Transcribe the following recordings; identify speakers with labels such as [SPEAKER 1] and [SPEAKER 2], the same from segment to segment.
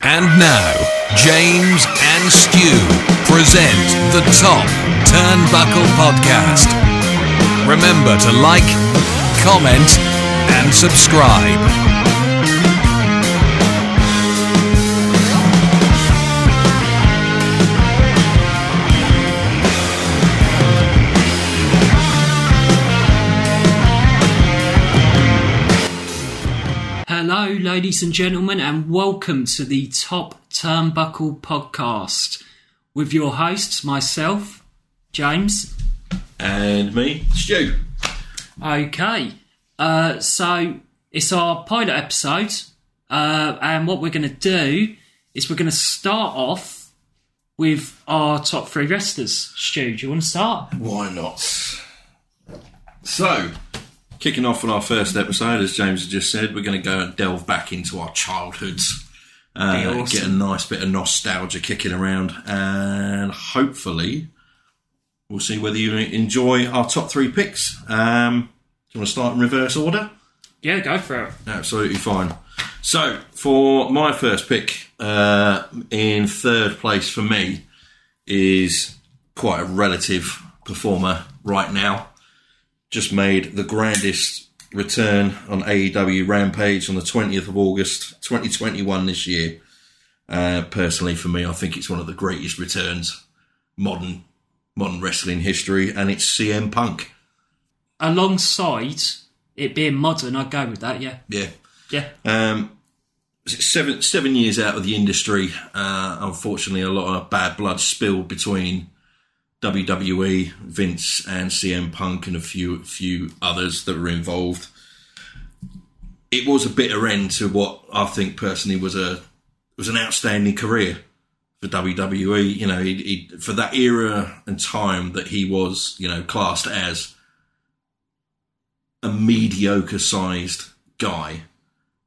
[SPEAKER 1] And now, James and Stew present the Top Turnbuckle Podcast. Remember to like, comment, and subscribe.
[SPEAKER 2] Hello, ladies and gentlemen, and welcome to the Top Turnbuckle Podcast with your hosts, myself, James.
[SPEAKER 3] And me, Stu.
[SPEAKER 2] Okay, uh, so it's our pilot episode, uh, and what we're going to do is we're going to start off with our top three wrestlers. Stu, do you want to start?
[SPEAKER 3] Why not? So, kicking off on our first episode, as James has just said, we're going to go and delve back into our childhoods. Uh,
[SPEAKER 2] Be awesome.
[SPEAKER 3] Get a nice bit of nostalgia kicking around, and hopefully, we'll see whether you enjoy our top three picks. Um, do you want to start in reverse order?
[SPEAKER 2] Yeah, go for it.
[SPEAKER 3] Absolutely fine. So, for my first pick, uh, in third place for me is quite a relative performer right now. Just made the grandest return on AEW Rampage on the 20th of August 2021 this year. Uh, personally, for me, I think it's one of the greatest returns modern modern wrestling history, and it's CM Punk.
[SPEAKER 2] Alongside it being modern, I'd go with that, yeah.
[SPEAKER 3] Yeah,
[SPEAKER 2] Yeah.
[SPEAKER 3] Um, seven seven years out of the industry. Uh, unfortunately, a lot of bad blood spilled between WWE, Vince, and CM Punk, and a few few others that were involved. It was a bitter end to what I think personally was a was an outstanding career for WWE. You know, he, he, for that era and time that he was, you know, classed as a mediocre sized guy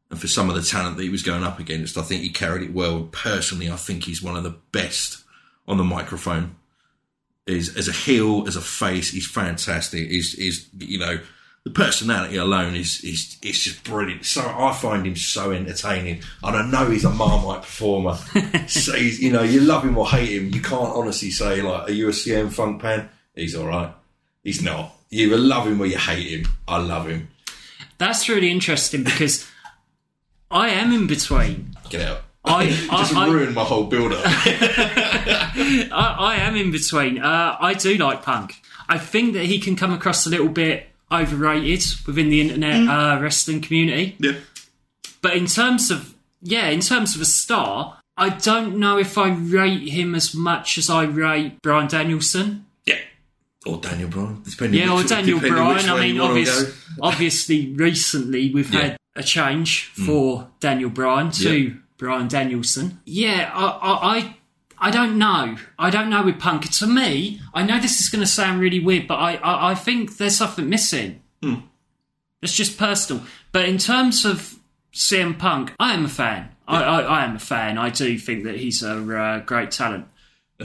[SPEAKER 3] and for some of the talent that he was going up against, I think he carried it well. Personally, I think he's one of the best on the microphone. Is as a heel, as a face, he's fantastic. He's, he's you know, the personality alone is is it's just brilliant. So I find him so entertaining, and I know he's a marmite performer. so he's, you know, you love him or hate him, you can't honestly say like, are you a CM Funk fan? He's all right. He's not. You either love him or you hate him. I love him.
[SPEAKER 2] That's really interesting because I am in between.
[SPEAKER 3] Get out.
[SPEAKER 2] I,
[SPEAKER 3] Just
[SPEAKER 2] I, I,
[SPEAKER 3] ruined my whole build up.
[SPEAKER 2] I, I am in between. Uh, I do like Punk. I think that he can come across a little bit overrated within the internet uh, wrestling community.
[SPEAKER 3] yeah.
[SPEAKER 2] But in terms of, yeah, in terms of a star, I don't know if I rate him as much as I rate Brian Danielson.
[SPEAKER 3] Yeah. Or Daniel Bryan, depending.
[SPEAKER 2] Yeah, or
[SPEAKER 3] which,
[SPEAKER 2] Daniel
[SPEAKER 3] depending which
[SPEAKER 2] Bryan.
[SPEAKER 3] way
[SPEAKER 2] I mean,
[SPEAKER 3] you wanna
[SPEAKER 2] obvious,
[SPEAKER 3] go.
[SPEAKER 2] obviously, recently we've
[SPEAKER 3] Yeah. Hmm.
[SPEAKER 2] had a change for Daniel Bryan to
[SPEAKER 3] Yeah.
[SPEAKER 2] Bryan Danielson. Yeah, I, I, I, I don't know. I don't know with Punk. To me, I know this is going to sound really weird, but I, I, I think there's something missing.
[SPEAKER 3] Hmm.
[SPEAKER 2] It's just personal. But in terms of CM Punk, I am a fan. I, I, I am a fan. I do think that he's a uh, great talent.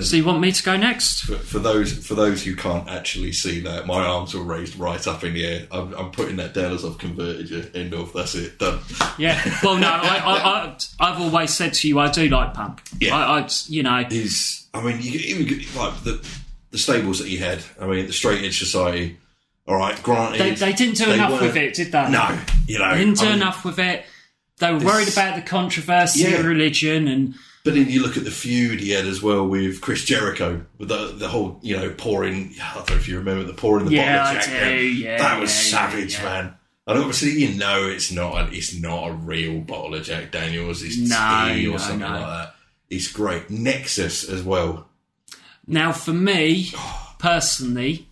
[SPEAKER 2] So you want me to go next?
[SPEAKER 3] For, for those for those who can't actually see that, my arms are raised right up in the air. I'm, I'm putting that down as I've converted you. End of. That's it. Done.
[SPEAKER 2] Yeah. Well, no, I, I, I, I've always said to you, I do like punk.
[SPEAKER 3] Yeah.
[SPEAKER 2] I, I you know,
[SPEAKER 3] He's. I mean, you, even good- like the the stables that he had. I mean, the Straight Edge Society. All right, granted,
[SPEAKER 2] they, they didn't do
[SPEAKER 3] they
[SPEAKER 2] enough
[SPEAKER 3] weren't-
[SPEAKER 2] with it, did they?
[SPEAKER 3] No, you know,
[SPEAKER 2] They didn't do
[SPEAKER 3] I mean,
[SPEAKER 2] enough with it. They were worried about the controversy
[SPEAKER 3] Yeah.
[SPEAKER 2] of religion and
[SPEAKER 3] But then you look at the feud he had as well with Chris Jericho, with the, the whole, you know, pouring, I don't know if you remember the pouring the
[SPEAKER 2] Yeah,
[SPEAKER 3] bottle of
[SPEAKER 2] I
[SPEAKER 3] Jack
[SPEAKER 2] do,
[SPEAKER 3] down.
[SPEAKER 2] yeah,
[SPEAKER 3] that was
[SPEAKER 2] yeah,
[SPEAKER 3] savage,
[SPEAKER 2] yeah, yeah.
[SPEAKER 3] man. And obviously, you know, it's not a, it's not a real bottle of Jack Daniels. It's
[SPEAKER 2] No,
[SPEAKER 3] tea or
[SPEAKER 2] no,
[SPEAKER 3] something
[SPEAKER 2] no.
[SPEAKER 3] like that. It's great. Nexus as well.
[SPEAKER 2] Now, for me personally,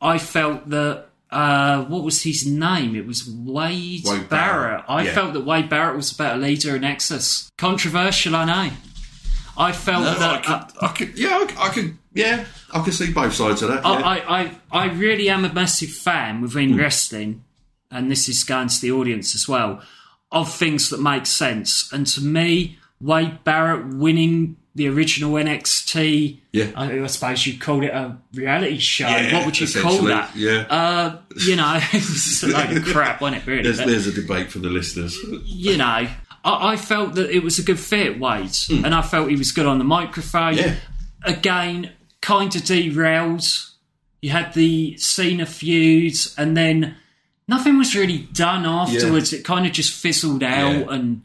[SPEAKER 2] I felt that uh, what was his name? It was Wade, Barrett.
[SPEAKER 3] Wade Barrett,
[SPEAKER 2] I
[SPEAKER 3] yeah.
[SPEAKER 2] felt that Wade Barrett was a better leader in Nexus. Controversial, I know. I felt
[SPEAKER 3] I,
[SPEAKER 2] that.
[SPEAKER 3] could,
[SPEAKER 2] uh,
[SPEAKER 3] I could, yeah, I could, I could, yeah, I could see both sides of that.
[SPEAKER 2] I,
[SPEAKER 3] yeah. Hmm.
[SPEAKER 2] I, I, I really am a massive fan within wrestling, and this is going to the audience as well, of things that make sense. And to me, Wade Barrett winning the original NXT,
[SPEAKER 3] Yeah.
[SPEAKER 2] I, I suppose you'd call it a reality show.
[SPEAKER 3] Yeah,
[SPEAKER 2] what would you call
[SPEAKER 3] essentially,
[SPEAKER 2] that?
[SPEAKER 3] Yeah.
[SPEAKER 2] Uh, you know, it's a load of crap, wasn't it, really?
[SPEAKER 3] there's,
[SPEAKER 2] But,
[SPEAKER 3] there's a debate for the listeners.
[SPEAKER 2] you know, I, I, I felt that it was a good fit, Wade, and I felt he was good on the microphone.
[SPEAKER 3] Hmm. Yeah.
[SPEAKER 2] Again, kind of derails. You had the Cena feuds, and then nothing was really done afterwards. It kind of just fizzled out,
[SPEAKER 3] Yeah.
[SPEAKER 2] and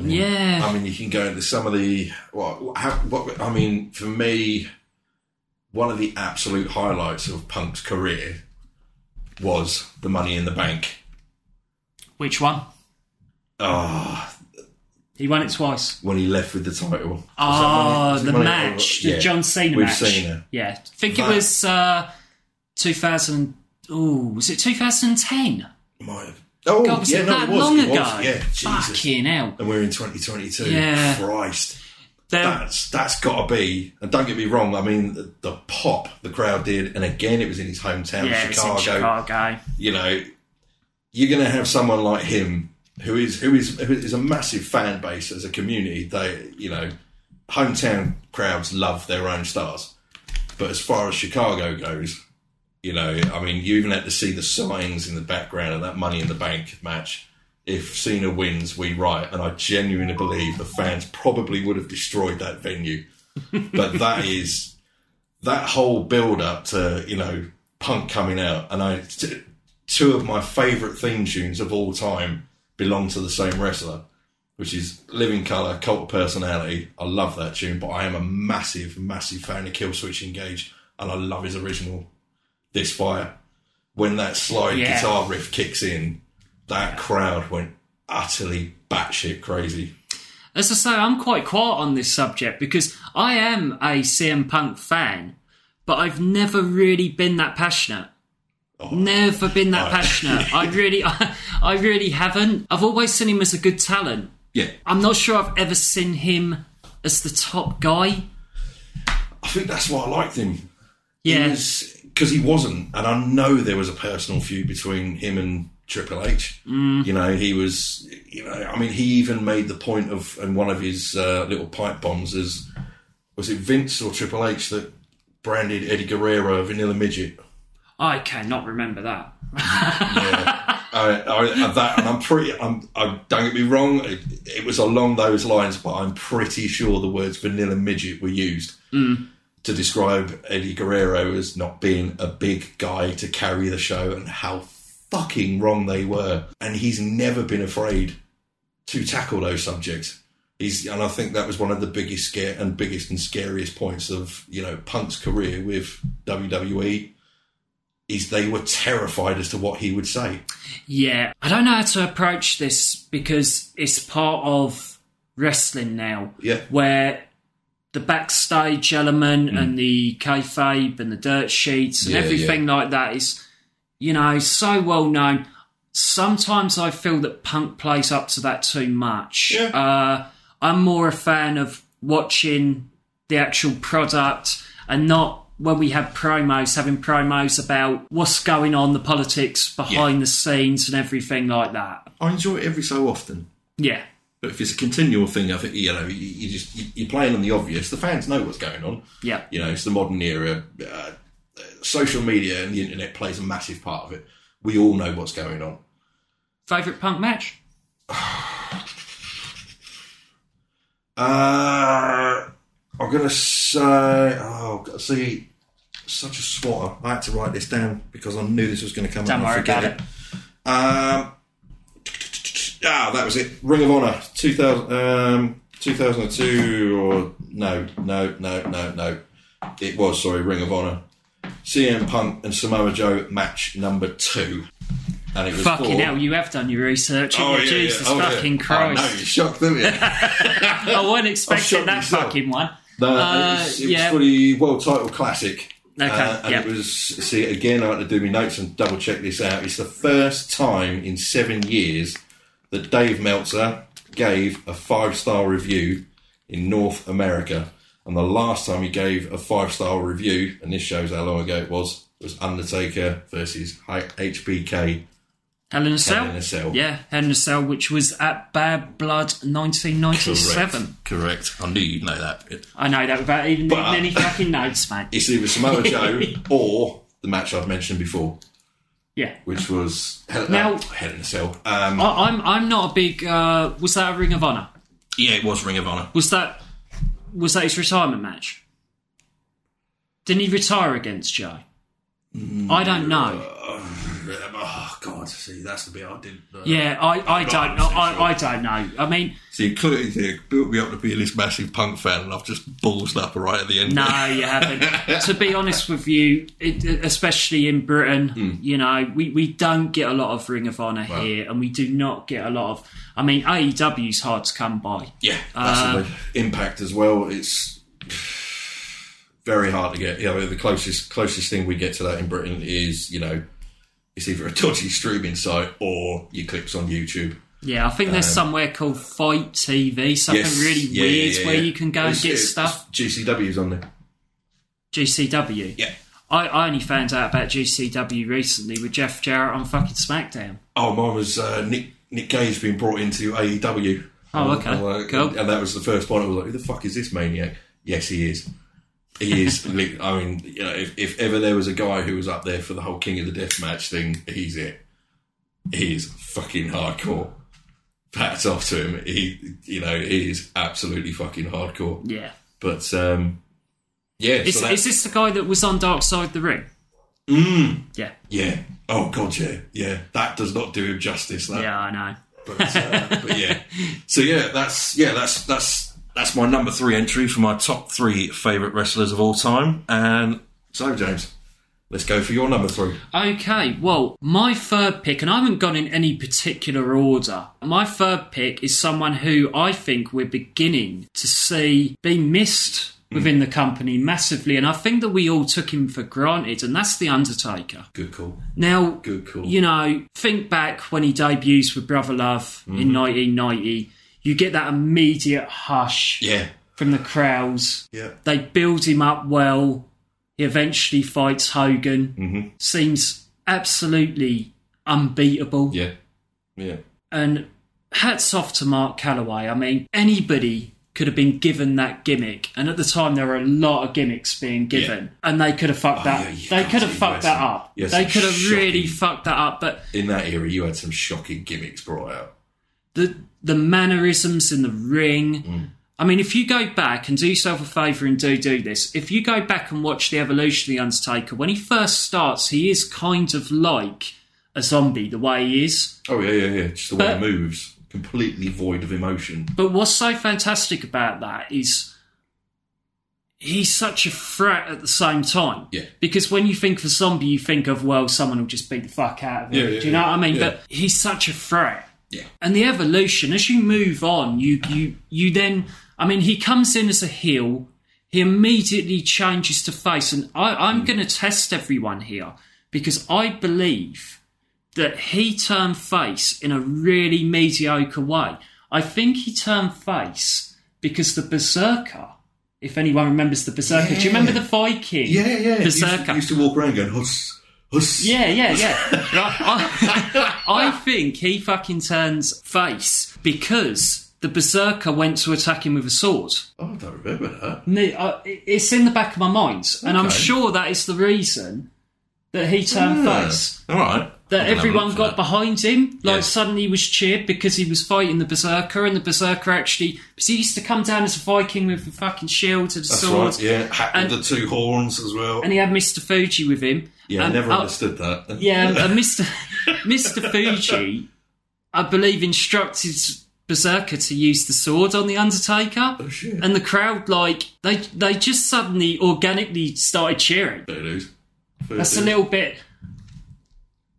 [SPEAKER 2] yeah,
[SPEAKER 3] I mean, you can go into some of the. Well, how, what I mean, for me, one of the absolute highlights of Punk's career was the Money in the Bank.
[SPEAKER 2] which one?
[SPEAKER 3] Ah,
[SPEAKER 2] He won it twice.
[SPEAKER 3] when he left with the title.
[SPEAKER 2] Ah,
[SPEAKER 3] Was it
[SPEAKER 2] the
[SPEAKER 3] Money-
[SPEAKER 2] match,
[SPEAKER 3] yeah,
[SPEAKER 2] the John Cena
[SPEAKER 3] with
[SPEAKER 2] match.
[SPEAKER 3] Cena.
[SPEAKER 2] Yeah, I think
[SPEAKER 3] That-
[SPEAKER 2] it was uh, 2000. Oh, was it 2010?
[SPEAKER 3] Might have. Oh,
[SPEAKER 2] God, was
[SPEAKER 3] yeah,
[SPEAKER 2] it
[SPEAKER 3] no,
[SPEAKER 2] that
[SPEAKER 3] it was.
[SPEAKER 2] long
[SPEAKER 3] it
[SPEAKER 2] ago?
[SPEAKER 3] was. Yeah, Jesus.
[SPEAKER 2] Fucking hell.
[SPEAKER 3] And we're in 2022.
[SPEAKER 2] Yeah. Um,
[SPEAKER 3] Christ.
[SPEAKER 2] There-
[SPEAKER 3] That's that's got to be. And don't get me wrong. I mean, the, the pop the crowd did, and again, it was in his hometown,
[SPEAKER 2] yeah,
[SPEAKER 3] Chicago.
[SPEAKER 2] it's in Chicago.
[SPEAKER 3] You know, you're going to have someone like him who is who is who is a massive fan base as a community. They, you know, hometown crowds love their own stars, but as far as Chicago goes. You know, I mean, you even had to see the signs in the background of that Money in the Bank match. If Cena wins, we riot. And I genuinely believe the fans probably would have destroyed that venue. but that is that whole build up to you know punk coming out and i t- two of my favorite theme tunes of all time belong to the same wrestler which is living color cult of personality i love that tune but i am a massive massive fan of kill switch engage and i love his original this fire when that slide
[SPEAKER 2] Yeah.
[SPEAKER 3] guitar riff kicks in that crowd went utterly batshit crazy
[SPEAKER 2] As I say, I'm quite quiet on this subject because I am a CM Punk fan, but I've never really been that passionate. Never been that
[SPEAKER 3] Oh.
[SPEAKER 2] passionate. I really, I, I really haven't. I've always seen him as a good talent.
[SPEAKER 3] yeah
[SPEAKER 2] I'm not sure I've ever seen him as the top guy.
[SPEAKER 3] i think that's why i liked him
[SPEAKER 2] Yeah,
[SPEAKER 3] because he wasn't, and I know there was a personal feud between him and Triple H. You know, he was, you know, I mean, he even made the point of in one of his uh, little pipe bombs is was it Vince or Triple H that branded Eddie Guerrero a vanilla midget?
[SPEAKER 2] I cannot remember that.
[SPEAKER 3] I, I, of that, and I'm pretty. I'm, I don't get me wrong. It, it was along those lines, but I'm pretty sure the words vanilla midget were used to describe Eddie Guerrero as not being a big guy to carry the show, and how fucking wrong they were. And he's never been afraid to tackle those subjects. He's, and I think that was one of the biggest scare and biggest and scariest points of you know Punk's career with WWE. Is they were terrified as to what he would say.
[SPEAKER 2] Yeah, I don't know how to approach this because it's part of wrestling now.
[SPEAKER 3] Yeah. Mm.
[SPEAKER 2] Where the backstage element and the kayfabe and the dirt sheets and
[SPEAKER 3] Yeah,
[SPEAKER 2] everything like that is, you know, so well known. Sometimes I feel that punk plays up to that too much.
[SPEAKER 3] Yeah.
[SPEAKER 2] Uh, I'm more a fan of watching the actual product and not when we have promos, having promos about what's going on, the politics behind the scenes and everything like that.
[SPEAKER 3] I enjoy it every so often.
[SPEAKER 2] Yeah.
[SPEAKER 3] But if it's a continual thing, I think you know you, you just you, you're playing on the obvious. The fans know what's going on.
[SPEAKER 2] Yeah.
[SPEAKER 3] You know, it's the modern era. Uh, uh, social media and the internet plays a massive part of it. We all know what's going on.
[SPEAKER 2] Favourite punk match?
[SPEAKER 3] Uh, I'm gonna say, oh, God, see, such a swatter. I had to write this down because I knew this was going to come.
[SPEAKER 2] Don't
[SPEAKER 3] up
[SPEAKER 2] worry
[SPEAKER 3] and I forget
[SPEAKER 2] about
[SPEAKER 3] it. Um, ah, that was it. Ring of Honor, 2000, um, 2002, or no, no, no, no, no. It was sorry, Ring of Honor. CM Punk and Samoa Joe match number two, and it was
[SPEAKER 2] Fucking
[SPEAKER 3] for-
[SPEAKER 2] hell, you have done your research.
[SPEAKER 3] Oh,
[SPEAKER 2] haven't
[SPEAKER 3] yeah,
[SPEAKER 2] you?
[SPEAKER 3] yeah.
[SPEAKER 2] Jesus
[SPEAKER 3] Oh, yeah.
[SPEAKER 2] fucking
[SPEAKER 3] I know, you
[SPEAKER 2] Christ.
[SPEAKER 3] shocked, didn't you?
[SPEAKER 2] I, wasn't
[SPEAKER 3] shot
[SPEAKER 2] expecting that
[SPEAKER 3] myself.
[SPEAKER 2] fucking one.
[SPEAKER 3] No,
[SPEAKER 2] Uh,
[SPEAKER 3] it was, it
[SPEAKER 2] yeah.
[SPEAKER 3] was for the World Title Classic.
[SPEAKER 2] Okay,
[SPEAKER 3] Uh, and
[SPEAKER 2] yep.
[SPEAKER 3] it was, see, again, I had to do my notes and double check this out. It's the first time in seven years that Dave Meltzer gave a five star review in North America. And the last time he gave a five star review, and this shows how long ago it was, was Undertaker versus H- HBK.
[SPEAKER 2] Hell in a Cell?
[SPEAKER 3] Hell in a Cell.
[SPEAKER 2] Yeah, Hell in a Cell, which was at Bad Blood 1997.
[SPEAKER 3] Correct. I knew you'd know that.
[SPEAKER 2] I know that without even needing
[SPEAKER 3] But- uh,
[SPEAKER 2] any fucking notes, mate.
[SPEAKER 3] It's either Samoa Joe or the match I've mentioned before.
[SPEAKER 2] Yeah.
[SPEAKER 3] which was hell,
[SPEAKER 2] Now-
[SPEAKER 3] uh, Hell in a Cell. Um,
[SPEAKER 2] I, I'm I'm not a big. Uh, was that a Ring of Honor?
[SPEAKER 4] Yeah, it was Ring of Honor.
[SPEAKER 2] Was that was that his retirement match? Didn't he retire against Joe? I don't
[SPEAKER 3] Mm,
[SPEAKER 2] know.
[SPEAKER 3] oh God, see that's the bit I did. Uh,
[SPEAKER 2] Yeah, I, I don't know. I, I don't know. I mean,
[SPEAKER 4] See, clearly they built me up to be this massive punk fan, and I've just ballsed up right at the end.
[SPEAKER 2] no, you haven't. to be honest with you, it, especially in Britain,
[SPEAKER 3] Hmm.
[SPEAKER 2] you know, we, we don't get a lot of Ring of Honor here, and we do not get a lot of. I mean, AEW's hard to come by.
[SPEAKER 3] yeah, massively. Impact as well. It's very hard to get. You know, the closest closest thing we get to that in Britain is you know, it's either a dodgy streaming site or your clips on YouTube.
[SPEAKER 2] Yeah, I think there's somewhere called Fight TV, something really
[SPEAKER 3] Um, yeah, yeah,
[SPEAKER 2] weird
[SPEAKER 3] yeah,
[SPEAKER 2] where
[SPEAKER 3] yeah.
[SPEAKER 2] you can go and
[SPEAKER 3] It's-
[SPEAKER 2] get
[SPEAKER 3] it's-
[SPEAKER 2] stuff.
[SPEAKER 3] GCW's on there.
[SPEAKER 2] GCW.
[SPEAKER 3] Yeah.
[SPEAKER 2] I, I only found out about GCW recently with Jeff Jarrett on fucking SmackDown.
[SPEAKER 3] Oh, mine was uh, Nick Nick Gage being brought into AEW.
[SPEAKER 2] Oh, okay.
[SPEAKER 3] And, uh,
[SPEAKER 2] Cool.
[SPEAKER 3] And that was the first one. I was like, "Who the fuck is this maniac?" Yes, he is. He is. li- I mean, you know, if, if ever there was a guy who was up there for the whole King of the Death Match thing, he's it. He is fucking hardcore. Hats off to him. He, you know, he is absolutely fucking hardcore.
[SPEAKER 2] Yeah.
[SPEAKER 3] But um, yeah, so
[SPEAKER 2] Is,
[SPEAKER 3] that-
[SPEAKER 2] is this the guy that was on Dark Side of the Ring?
[SPEAKER 3] Hmm.
[SPEAKER 2] Mm. Yeah.
[SPEAKER 3] yeah. Oh god, yeah, yeah. That does not do him justice. That
[SPEAKER 2] Yeah, I know.
[SPEAKER 3] But, uh, but yeah,
[SPEAKER 4] So yeah, that's yeah, that's that's that's my number three entry for my top three favorite wrestlers of all time. And
[SPEAKER 3] So, James, let's go for your number three.
[SPEAKER 2] Okay, well, my third pick, and I haven't gone in any particular order, my third pick is someone who I think we're beginning to see be missed within the company massively, and I think that we all took him for granted, and that's The Undertaker.
[SPEAKER 3] Good call.
[SPEAKER 2] Now,
[SPEAKER 3] Good call.
[SPEAKER 2] you know, think back when he debuts with Brother Love
[SPEAKER 3] Mm-hmm.
[SPEAKER 2] in 1990, you get that immediate hush
[SPEAKER 3] Yeah.
[SPEAKER 2] from the crowds.
[SPEAKER 3] Yeah.
[SPEAKER 2] They build him up well. He eventually fights Hogan.
[SPEAKER 3] Mm-hmm.
[SPEAKER 2] Seems absolutely unbeatable.
[SPEAKER 3] Yeah. Yeah.
[SPEAKER 2] And hats off to Mark Calloway. I mean, anybody could have been given that gimmick, and at the time there were a lot of gimmicks being given, and they could have fucked that.
[SPEAKER 3] Oh, yeah, you
[SPEAKER 2] they
[SPEAKER 3] can't
[SPEAKER 2] could have
[SPEAKER 3] see
[SPEAKER 2] fucked that
[SPEAKER 3] wrestling.
[SPEAKER 2] up.
[SPEAKER 3] Yes,
[SPEAKER 2] they
[SPEAKER 3] it's
[SPEAKER 2] could have really
[SPEAKER 3] shocking.
[SPEAKER 2] fucked that up. But
[SPEAKER 3] In that era, you had some shocking gimmicks brought out.
[SPEAKER 2] the the mannerisms in the ring.
[SPEAKER 3] Mm.
[SPEAKER 2] I mean, if you go back and do yourself a favour and do do this, if you go back and watch the evolution of the Undertaker, when he first starts, he is kind of like a zombie the way he is.
[SPEAKER 3] Oh yeah, yeah, yeah. Just the way
[SPEAKER 2] But-
[SPEAKER 3] it moves, completely void of emotion.
[SPEAKER 2] But what's so fantastic about that is he's such a threat at the same time.
[SPEAKER 3] Yeah.
[SPEAKER 2] Because when you think of a zombie, you think of well, someone will just beat the fuck out of him.
[SPEAKER 3] Yeah, yeah,
[SPEAKER 2] do you know
[SPEAKER 3] yeah.
[SPEAKER 2] what I mean?
[SPEAKER 3] Yeah.
[SPEAKER 2] But he's such a threat.
[SPEAKER 3] Yeah.
[SPEAKER 2] and the evolution as you move on you you you then i mean he comes in as a heel he immediately changes to face and I,
[SPEAKER 3] Hmm.
[SPEAKER 2] i'm going to test everyone here because i believe that he turned face in a really mediocre way i think he turned face because the berserker if anyone remembers the berserker do you remember the viking
[SPEAKER 3] Yeah, yeah. He Used,
[SPEAKER 2] berserker
[SPEAKER 3] to- used to walk around going huss, huss.
[SPEAKER 2] yeah, yeah, yeah. Right, I, I think he fucking turns face because the berserker went to attack him with a sword.
[SPEAKER 3] Oh, I don't remember that.
[SPEAKER 2] Ne- I- It's in the back of my mind, and I'm
[SPEAKER 3] Okay.
[SPEAKER 2] sure that is the reason that he turned
[SPEAKER 3] Ah,
[SPEAKER 2] face.
[SPEAKER 3] All right.
[SPEAKER 2] That
[SPEAKER 4] I'll have a
[SPEAKER 2] everyone
[SPEAKER 4] look for
[SPEAKER 2] got
[SPEAKER 4] that.
[SPEAKER 2] behind him, like
[SPEAKER 3] Yeah.
[SPEAKER 2] suddenly he was cheered because he was fighting the berserker, and the berserker actually, because he used to come down as a Viking with a fucking shield and a
[SPEAKER 3] That's
[SPEAKER 2] sword,
[SPEAKER 3] right. Yeah. Hat with
[SPEAKER 2] And-
[SPEAKER 3] the two horns as well.
[SPEAKER 2] and he had Mister Fuji with him.
[SPEAKER 3] yeah, I
[SPEAKER 2] And
[SPEAKER 3] never
[SPEAKER 2] up-
[SPEAKER 3] understood that.
[SPEAKER 2] Yeah, uh, Mr. Mr. Fuji, I believe, instructed Berserker to use the sword on the Undertaker,
[SPEAKER 3] Oh, shit.
[SPEAKER 2] and the crowd like they they just suddenly organically started cheering.
[SPEAKER 3] Fair dues. Fair
[SPEAKER 2] That's a
[SPEAKER 3] dues.
[SPEAKER 2] little bit.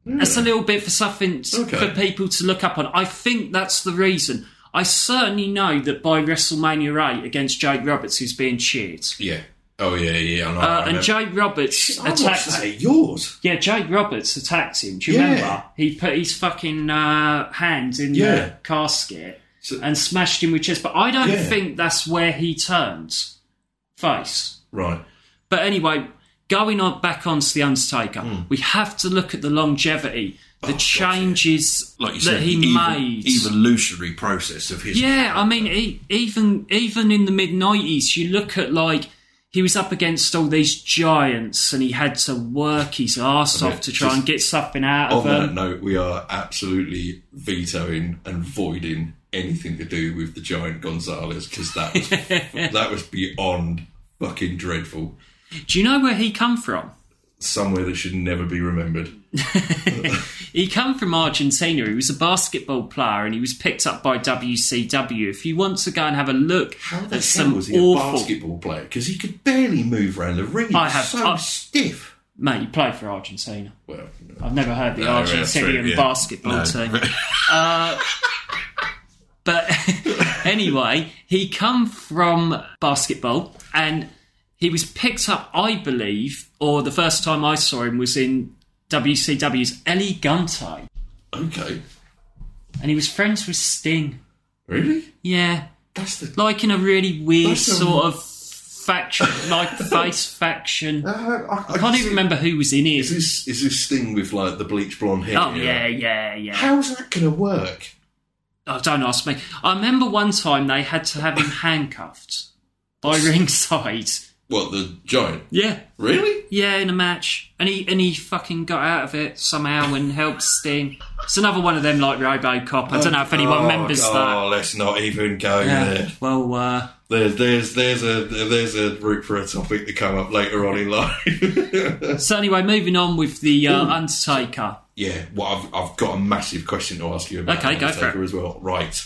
[SPEAKER 2] That's a little bit for something t-
[SPEAKER 3] Okay.
[SPEAKER 2] for people to look up on. I think that's the reason. I certainly know that by WrestleMania 8 against Jake Roberts, who's being cheered.
[SPEAKER 3] Yeah. Oh yeah, yeah. I know, I
[SPEAKER 2] Uh, and
[SPEAKER 3] remember.
[SPEAKER 2] Jake Roberts
[SPEAKER 3] I watched
[SPEAKER 2] attacked
[SPEAKER 3] that at yours.
[SPEAKER 2] yeah, Jake Roberts attacked him. Do you
[SPEAKER 3] Yeah.
[SPEAKER 2] remember? He put his fucking uh, hand in
[SPEAKER 3] Yeah.
[SPEAKER 2] the casket
[SPEAKER 3] So-
[SPEAKER 2] and smashed him with chest. But I don't
[SPEAKER 3] Yeah.
[SPEAKER 2] think that's where he turns face.
[SPEAKER 3] Right.
[SPEAKER 2] But anyway, going on back onto the Undertaker,
[SPEAKER 3] Hmm.
[SPEAKER 2] we have to look at the longevity,
[SPEAKER 3] Oh,
[SPEAKER 2] the changes
[SPEAKER 4] like you
[SPEAKER 2] that
[SPEAKER 4] said,
[SPEAKER 2] he
[SPEAKER 4] the evo-
[SPEAKER 2] made.
[SPEAKER 4] evolutionary process of his.
[SPEAKER 2] Yeah, I mean, e even even in the mid nineties, you look at like he was up against all these giants and he had to work his arse
[SPEAKER 3] I mean,
[SPEAKER 2] off to try
[SPEAKER 3] just-
[SPEAKER 2] and get something out of
[SPEAKER 3] On
[SPEAKER 2] them.
[SPEAKER 3] that note, we are absolutely vetoing and voiding anything to do with the giant Gonzalez because that was that was beyond fucking dreadful.
[SPEAKER 2] Do you know where he come from?
[SPEAKER 3] Somewhere that should never be remembered.
[SPEAKER 2] He come from Argentina. He was a basketball player and he was picked up by WCW. If you want to go and have a look
[SPEAKER 3] How the
[SPEAKER 2] at
[SPEAKER 3] hell
[SPEAKER 2] some
[SPEAKER 3] was he a
[SPEAKER 2] awful
[SPEAKER 3] basketball player? Because he could barely move around the ring. He
[SPEAKER 2] I
[SPEAKER 3] was
[SPEAKER 2] have-
[SPEAKER 3] so
[SPEAKER 2] I-
[SPEAKER 3] stiff.
[SPEAKER 2] mate, he played for Argentina.
[SPEAKER 3] Well,
[SPEAKER 2] I've never heard the
[SPEAKER 3] No, yeah, that's true,
[SPEAKER 2] Argentinian
[SPEAKER 3] yeah.
[SPEAKER 2] basketball
[SPEAKER 3] No.
[SPEAKER 2] team. Uh, but anyway, he come from basketball and he was picked up, I believe, or the first time I saw him was in WCW's Elegante,
[SPEAKER 3] okay,
[SPEAKER 2] and he was friends with Sting.
[SPEAKER 3] really?
[SPEAKER 2] Yeah,
[SPEAKER 3] That's the
[SPEAKER 2] like in a really weird
[SPEAKER 3] That's a-
[SPEAKER 2] sort of faction, like face faction.
[SPEAKER 3] Uh, I,
[SPEAKER 2] I can't even remember who was in
[SPEAKER 3] Is
[SPEAKER 2] it.
[SPEAKER 3] this is this thing with like the bleach blonde hair?
[SPEAKER 2] Oh yeah, yeah, yeah.
[SPEAKER 3] How's that going to work?
[SPEAKER 2] Oh, don't ask me. I remember one time they had to have him handcuffed by ringside.
[SPEAKER 3] What the giant?
[SPEAKER 2] Yeah.
[SPEAKER 3] Really?
[SPEAKER 2] Yeah, in a match. And he and he fucking got out of it somehow and helped Sting. It's another one of them like Robocop. I don't know if anyone
[SPEAKER 3] Oh,
[SPEAKER 2] remembers
[SPEAKER 3] God, let's not even
[SPEAKER 2] that.
[SPEAKER 3] go
[SPEAKER 2] Yeah.
[SPEAKER 3] there.
[SPEAKER 2] Well, uh,
[SPEAKER 3] There's there's there's a there's a route for a topic to come up later on in life.
[SPEAKER 2] so anyway, moving on with the uh, Undertaker.
[SPEAKER 3] yeah, well, I've I've got a massive question to ask you about
[SPEAKER 2] Okay, go for
[SPEAKER 3] Undertaker
[SPEAKER 2] it.
[SPEAKER 3] as well. Right.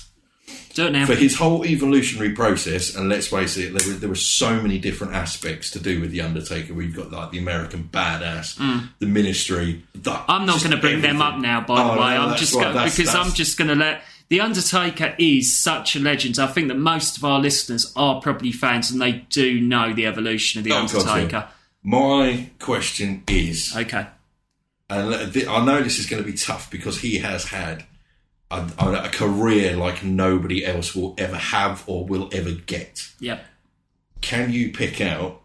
[SPEAKER 2] Do it now.
[SPEAKER 3] for his whole evolutionary process, and let's face it, there were, there were so many different aspects to do with the Undertaker. We've got like the American Badass, the Ministry. The,
[SPEAKER 2] Hmm. I'm not going to bring them up now, by the
[SPEAKER 3] Oh, no,
[SPEAKER 2] way. I'm
[SPEAKER 3] that's
[SPEAKER 2] just
[SPEAKER 3] right.
[SPEAKER 2] going
[SPEAKER 3] That's-
[SPEAKER 2] because I'm
[SPEAKER 3] that's-
[SPEAKER 2] just going to let the Undertaker is such a legend. I think that most of our listeners are probably fans, and they do know the evolution of the
[SPEAKER 3] Oh, God, yeah.
[SPEAKER 2] Undertaker.
[SPEAKER 3] My question is,
[SPEAKER 2] Okay,
[SPEAKER 3] and let- th- I know this is going to be tough because he has had a, a, a career like nobody else will ever have or will ever get.
[SPEAKER 2] yep.
[SPEAKER 3] Can you pick out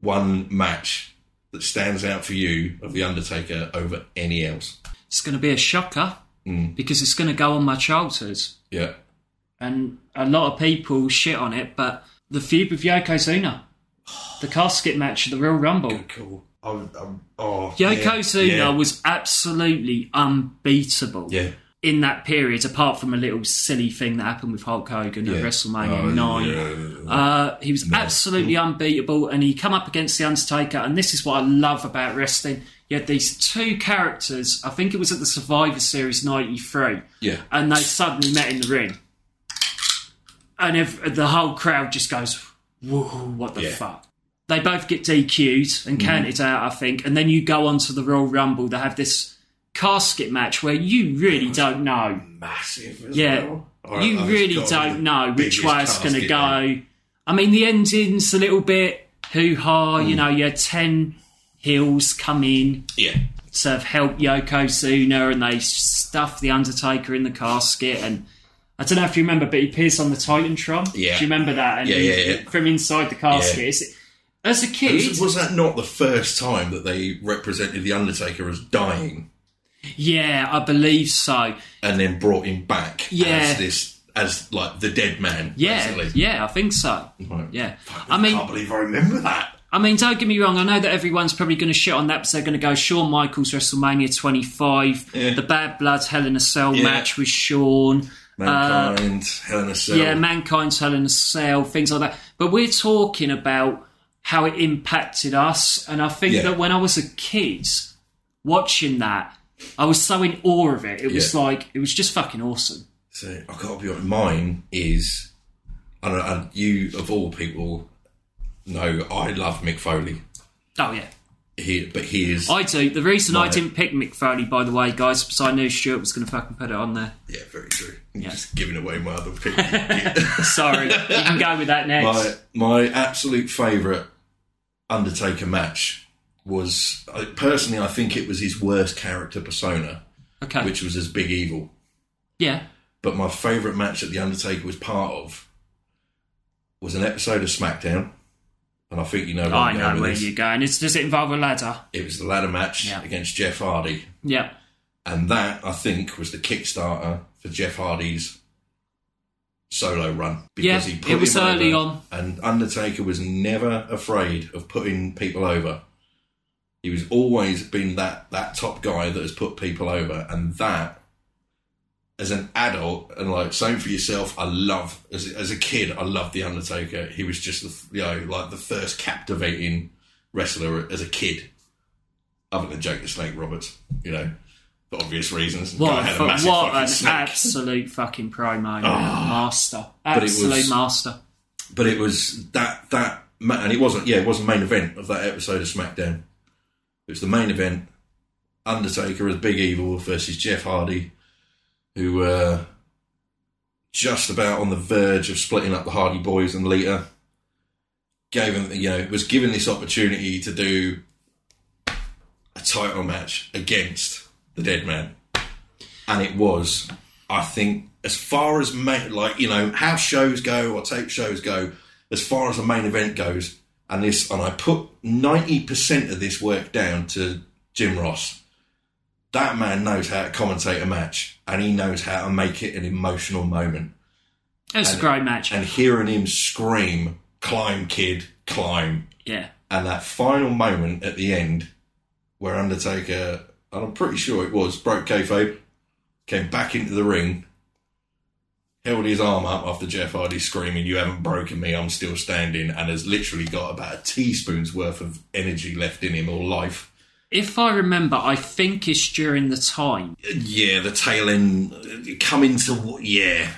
[SPEAKER 3] one match that stands out for you of the Undertaker over any else?
[SPEAKER 2] It's going to be a shocker
[SPEAKER 3] Mm.
[SPEAKER 2] because it's going to go on my childhood,
[SPEAKER 3] Yeah.
[SPEAKER 2] and a lot of people shit on it. But the feud with Yokozuna, the casket match at the Royal Rumble.
[SPEAKER 3] Cool. I'm, I'm, oh,
[SPEAKER 2] Yokozuna
[SPEAKER 3] yeah,
[SPEAKER 2] was absolutely unbeatable.
[SPEAKER 3] yeah.
[SPEAKER 2] in that period, apart from a little silly thing that happened with Hulk Hogan at
[SPEAKER 3] Yeah.
[SPEAKER 2] WrestleMania
[SPEAKER 3] Oh,
[SPEAKER 2] 9,
[SPEAKER 3] yeah.
[SPEAKER 2] uh, he was absolutely unbeatable and he come up against The Undertaker. And this is what I love about wrestling. You had these two characters, I think it was at the Survivor Series 93,
[SPEAKER 3] Yeah.
[SPEAKER 2] and they suddenly met in the ring. And if, the whole crowd just goes, whoa, what the
[SPEAKER 3] Yeah. Mm-hmm.
[SPEAKER 2] fuck? They both get DQ'd and counted out, I think. And then you go on to the Royal Rumble. They have this casket match where you really don't know.
[SPEAKER 3] massive. As
[SPEAKER 2] Yeah.
[SPEAKER 3] well. Alright,
[SPEAKER 2] you
[SPEAKER 3] I've
[SPEAKER 2] really
[SPEAKER 3] got the
[SPEAKER 2] don't know which
[SPEAKER 3] biggest
[SPEAKER 2] way it's going to
[SPEAKER 3] casket
[SPEAKER 2] go.
[SPEAKER 3] then.
[SPEAKER 2] I mean, the ending's a little bit hoo ha.
[SPEAKER 3] Mm.
[SPEAKER 2] You know, you had 10 heels come in
[SPEAKER 3] Yeah,
[SPEAKER 2] to help Yokozuna and they stuff the Undertaker in the casket. And I don't know if you remember, but he appears on the Titantron.
[SPEAKER 3] Yeah.
[SPEAKER 2] Do you remember that? And
[SPEAKER 3] Yeah, yeah, yeah.
[SPEAKER 2] From inside the casket. It's- As a kid,
[SPEAKER 3] was, was that not the first time that they represented the Undertaker as dying
[SPEAKER 2] yeah, I believe so.
[SPEAKER 3] and then brought him back
[SPEAKER 2] Yeah.
[SPEAKER 3] as this as like the dead man?
[SPEAKER 2] Yeah,
[SPEAKER 3] basically.
[SPEAKER 2] yeah, I think so.
[SPEAKER 3] Right.
[SPEAKER 2] Yeah,
[SPEAKER 3] Fuck,
[SPEAKER 2] I mean,
[SPEAKER 3] can't believe I remember that.
[SPEAKER 2] I mean, don't get me wrong. I know that everyone's probably going to shit on that because they're going to go Shawn Michaels WrestleMania 25,
[SPEAKER 3] Yeah.
[SPEAKER 2] the Bad Blood Hell in a Cell
[SPEAKER 3] Yeah.
[SPEAKER 2] match with Shawn,
[SPEAKER 3] Mankind, Hell in a Cell.
[SPEAKER 2] Uh, yeah, Mankind's Hell in a Cell, things like that. But we're talking about how it impacted us, and I think
[SPEAKER 3] Yeah.
[SPEAKER 2] that when I was a kid watching that, I was so in awe of it. It was
[SPEAKER 3] Yeah.
[SPEAKER 2] like it was just fucking awesome.
[SPEAKER 3] So I have gotta be honest. Mine is, and, and you of all people know, I love Mick Foley.
[SPEAKER 2] Oh yeah.
[SPEAKER 3] He, but he is
[SPEAKER 2] I do. The reason I
[SPEAKER 3] Right.
[SPEAKER 2] didn't pick Mick Foley, by the way, guys, because I knew Stuart was going to fucking put it on there.
[SPEAKER 3] yeah, very true. I'm Just giving away my other pick.
[SPEAKER 2] Sorry, you can go with that next.
[SPEAKER 3] my my absolute favourite Undertaker match was I, personally, I think it was his worst character persona,
[SPEAKER 2] Okay.
[SPEAKER 3] which was as Big Evil.
[SPEAKER 2] yeah.
[SPEAKER 3] But my favourite match that the Undertaker was part of was an episode of SmackDown, and I think you know. where
[SPEAKER 2] I
[SPEAKER 3] I'm going
[SPEAKER 2] know
[SPEAKER 3] with
[SPEAKER 2] where
[SPEAKER 3] this.
[SPEAKER 2] you're going. It's, does it involve a ladder?
[SPEAKER 3] It was the ladder match
[SPEAKER 2] Yeah.
[SPEAKER 3] against Jeff Hardy.
[SPEAKER 2] Yeah.
[SPEAKER 3] And that, I think, was the Kickstarter for Jeff Hardy's solo run because
[SPEAKER 2] Yeah,
[SPEAKER 3] he put
[SPEAKER 2] it was
[SPEAKER 3] him over
[SPEAKER 2] early on.
[SPEAKER 3] and Undertaker was never afraid of putting people over. He was always been that that top guy that has put people over, and that as an adult and like same for yourself. I love as as a kid, I loved the Undertaker. He was just the, you know like the first captivating wrestler as a kid, other than Jake the Snake Roberts, you know. For obvious reasons, The guy
[SPEAKER 2] What,
[SPEAKER 3] had a
[SPEAKER 2] for,
[SPEAKER 3] massive
[SPEAKER 2] what
[SPEAKER 3] fucking
[SPEAKER 2] an
[SPEAKER 3] snake. Ah.
[SPEAKER 2] absolute fucking promo. master. Absolute
[SPEAKER 3] was-
[SPEAKER 2] master.
[SPEAKER 3] but it was that that ma- and it wasn't yeah it wasn't main event of that episode of SmackDown. It was the main event: Undertaker as Big Evil versus Jeff Hardy, who were just about on the verge of splitting up the Hardy Boys and Lita. Gave him you know was given this opportunity to do a title match against the Dead Man, and it was I think as far as ma- like you know house shows go or tape shows go, as far as the main event goes, and this and I put ninety percent of this work down to Jim Ross. That man knows how to commentate a match, and he knows how to make it an emotional moment.
[SPEAKER 2] It was a great match.
[SPEAKER 3] And hearing him scream, "Climb, kid, climb!"
[SPEAKER 2] yeah.
[SPEAKER 3] and that final moment at the end where Undertaker, and I'm pretty sure it was, broke kayfabe, came back into the ring, held his arm up after Jeff Hardy screaming, "You haven't broken me, I'm still standing," and has literally got about a teaspoon's worth of energy left in him or life.
[SPEAKER 2] If I remember, I think it's during the time.
[SPEAKER 3] Yeah, the tail end coming to yeah,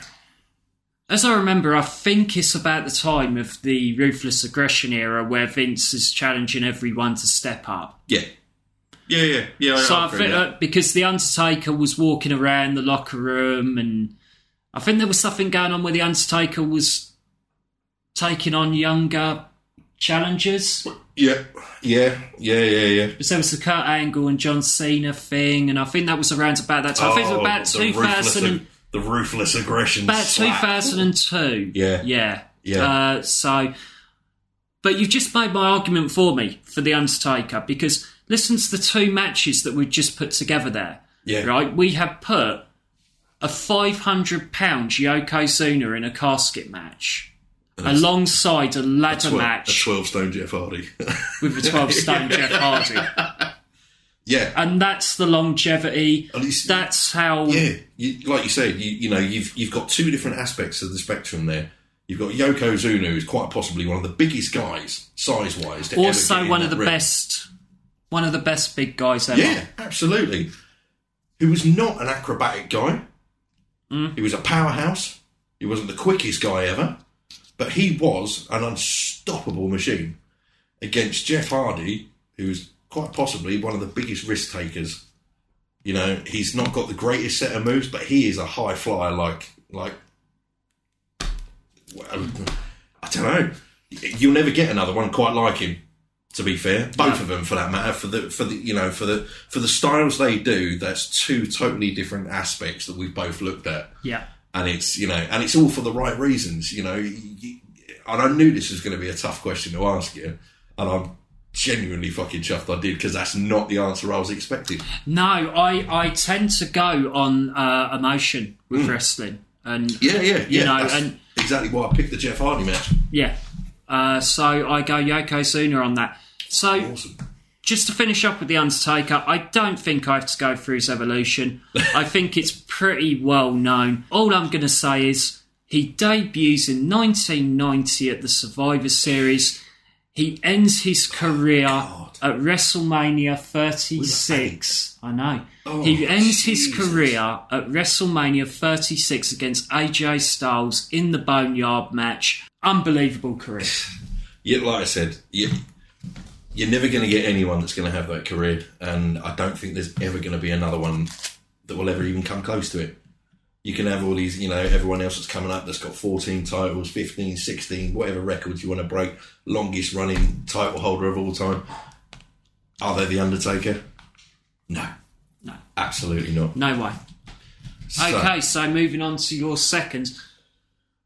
[SPEAKER 2] As I remember, I think it's about the time of the ruthless aggression era where Vince is challenging everyone to step up.
[SPEAKER 3] yeah, yeah, yeah, yeah.
[SPEAKER 2] So I
[SPEAKER 3] agree
[SPEAKER 2] think
[SPEAKER 3] with that.
[SPEAKER 2] uh, because the Undertaker was walking around the locker room, and I think there was something going on where the Undertaker was taking on younger challengers.
[SPEAKER 3] yeah, yeah, yeah, yeah, yeah.
[SPEAKER 2] Because there was the Kurt Angle and John Cena thing, and I think that was around about that time. I think it was
[SPEAKER 3] Oh,
[SPEAKER 2] about
[SPEAKER 3] the
[SPEAKER 2] two
[SPEAKER 3] ruthless,
[SPEAKER 2] thousand and
[SPEAKER 3] the ruthless aggression.
[SPEAKER 2] about two
[SPEAKER 3] slap.
[SPEAKER 2] thousand and two.
[SPEAKER 3] Yeah.
[SPEAKER 2] yeah,
[SPEAKER 3] Yeah.
[SPEAKER 2] Uh, so, but you've just made my argument for me for the Undertaker because listen to the two matches that we've just put together there.
[SPEAKER 3] Yeah.
[SPEAKER 2] right. We have put a five hundred pound Yokozuna in a casket match. Alongside a ladder
[SPEAKER 3] Well,
[SPEAKER 2] match
[SPEAKER 3] A 12 stone Jeff Hardy.
[SPEAKER 2] with a 12 stone Jeff Hardy.
[SPEAKER 3] yeah.
[SPEAKER 2] And that's the longevity.
[SPEAKER 3] At least-
[SPEAKER 2] That's how.
[SPEAKER 3] yeah. You, like you said, you, you know, you've, you've got two different aspects of the spectrum there. You've got Yokozuna, who's quite possibly one of the biggest guys, size wise. to ever get
[SPEAKER 2] also
[SPEAKER 3] in
[SPEAKER 2] one
[SPEAKER 3] that
[SPEAKER 2] of the
[SPEAKER 3] ring.
[SPEAKER 2] best one of the best big guys ever.
[SPEAKER 3] Yeah, absolutely. Who was not an acrobatic guy. He was a powerhouse. He wasn't the quickest guy ever, but he was an unstoppable machine against Jeff Hardy, who's quite possibly one of the biggest risk takers. You know, he's not got the greatest set of moves, but he is a high flyer. Like, like, well, I don't know. You'll never get another one quite like him to be fair, both of them for that matter, for the for the you know for the for the styles they do, that's two totally different aspects that we've both looked at,
[SPEAKER 2] Yeah.
[SPEAKER 3] and it's you know, and it's all for the right reasons, you know. You, and I knew this was going to be a tough question to ask you, and I'm genuinely fucking chuffed I did because that's not the answer I was expecting.
[SPEAKER 2] No, I I tend to go on uh, emotion with wrestling and
[SPEAKER 3] Mm. Yeah, yeah, yeah.
[SPEAKER 2] You know,
[SPEAKER 3] that's
[SPEAKER 2] and-
[SPEAKER 3] exactly why I picked the Jeff Hardy match.
[SPEAKER 2] yeah. Uh, so I go Yokozuna on that. So
[SPEAKER 3] Awesome.
[SPEAKER 2] just to finish up with the Undertaker, I don't think I have to go through his evolution. I think it's pretty well known. All I'm going to say is he debuts in 1990 at the Survivor Series. He ends his career at WrestleMania 36. I know. he ends his career at WrestleMania 36 against AJ Styles in the Boneyard match. Unbelievable career.
[SPEAKER 3] Yeah, like I said, you, you're never going to get anyone that's going to have that career, and I don't think there's ever going to be another one that will ever even come close to it. You can have all these, you know, everyone else that's coming up that's got 14 titles, 15, 16, whatever records you want to break, longest running title holder of all time. Are they the Undertaker? No.
[SPEAKER 2] No.
[SPEAKER 3] Absolutely not.
[SPEAKER 2] No way.
[SPEAKER 3] So-
[SPEAKER 2] Okay, so moving on to your second.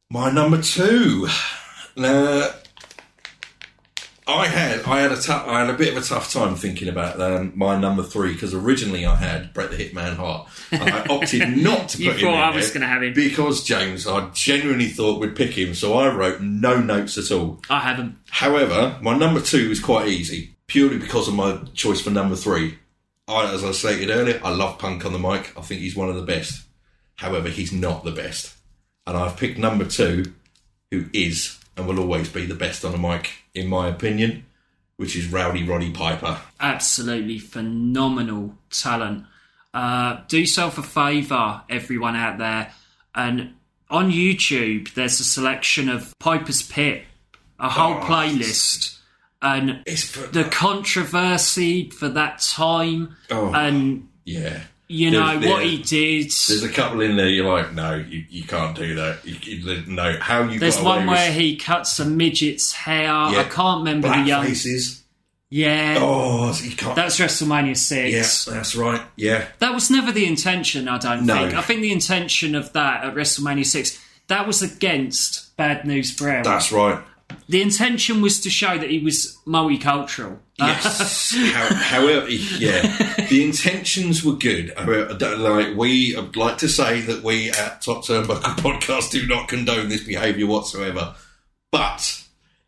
[SPEAKER 3] My number two. Now, I had I had a tou- I had a bit of a tough time thinking about um, my number three because originally I had Bret the Hitman Hart, and I opted not to put
[SPEAKER 2] You
[SPEAKER 3] him.
[SPEAKER 2] thought
[SPEAKER 3] in
[SPEAKER 2] I was
[SPEAKER 3] there
[SPEAKER 2] gonna have him.
[SPEAKER 3] because James. I genuinely thought would pick him, so I wrote no notes at all.
[SPEAKER 2] I haven't.
[SPEAKER 3] However, my number two was quite easy, purely because of my choice for number three. I, as I stated earlier, I love Punk on the mic. I think he's one of the best. However, he's not the best. And I've picked number two, who is and will always be the best on the mic, in my opinion, which is Rowdy Roddy Piper.
[SPEAKER 2] Absolutely phenomenal talent. Uh, do yourself a favour, everyone out there, and on YouTube there's a selection of Piper's Pit, a whole
[SPEAKER 3] Oh.
[SPEAKER 2] playlist, and
[SPEAKER 3] It's for,
[SPEAKER 2] the controversy for that time,
[SPEAKER 3] Oh.
[SPEAKER 2] and
[SPEAKER 3] yeah.
[SPEAKER 2] you know
[SPEAKER 3] There's- there-
[SPEAKER 2] what he did.
[SPEAKER 3] There's a couple in there. You're like, no, you, you can't do that. You, you, no, how you?
[SPEAKER 2] There's
[SPEAKER 3] got
[SPEAKER 2] one
[SPEAKER 3] away with-
[SPEAKER 2] where he cuts a midget's hair. I
[SPEAKER 3] Yeah.
[SPEAKER 2] can't remember
[SPEAKER 3] black
[SPEAKER 2] the young.
[SPEAKER 3] faces.
[SPEAKER 2] Yeah,
[SPEAKER 3] Oh, you can't.
[SPEAKER 2] that's WrestleMania
[SPEAKER 3] yeah,
[SPEAKER 2] six.
[SPEAKER 3] that's right. Yeah,
[SPEAKER 2] That was never the intention. I don't
[SPEAKER 3] No.
[SPEAKER 2] think. I think the intention of that at WrestleMania six that was against Bad News Brown.
[SPEAKER 3] that's right.
[SPEAKER 2] the intention was to show that he was multicultural.
[SPEAKER 3] Yes. How, however, yeah, the intentions were good. However, I don't- like we I'd like to say that we at Top Turnbuckle Podcast do not condone this behaviour whatsoever, but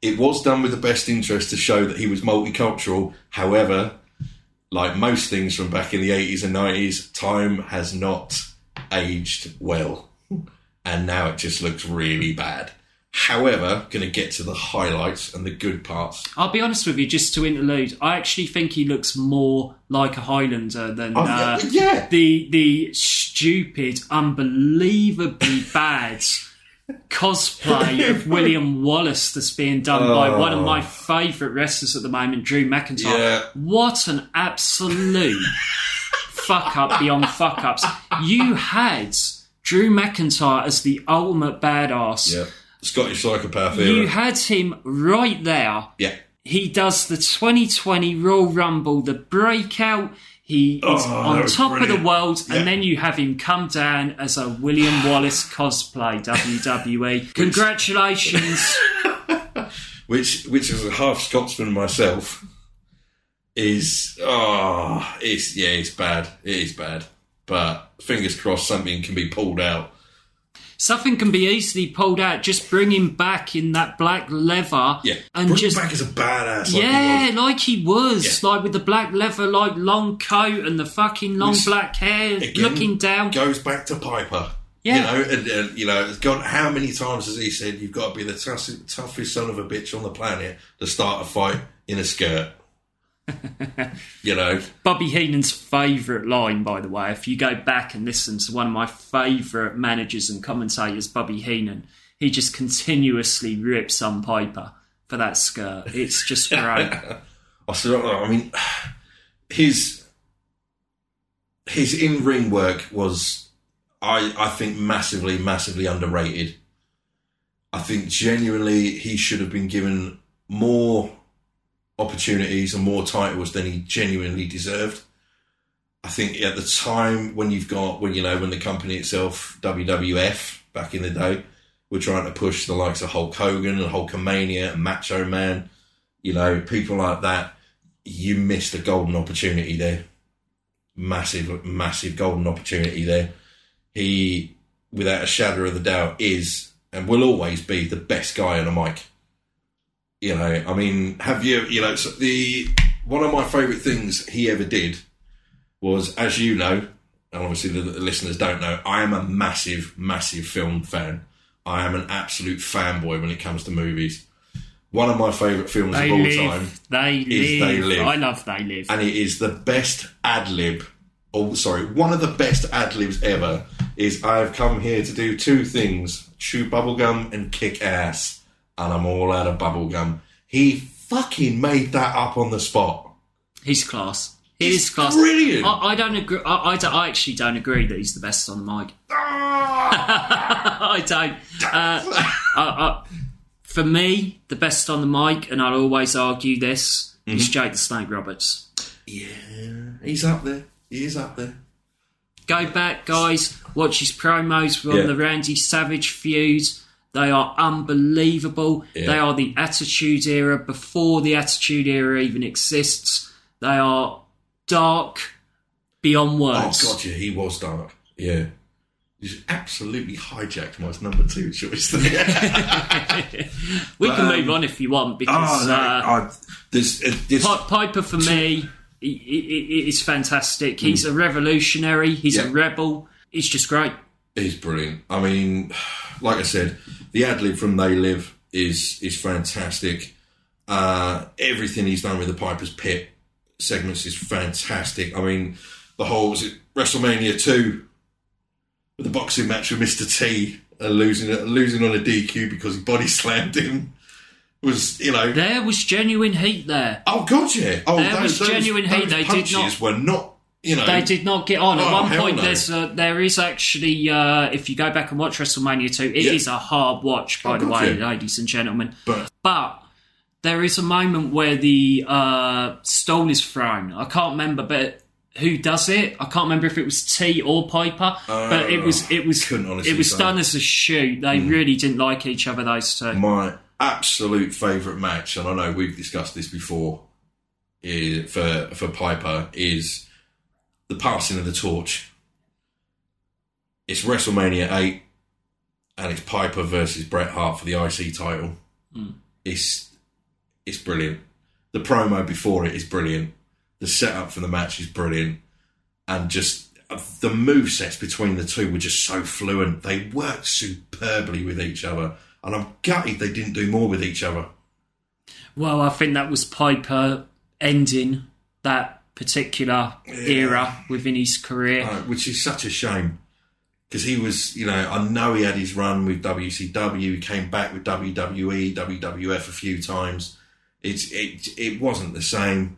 [SPEAKER 3] it was done with the best interest to show that he was multicultural. However, like most things from back in the eighties and nineties, time has not aged well, and now it just looks really bad. However, going to get to the highlights and the good parts
[SPEAKER 2] I'll be honest with you, just to interlude, I actually think he looks more like a Highlander than
[SPEAKER 3] Oh,
[SPEAKER 2] uh,
[SPEAKER 3] yeah, yeah.
[SPEAKER 2] the the stupid, unbelievably bad cosplay of William Wallace that's being done by one of my favourite wrestlers at the moment, Drew McIntyre.
[SPEAKER 3] Oh. Yeah.
[SPEAKER 2] What an absolute fuck up beyond fuck ups. You had Drew McIntyre as the ultimate badass.
[SPEAKER 3] Yeah. Scottish psychopath era.
[SPEAKER 2] You had him right there
[SPEAKER 3] yeah.
[SPEAKER 2] he does the 2020 Royal Rumble, the breakout. He is
[SPEAKER 3] Oh, that
[SPEAKER 2] on
[SPEAKER 3] was
[SPEAKER 2] top of
[SPEAKER 3] brilliant.
[SPEAKER 2] the world,
[SPEAKER 3] Yeah.
[SPEAKER 2] and then you have him come down as a William Wallace cosplay WWE. Congratulations!
[SPEAKER 3] Which which as a half Scotsman myself is oh it's yeah, it's bad. It is bad. But fingers crossed something can be pulled out.
[SPEAKER 2] Something can be easily pulled out. Just bring him back in that black leather,
[SPEAKER 3] Yeah.
[SPEAKER 2] and
[SPEAKER 3] Bring
[SPEAKER 2] just
[SPEAKER 3] back as a badass like
[SPEAKER 2] yeah,
[SPEAKER 3] he was.
[SPEAKER 2] like he was,
[SPEAKER 3] Yeah.
[SPEAKER 2] like with the black leather, like long coat and the fucking long
[SPEAKER 3] Which-
[SPEAKER 2] black hair,
[SPEAKER 3] Again,
[SPEAKER 2] looking down.
[SPEAKER 3] Goes back to Piper.
[SPEAKER 2] Yeah.
[SPEAKER 3] You know, and, and you know, it's gone how many times has he said you've got to be the toughest, toughest son of a bitch on the planet to start a fight in a skirt? you know,
[SPEAKER 2] Bobby Heenan's favourite line, by the way, if you go back and listen to one of my favourite managers and commentators, Bobby Heenan, he just continuously rips on Piper for that skirt. It's just great.
[SPEAKER 3] I said, "Oh, I mean, his his in ring work was, I I think, massively, massively underrated. I think genuinely he should have been given more opportunities and more titles than he genuinely deserved. I think at the time when you've got when you know when the company itself WWF back in the day were trying to push the likes of Hulk Hogan and Hulkamania and Macho Man you know, people like that, you missed a golden opportunity there. Massive, massive golden opportunity there. He, without a shadow of a doubt, is and will always be the best guy on a mic. You know, I mean, have you, you know, so the one of my favourite things he ever did was, as you know, and obviously the, the listeners don't know, I am a massive, massive film fan. I am an absolute fanboy when it comes to movies. One of my favourite films
[SPEAKER 2] They
[SPEAKER 3] of all
[SPEAKER 2] live.
[SPEAKER 3] time
[SPEAKER 2] They
[SPEAKER 3] is
[SPEAKER 2] live.
[SPEAKER 3] They Live.
[SPEAKER 2] I love They Live.
[SPEAKER 3] and it is the best ad lib. Oh, sorry, one of the best ad libs ever is I've come here to do two things chew bubblegum and kick ass, and I'm all out of bubblegum. He fucking made that up on the spot.
[SPEAKER 2] He's class. He
[SPEAKER 3] He's
[SPEAKER 2] is class.
[SPEAKER 3] brilliant.
[SPEAKER 2] I, I don't agree. I, I don't- I actually don't agree that he's the best on the mic.
[SPEAKER 3] Ah!
[SPEAKER 2] I don't. Uh, I, I, for me, the best on the mic, and I'll always argue this,
[SPEAKER 3] Mm-hmm.
[SPEAKER 2] is Jake the Snake Roberts.
[SPEAKER 3] He's up there. He is up there.
[SPEAKER 2] Go back, guys. Watch his promos from
[SPEAKER 3] Yeah.
[SPEAKER 2] the Randy Savage feud. They are unbelievable.
[SPEAKER 3] Yeah.
[SPEAKER 2] They are the Attitude Era before the Attitude Era even exists. They are dark beyond
[SPEAKER 3] Oh
[SPEAKER 2] words.
[SPEAKER 3] god, yeah, he was dark. Yeah, you just absolutely hijacked my number two choice. There.
[SPEAKER 2] we can
[SPEAKER 4] um,
[SPEAKER 2] move on if you want because
[SPEAKER 4] Oh, no,
[SPEAKER 2] uh,
[SPEAKER 4] I, this, uh, this,
[SPEAKER 2] Pi- Piper for me i- i- i- is fantastic. He's
[SPEAKER 4] Hmm.
[SPEAKER 2] a revolutionary. He's a
[SPEAKER 3] Yeah.
[SPEAKER 2] rebel. He's just great.
[SPEAKER 3] He's brilliant. I mean, like I said, the ad lib from They Live is is fantastic. Uh, everything he's done with the Piper's Pit segments is fantastic. I mean, the whole was it WrestleMania two with the boxing match with Mr T and losing uh, losing on a DQ because he body slammed him was you know
[SPEAKER 2] There was genuine heat there.
[SPEAKER 3] oh god yeah oh
[SPEAKER 2] There was genuine heat.
[SPEAKER 3] those
[SPEAKER 2] They did
[SPEAKER 3] punches
[SPEAKER 2] not-
[SPEAKER 3] were not you know
[SPEAKER 2] They did not get on. At
[SPEAKER 3] Oh,
[SPEAKER 2] one
[SPEAKER 3] hell
[SPEAKER 2] point,
[SPEAKER 3] no.
[SPEAKER 2] there's a, there is actually, uh, if you go back and watch WrestleMania 2, it is
[SPEAKER 3] Yeah.
[SPEAKER 2] a hard watch, by
[SPEAKER 3] Oh,
[SPEAKER 2] the
[SPEAKER 3] God,
[SPEAKER 2] way,
[SPEAKER 3] yeah.
[SPEAKER 2] ladies and gentlemen.
[SPEAKER 3] but
[SPEAKER 2] But there is a moment where the uh, stole is thrown. I can't remember, but who does it? I can't remember if it was T or Piper, but it was it was
[SPEAKER 3] Uh, couldn't honestly
[SPEAKER 2] it was
[SPEAKER 3] say. Mm.
[SPEAKER 2] done as a shoot. They really didn't like each other. Those two.
[SPEAKER 3] my absolute favourite match, and I know we've discussed this before, is, for for Piper is the passing of the torch. It's WrestleMania eight, and it's Piper versus Bret Hart for the IC title. It's it's brilliant. The promo before it is brilliant. The setup for the match is brilliant, and just the move sets between the two were just so fluent. They worked superbly with each other, and I'm gutted they didn't do more with each other.
[SPEAKER 2] Well, I think that was Piper ending that particular era within his career.
[SPEAKER 3] Uh, which is such a shame because he was, you know, I know he had his run with WCW. He came back with E, WWE, WWF a few times. It's it it wasn't the same.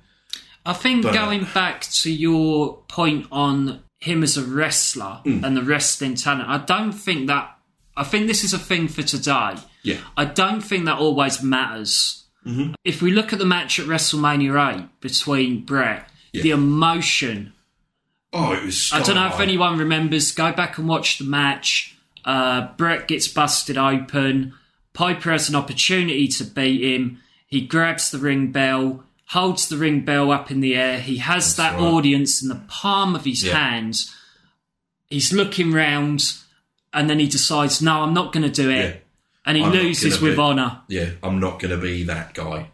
[SPEAKER 2] I think
[SPEAKER 3] But-
[SPEAKER 2] going back to your point on him as a wrestler and the wrestling talent, I don't think that. I think this is a thing for today.
[SPEAKER 3] Yeah,
[SPEAKER 2] I don't think that always matters. If we look at the match at WrestleMania 8 between Brett, the emotion.
[SPEAKER 3] Oh, it was.
[SPEAKER 2] I don't know if
[SPEAKER 3] skyline.
[SPEAKER 2] anyone remembers. Go back and watch the match. Uh, Brett gets busted open. Piper has an opportunity to beat him. He grabs the ring bell, holds the ring bell up in the air. He has that
[SPEAKER 3] right.
[SPEAKER 2] audience in the palm of his
[SPEAKER 3] Yeah.
[SPEAKER 2] hand. He's looking round, and then he decides, "No, I'm not going to do it."
[SPEAKER 3] Yeah.
[SPEAKER 2] And he
[SPEAKER 3] I'm not
[SPEAKER 2] loses
[SPEAKER 3] gonna
[SPEAKER 2] with
[SPEAKER 3] be-
[SPEAKER 2] honour.
[SPEAKER 3] Yeah, I'm not going to be that guy.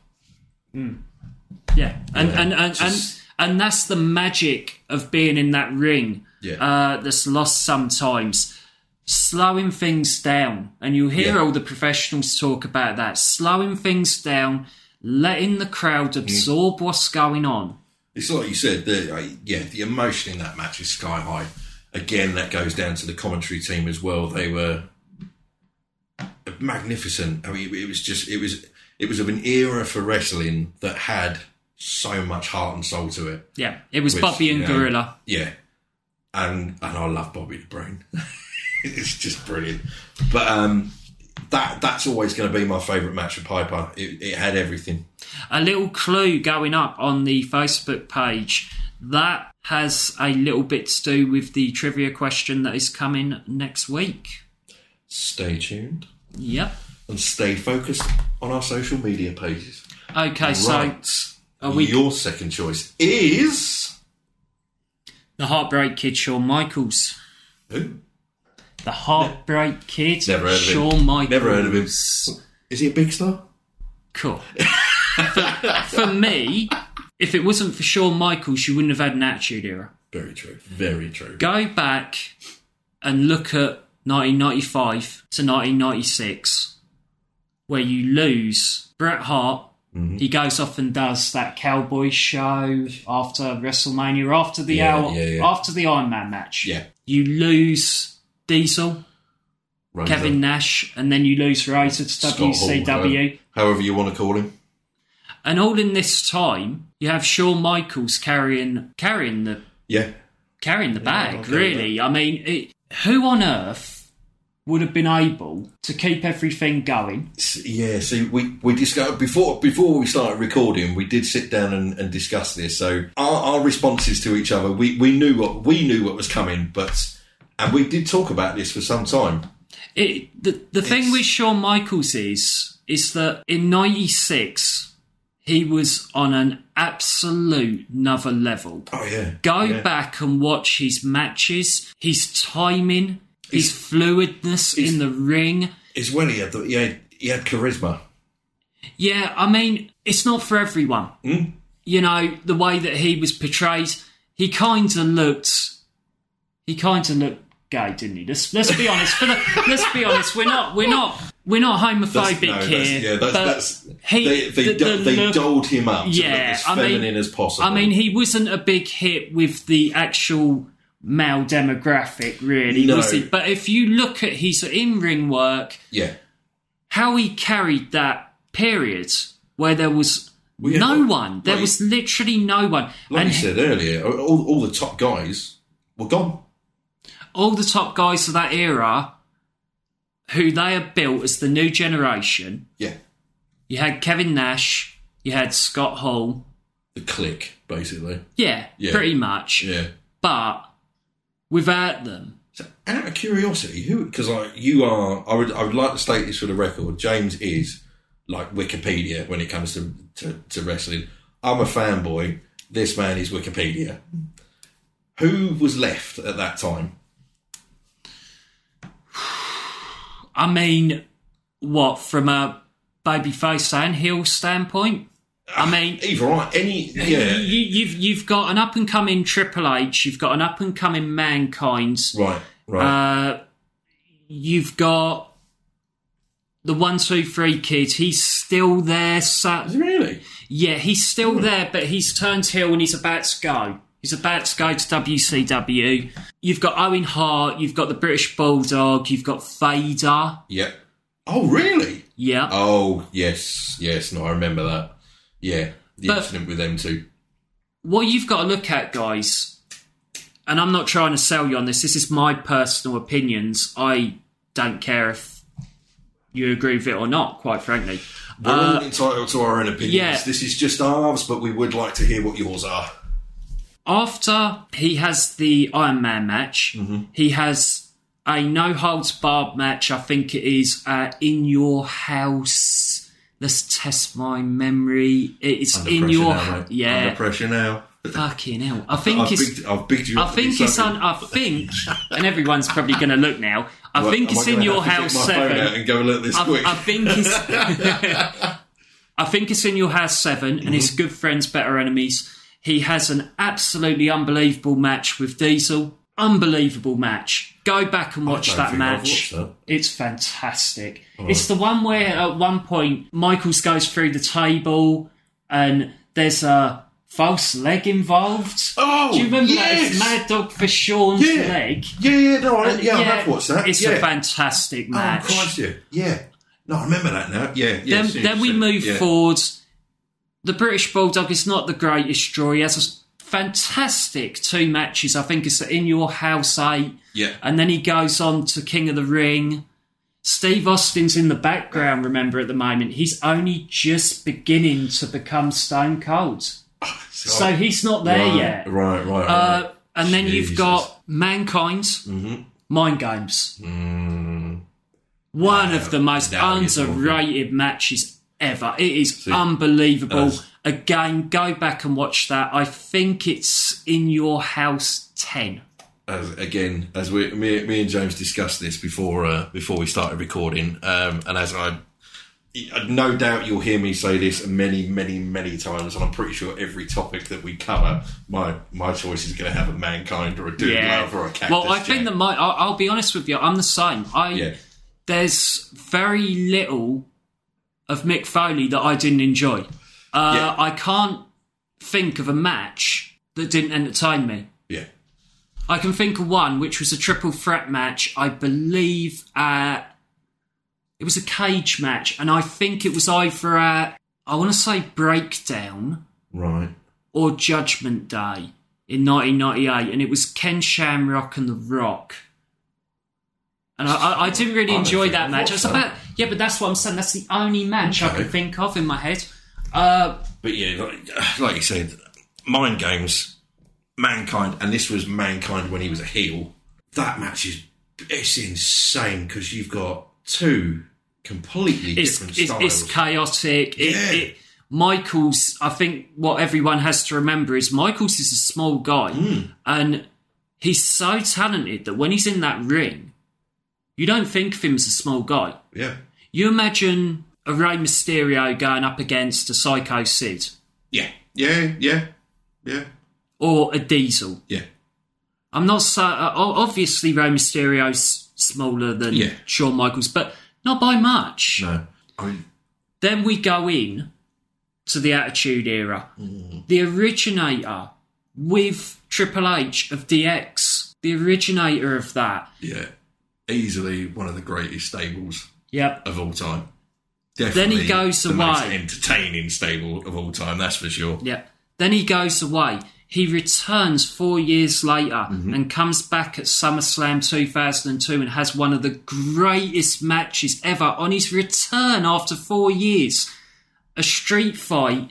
[SPEAKER 2] Yeah, and and and,
[SPEAKER 3] just-
[SPEAKER 2] and and that's the magic of being in that ring.
[SPEAKER 3] Yeah.
[SPEAKER 2] uh, that's lost sometimes. Slowing things down, and you hear
[SPEAKER 3] Yeah.
[SPEAKER 2] all the professionals talk about that. Slowing things down, letting the
[SPEAKER 3] Mm.
[SPEAKER 2] crowd absorb what's going on.
[SPEAKER 3] It's like you said. The, uh, yeah, the emotion in that match is sky high. Again, that goes down to the commentary team as well. They were magnificent. I mean, it was just it was it was of an era for wrestling that had so much heart and soul to it.
[SPEAKER 2] Yeah, it was
[SPEAKER 3] Which,
[SPEAKER 2] Bobby and
[SPEAKER 3] you know,
[SPEAKER 2] Gorilla.
[SPEAKER 3] Yeah, and and I love Bobby the Brain. it's just brilliant. But um, that that's always going to be my favourite match with Piper. It, it had everything.
[SPEAKER 2] A little clue going up on the Facebook page that has a little bit to do with the trivia question that is coming next week.
[SPEAKER 3] Stay tuned.
[SPEAKER 2] Yep.
[SPEAKER 3] and stay focused on our social media pages.
[SPEAKER 2] Okay, so
[SPEAKER 3] right.
[SPEAKER 2] are we-
[SPEAKER 3] Your second choice is.
[SPEAKER 2] The Heartbreak Kid, Shawn Michaels.
[SPEAKER 3] Who?
[SPEAKER 2] The Heartbreak Kid,
[SPEAKER 3] Never heard of him.
[SPEAKER 2] Shawn Michaels.
[SPEAKER 3] Never heard of him.
[SPEAKER 2] him.
[SPEAKER 3] Is he a big star?
[SPEAKER 2] Cool. for, for me, if it wasn't for Shawn Michaels, you wouldn't have had an Attitude Era.
[SPEAKER 3] Very true. Very true.
[SPEAKER 2] Go back and look at 1995 to 1996, where you lose Bret Hart.
[SPEAKER 3] Mm-hmm.
[SPEAKER 2] He goes off and does that cowboy show after WrestleMania, after the
[SPEAKER 3] Yeah,
[SPEAKER 2] hour,
[SPEAKER 3] yeah, yeah.
[SPEAKER 2] after the Iron Man match.
[SPEAKER 3] Yeah.
[SPEAKER 2] You lose Diesel.
[SPEAKER 3] Razor,
[SPEAKER 2] Kevin Nash, and then you lose Razor to
[SPEAKER 3] Scott Hall,
[SPEAKER 2] WCW.
[SPEAKER 3] uh, however you want to call him.
[SPEAKER 2] and all in this time, you have Shawn Michaels carrying carrying the
[SPEAKER 3] Yeah.
[SPEAKER 2] carrying the
[SPEAKER 3] I'll
[SPEAKER 2] bag.
[SPEAKER 3] go with
[SPEAKER 2] really, I mean, it, who on earth would have been able to keep everything going?
[SPEAKER 3] S- Yeah, see, we, we discussed before before we started recording. We did sit down and, and discuss this. So our, our responses to each other, we, we knew what we knew what was coming, but and we did talk about this for some time.
[SPEAKER 2] It, the the thing with Shawn Michaels is is that in '96 he was on an absolute another level.
[SPEAKER 3] Oh yeah.
[SPEAKER 2] Go
[SPEAKER 3] Yeah.
[SPEAKER 2] back and watch his matches, his timing, his fluidness in the ring.
[SPEAKER 3] As well, he had, the, he had he had charisma.
[SPEAKER 2] Yeah, I mean, it's not for everyone.
[SPEAKER 3] Hmm?
[SPEAKER 2] You know, the way that he was portrayed, he kind of looked, he kind of looked gay, didn't he? Let's let's be honest. For the, let's be honest, we're not we're not we're not homophobic
[SPEAKER 3] no,
[SPEAKER 2] here.
[SPEAKER 3] that's, yeah, that's,
[SPEAKER 2] but
[SPEAKER 3] that's
[SPEAKER 2] he-
[SPEAKER 3] they they,
[SPEAKER 2] the-
[SPEAKER 3] do-
[SPEAKER 2] the
[SPEAKER 3] they
[SPEAKER 2] look-
[SPEAKER 3] doled him up to
[SPEAKER 2] Yeah,
[SPEAKER 3] look as
[SPEAKER 2] I mean-
[SPEAKER 3] feminine as possible.
[SPEAKER 2] I mean, he wasn't a big hit with the actual male demographic, really,
[SPEAKER 3] No.
[SPEAKER 2] was he? But if you look at his in-ring work,
[SPEAKER 3] yeah,
[SPEAKER 2] how he carried that period where there was
[SPEAKER 3] yeah,
[SPEAKER 2] no
[SPEAKER 3] like-
[SPEAKER 2] one, there
[SPEAKER 3] like-
[SPEAKER 2] was literally no one,
[SPEAKER 3] like
[SPEAKER 2] and
[SPEAKER 3] you said earlier, all, all the top guys were gone.
[SPEAKER 2] all the top guys of that era, who they had built as the new generation.
[SPEAKER 3] Yeah,
[SPEAKER 2] You had Kevin Nash, you had Scott Hall,
[SPEAKER 3] the click basically.
[SPEAKER 2] yeah,
[SPEAKER 3] Yeah.
[SPEAKER 2] pretty much.
[SPEAKER 3] Yeah.
[SPEAKER 2] But without them,
[SPEAKER 3] So, out of curiosity, who? Because like you are, I would, I would like to state this for the record. James is like Wikipedia when it comes to to, to wrestling. I'm a fanboy. This man is Wikipedia. Who was left at that time?
[SPEAKER 2] I mean, what from a babyface and heel standpoint? I mean,
[SPEAKER 3] Either right, any yeah,
[SPEAKER 2] you, you've you've got an up and coming Triple H, you've got an up and coming Mankind,
[SPEAKER 3] right, right.
[SPEAKER 2] uh, you've got the one two three kid. He's still there. Sa-
[SPEAKER 3] really?
[SPEAKER 2] yeah, he's still there, but he's turned heel and he's about to go. He's about to go to WCW. You've got Owen Hart, you've got the British Bulldog, you've got Vader.
[SPEAKER 3] Yeah. Oh, really?
[SPEAKER 2] Yeah.
[SPEAKER 3] Oh, yes, yes. No, I remember that. Yeah, the
[SPEAKER 2] But-
[SPEAKER 3] incident with them two.
[SPEAKER 2] what you've got to look at, guys, and I'm not trying to sell you on this, this is my personal opinions. I don't care if you agree with it or not, quite frankly.
[SPEAKER 3] We're all entitled to our own opinions.
[SPEAKER 2] uh, yeah.
[SPEAKER 3] This is just ours, but we would like to hear what yours are.
[SPEAKER 2] After he has the Iron Man match,
[SPEAKER 3] Mm-hmm.
[SPEAKER 2] he has a no holds barred match. I think it is uh, in your house. Let's test my memory. It's
[SPEAKER 3] Under
[SPEAKER 2] in
[SPEAKER 3] pressure
[SPEAKER 2] your
[SPEAKER 3] now,
[SPEAKER 2] house.
[SPEAKER 3] mate.
[SPEAKER 2] Yeah,
[SPEAKER 3] Under pressure now.
[SPEAKER 2] fucking hell. I think
[SPEAKER 3] I've
[SPEAKER 2] it's
[SPEAKER 3] bigged, I've bigged you
[SPEAKER 2] I
[SPEAKER 3] up to be
[SPEAKER 2] think it's on.
[SPEAKER 3] something.
[SPEAKER 2] I think, and everyone's probably going to look now. I
[SPEAKER 3] Right,
[SPEAKER 2] think
[SPEAKER 3] am
[SPEAKER 2] it's
[SPEAKER 3] I
[SPEAKER 2] in
[SPEAKER 3] gonna
[SPEAKER 2] your
[SPEAKER 3] have to
[SPEAKER 2] house
[SPEAKER 3] get my phone out
[SPEAKER 2] seven.
[SPEAKER 3] and go and look this
[SPEAKER 2] I,
[SPEAKER 3] quick.
[SPEAKER 2] I think it's. I think it's in your house 7 and
[SPEAKER 3] Mm-hmm.
[SPEAKER 2] it's good friends, better enemies. He has an absolutely unbelievable match with Diesel. Unbelievable match. Go back and watch
[SPEAKER 3] don't
[SPEAKER 2] that
[SPEAKER 3] think I've
[SPEAKER 2] match.
[SPEAKER 3] watched that.
[SPEAKER 2] It's fantastic. It's the one where at one point Michaels goes through the table and there's a false leg involved.
[SPEAKER 3] Oh,
[SPEAKER 2] Do you remember that?
[SPEAKER 3] yes!
[SPEAKER 2] It's Mad Dog for Sean's
[SPEAKER 3] Yeah.
[SPEAKER 2] leg.
[SPEAKER 3] yeah, yeah, no, I, yeah, I have watched that.
[SPEAKER 2] It's
[SPEAKER 3] yeah.
[SPEAKER 2] a fantastic
[SPEAKER 3] Oh,
[SPEAKER 2] match.
[SPEAKER 3] Christ, yeah. yeah. No, I remember that now. Yeah, yeah.
[SPEAKER 2] then,
[SPEAKER 3] soon,
[SPEAKER 2] then we
[SPEAKER 3] soon.
[SPEAKER 2] move
[SPEAKER 3] Yeah.
[SPEAKER 2] forward. The British Bulldog is not the greatest draw. He has a s- fantastic two matches. I think it's in your house eight,
[SPEAKER 3] Yeah.
[SPEAKER 2] and then he goes on to King of the Ring. Steve Austin's in the background. Remember, at the moment, he's only just beginning to become Stone Cold, so he's not there
[SPEAKER 3] right,
[SPEAKER 2] yet.
[SPEAKER 3] Right, right, right.
[SPEAKER 2] Uh, and then you've
[SPEAKER 3] Jesus. Mm-hmm.
[SPEAKER 2] got Mankind, Mind Games.
[SPEAKER 3] Mm.
[SPEAKER 2] One of the most
[SPEAKER 3] now you're talking.
[SPEAKER 2] underrated matches ever. It is unbelievable.
[SPEAKER 3] that's-
[SPEAKER 2] Again, go back and watch that. I think it's in your house 10.
[SPEAKER 3] as, again, as we me, me and James discussed this before uh, before we started recording, um, and as I, I- no doubt you'll hear me say this many, many, many times, and I'm pretty sure every topic that we cover, my my choice is going to have a mankind or a dude love or a cactus.
[SPEAKER 2] Well, I
[SPEAKER 3] Jack.
[SPEAKER 2] think that my, I'll, I'll be honest with you, I'm the same. I
[SPEAKER 3] yeah,
[SPEAKER 2] There's very little of Mick Foley that I didn't enjoy. Uh,
[SPEAKER 3] Yeah.
[SPEAKER 2] I can't think of a match that didn't entertain me.
[SPEAKER 3] yeah,
[SPEAKER 2] I can think of one, which was a triple threat match, I believe at. It was a cage match, and I think it was either at, I want to say Breakdown
[SPEAKER 3] right.
[SPEAKER 2] or Judgment Day in 1998, and it was Ken Shamrock and The Rock. And I, I, I didn't really
[SPEAKER 3] I don't
[SPEAKER 2] enjoy
[SPEAKER 3] think
[SPEAKER 2] that
[SPEAKER 3] I've
[SPEAKER 2] match.
[SPEAKER 3] watched
[SPEAKER 2] It's
[SPEAKER 3] that.
[SPEAKER 2] about, yeah, but that's what I'm saying. That's the only match I
[SPEAKER 3] Okay.
[SPEAKER 2] can think of in my head. Uh,
[SPEAKER 3] But yeah, like, like you said, mind games, mankind, and this was mankind when he was a heel. That match is it's insane because you've got two completely
[SPEAKER 2] it's
[SPEAKER 3] different
[SPEAKER 2] it's,
[SPEAKER 3] styles.
[SPEAKER 2] it's chaotic. It,
[SPEAKER 3] Yeah.
[SPEAKER 2] it, Michael's. I think what everyone has to remember is Michael's is a small guy,
[SPEAKER 3] Hmm.
[SPEAKER 2] and he's so talented that when he's in that ring, you don't think of him as a small guy.
[SPEAKER 3] yeah,
[SPEAKER 2] You imagine a Rey Mysterio going up against a Psycho Sid
[SPEAKER 4] Yeah.
[SPEAKER 3] yeah, yeah, yeah,
[SPEAKER 2] or a Diesel.
[SPEAKER 4] Yeah.
[SPEAKER 2] I'm not so uh, o- obviously Rey Mysterio's smaller than
[SPEAKER 4] Yeah.
[SPEAKER 2] Shawn Michaels, but not by much.
[SPEAKER 3] no, I mean,
[SPEAKER 2] Then we go in to the Attitude Era. The originator with Triple H of DX, the originator of that.
[SPEAKER 3] yeah, easily one of the greatest stables
[SPEAKER 2] Yep.
[SPEAKER 3] of all time.
[SPEAKER 4] Definitely
[SPEAKER 2] Then he goes
[SPEAKER 4] the most
[SPEAKER 2] away.
[SPEAKER 4] entertaining stable of all time, that's for sure.
[SPEAKER 2] Yep. Then he goes away. He returns four years later and comes back at SummerSlam 2002 and has one of the greatest matches ever on his return after four years. A street fight,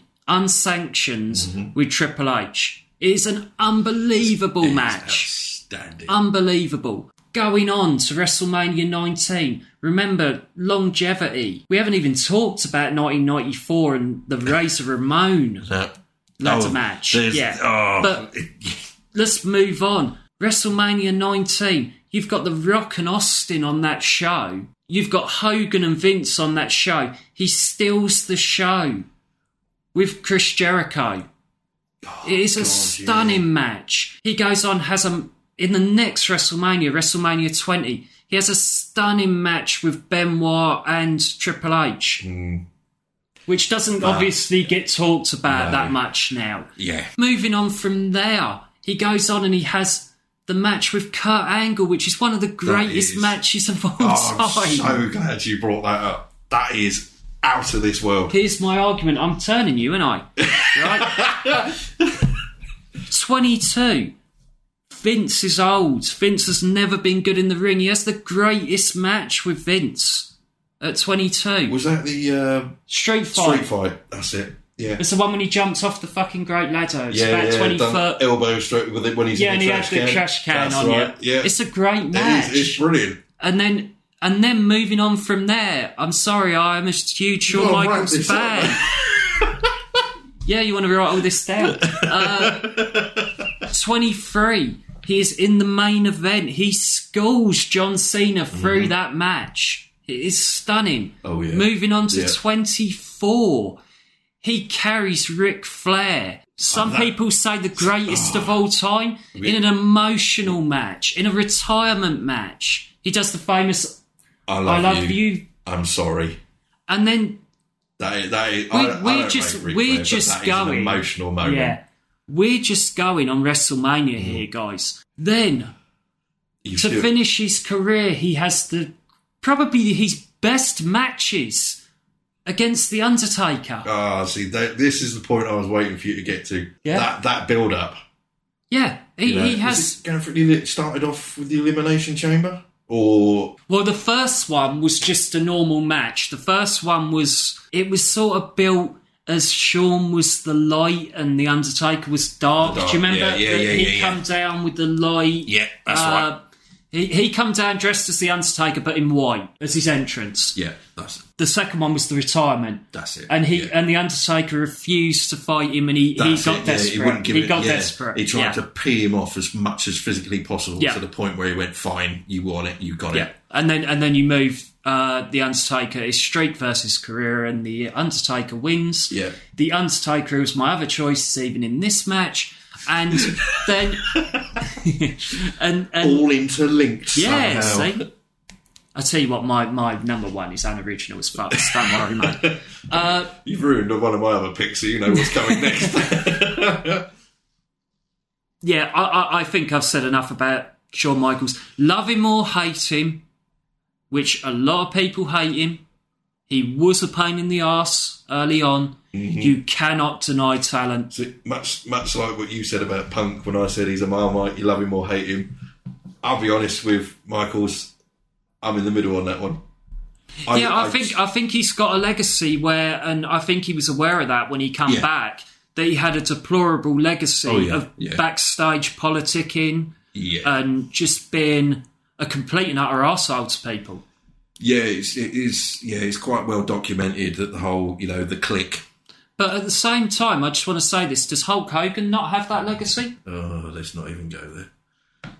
[SPEAKER 2] unsanctioned, with Triple H. It is an unbelievable
[SPEAKER 3] It's
[SPEAKER 2] match. Oh,
[SPEAKER 3] outstanding.
[SPEAKER 2] Unbelievable. Going on to WrestleMania 19. Remember, longevity. We haven't even talked about 1994 and the Razor Ramon
[SPEAKER 4] That
[SPEAKER 2] ladder
[SPEAKER 4] Oh,
[SPEAKER 2] match.
[SPEAKER 4] there's-
[SPEAKER 2] Yeah.
[SPEAKER 4] oh.
[SPEAKER 2] But let's move on. WrestleMania 19. You've got The Rock and Austin on that show. You've got Hogan and Vince on that show. He steals the show with Chris Jericho. it is a stunning match. He goes on, has a. In the next WrestleMania, WrestleMania 20, he has a stunning match with Benoit and Triple H. Which doesn't obviously get talked about that much now.
[SPEAKER 4] yeah.
[SPEAKER 2] Moving on from there, he goes on and he has the match with Kurt Angle, which is one of the greatest
[SPEAKER 3] is-
[SPEAKER 2] matches of all
[SPEAKER 3] Oh,
[SPEAKER 2] time.
[SPEAKER 3] I'm so glad you brought that up. That is out of this world.
[SPEAKER 2] Here's my argument. I'm turning you, and I. Right? 22. Vince is old. Vince has never been good in the ring. He has the greatest match with Vince at 22.
[SPEAKER 3] Was that the uh,
[SPEAKER 2] Straight fight.
[SPEAKER 3] street fight? That's it. Yeah.
[SPEAKER 2] It's the one when he jumps off the fucking great ladder. It's
[SPEAKER 3] yeah,
[SPEAKER 2] about
[SPEAKER 3] yeah,
[SPEAKER 2] 20
[SPEAKER 3] done
[SPEAKER 2] foot.
[SPEAKER 3] elbow stroke with it when he's
[SPEAKER 2] Yeah, and
[SPEAKER 3] in the
[SPEAKER 2] he had
[SPEAKER 3] trash
[SPEAKER 2] the
[SPEAKER 3] can.
[SPEAKER 2] trash can
[SPEAKER 3] That's
[SPEAKER 2] on
[SPEAKER 3] right.
[SPEAKER 2] you.
[SPEAKER 3] Yeah,
[SPEAKER 2] It's a great match.
[SPEAKER 3] It is, it's brilliant.
[SPEAKER 2] and then and then moving on from there. I'm sorry, I am a huge Shawn
[SPEAKER 3] gotta write
[SPEAKER 2] Michaels
[SPEAKER 3] this up.
[SPEAKER 2] fan. yeah, you want to write all this down? Uh, 23. He is in the main event. He schools John Cena through that match. It is stunning.
[SPEAKER 3] Mm-hmm. Oh, yeah.
[SPEAKER 2] Moving on to
[SPEAKER 3] Yeah.
[SPEAKER 2] 24. He carries Ric Flair.
[SPEAKER 3] Oh,
[SPEAKER 2] Some people say the greatest of all time in an emotional match, in a retirement match. He does the famous
[SPEAKER 3] I
[SPEAKER 2] "I
[SPEAKER 3] love,
[SPEAKER 2] love
[SPEAKER 3] you.
[SPEAKER 2] you.
[SPEAKER 3] I'm sorry.
[SPEAKER 2] and then
[SPEAKER 3] That is, that is,
[SPEAKER 2] We-
[SPEAKER 3] I, I
[SPEAKER 2] we're
[SPEAKER 3] don't
[SPEAKER 2] just-
[SPEAKER 3] like Ric
[SPEAKER 2] we're
[SPEAKER 3] Flair, but
[SPEAKER 2] just
[SPEAKER 3] that is
[SPEAKER 2] going.
[SPEAKER 3] an emotional moment.
[SPEAKER 2] yeah, we're just going on WrestleMania
[SPEAKER 3] Mm-hmm.
[SPEAKER 2] here, guys. Then
[SPEAKER 3] You
[SPEAKER 2] to
[SPEAKER 3] feel-
[SPEAKER 2] finish his career, he has the probably his best matches against the Undertaker.
[SPEAKER 3] Ah, see, that, this is the point I was waiting for you to get to.
[SPEAKER 2] Yeah.
[SPEAKER 3] That that build up.
[SPEAKER 2] yeah, he, he has.
[SPEAKER 3] going for it started off with the elimination chamber, or
[SPEAKER 2] Well, the first one was just a normal match. The first one was it was sort of built as Shawn was the light and the Undertaker was dark.
[SPEAKER 3] dark,
[SPEAKER 2] Do you
[SPEAKER 3] yeah,
[SPEAKER 2] remember?
[SPEAKER 3] yeah,
[SPEAKER 2] that
[SPEAKER 3] yeah,
[SPEAKER 2] he
[SPEAKER 3] yeah, yeah.
[SPEAKER 2] come down with the light. Uh,
[SPEAKER 4] Yeah, that's right.
[SPEAKER 2] He, he come down dressed as the Undertaker, but in white as his entrance.
[SPEAKER 4] Yeah, that's
[SPEAKER 2] The second one was the retirement,
[SPEAKER 4] that's it.
[SPEAKER 2] and he
[SPEAKER 4] yeah.
[SPEAKER 2] and the Undertaker refused to fight him, and he, he
[SPEAKER 3] That's
[SPEAKER 2] got
[SPEAKER 3] it, yeah, he
[SPEAKER 2] desperate.
[SPEAKER 3] wouldn't give it-
[SPEAKER 2] got
[SPEAKER 3] yeah,
[SPEAKER 2] desperate.
[SPEAKER 4] He tried
[SPEAKER 2] yeah.
[SPEAKER 4] to pee him off as much as physically possible
[SPEAKER 2] Yeah.
[SPEAKER 4] to the point where he went, "Fine, you want it, you got
[SPEAKER 2] Yeah,
[SPEAKER 4] it."
[SPEAKER 2] and then and then you move uh, the Undertaker is Streak versus Career, and the Undertaker wins.
[SPEAKER 3] Yeah.
[SPEAKER 2] the Undertaker was my other choice, even in this match, and then and and
[SPEAKER 3] all interlinked.
[SPEAKER 2] yeah,
[SPEAKER 3] somehow.
[SPEAKER 2] see. I tell you what, my, my number one is unoriginal as fuck. so Don't worry, mate.
[SPEAKER 3] You've ruined one of my other picks, so you know what's coming next.
[SPEAKER 2] Yeah, I, I, I think I've said enough about Shawn Michaels. Love him or hate him, which a lot of people hate him. He was a pain in the ass early on.
[SPEAKER 4] Mm-hmm.
[SPEAKER 2] You cannot deny talent.
[SPEAKER 3] So much, much like what you said about Punk when I said he's a Marmite, you love him or hate him. I'll be honest with Michaels, I'm in the middle on that one.
[SPEAKER 2] yeah, I, think I think he's got a legacy where, and I think he was aware of that when he came
[SPEAKER 4] Yeah.
[SPEAKER 2] back. That he had a deplorable legacy
[SPEAKER 4] Oh, yeah,
[SPEAKER 2] of
[SPEAKER 4] yeah.
[SPEAKER 2] backstage politicking
[SPEAKER 4] Yeah,
[SPEAKER 2] and just being a complete and utter arsehole to people.
[SPEAKER 3] Yeah, it's, it is. Yeah, it's quite well documented that the whole, you know, the click.
[SPEAKER 2] But at the same time, I just want to say this: Does Hulk Hogan not have that legacy?
[SPEAKER 3] Oh, let's not even go there.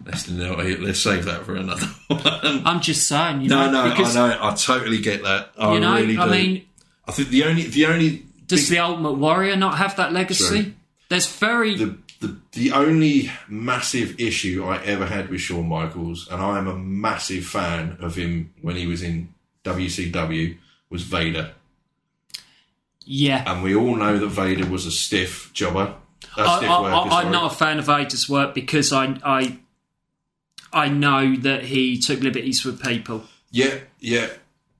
[SPEAKER 3] Let's no, let's save that for another one.
[SPEAKER 2] I'm just saying, you
[SPEAKER 3] No,
[SPEAKER 2] know,
[SPEAKER 3] no,
[SPEAKER 2] because
[SPEAKER 3] I know. I totally get that. I
[SPEAKER 2] you know,
[SPEAKER 3] really do.
[SPEAKER 2] I mean,
[SPEAKER 3] I think the only, the only,
[SPEAKER 2] does the Ultimate Warrior not have that legacy? There's very
[SPEAKER 3] the, the, the only massive issue I ever had with Shawn Michaels, and I am a massive fan of him when he was in WCW, was Vader.
[SPEAKER 2] yeah.
[SPEAKER 3] And we all know that Vader was a stiff jobber. A
[SPEAKER 2] I,
[SPEAKER 3] stiff
[SPEAKER 2] I,
[SPEAKER 3] worker,
[SPEAKER 2] I,
[SPEAKER 3] sorry.
[SPEAKER 2] I'm not a fan of Vader's work because I I I know that he took liberties with people.
[SPEAKER 3] Yeah, yeah,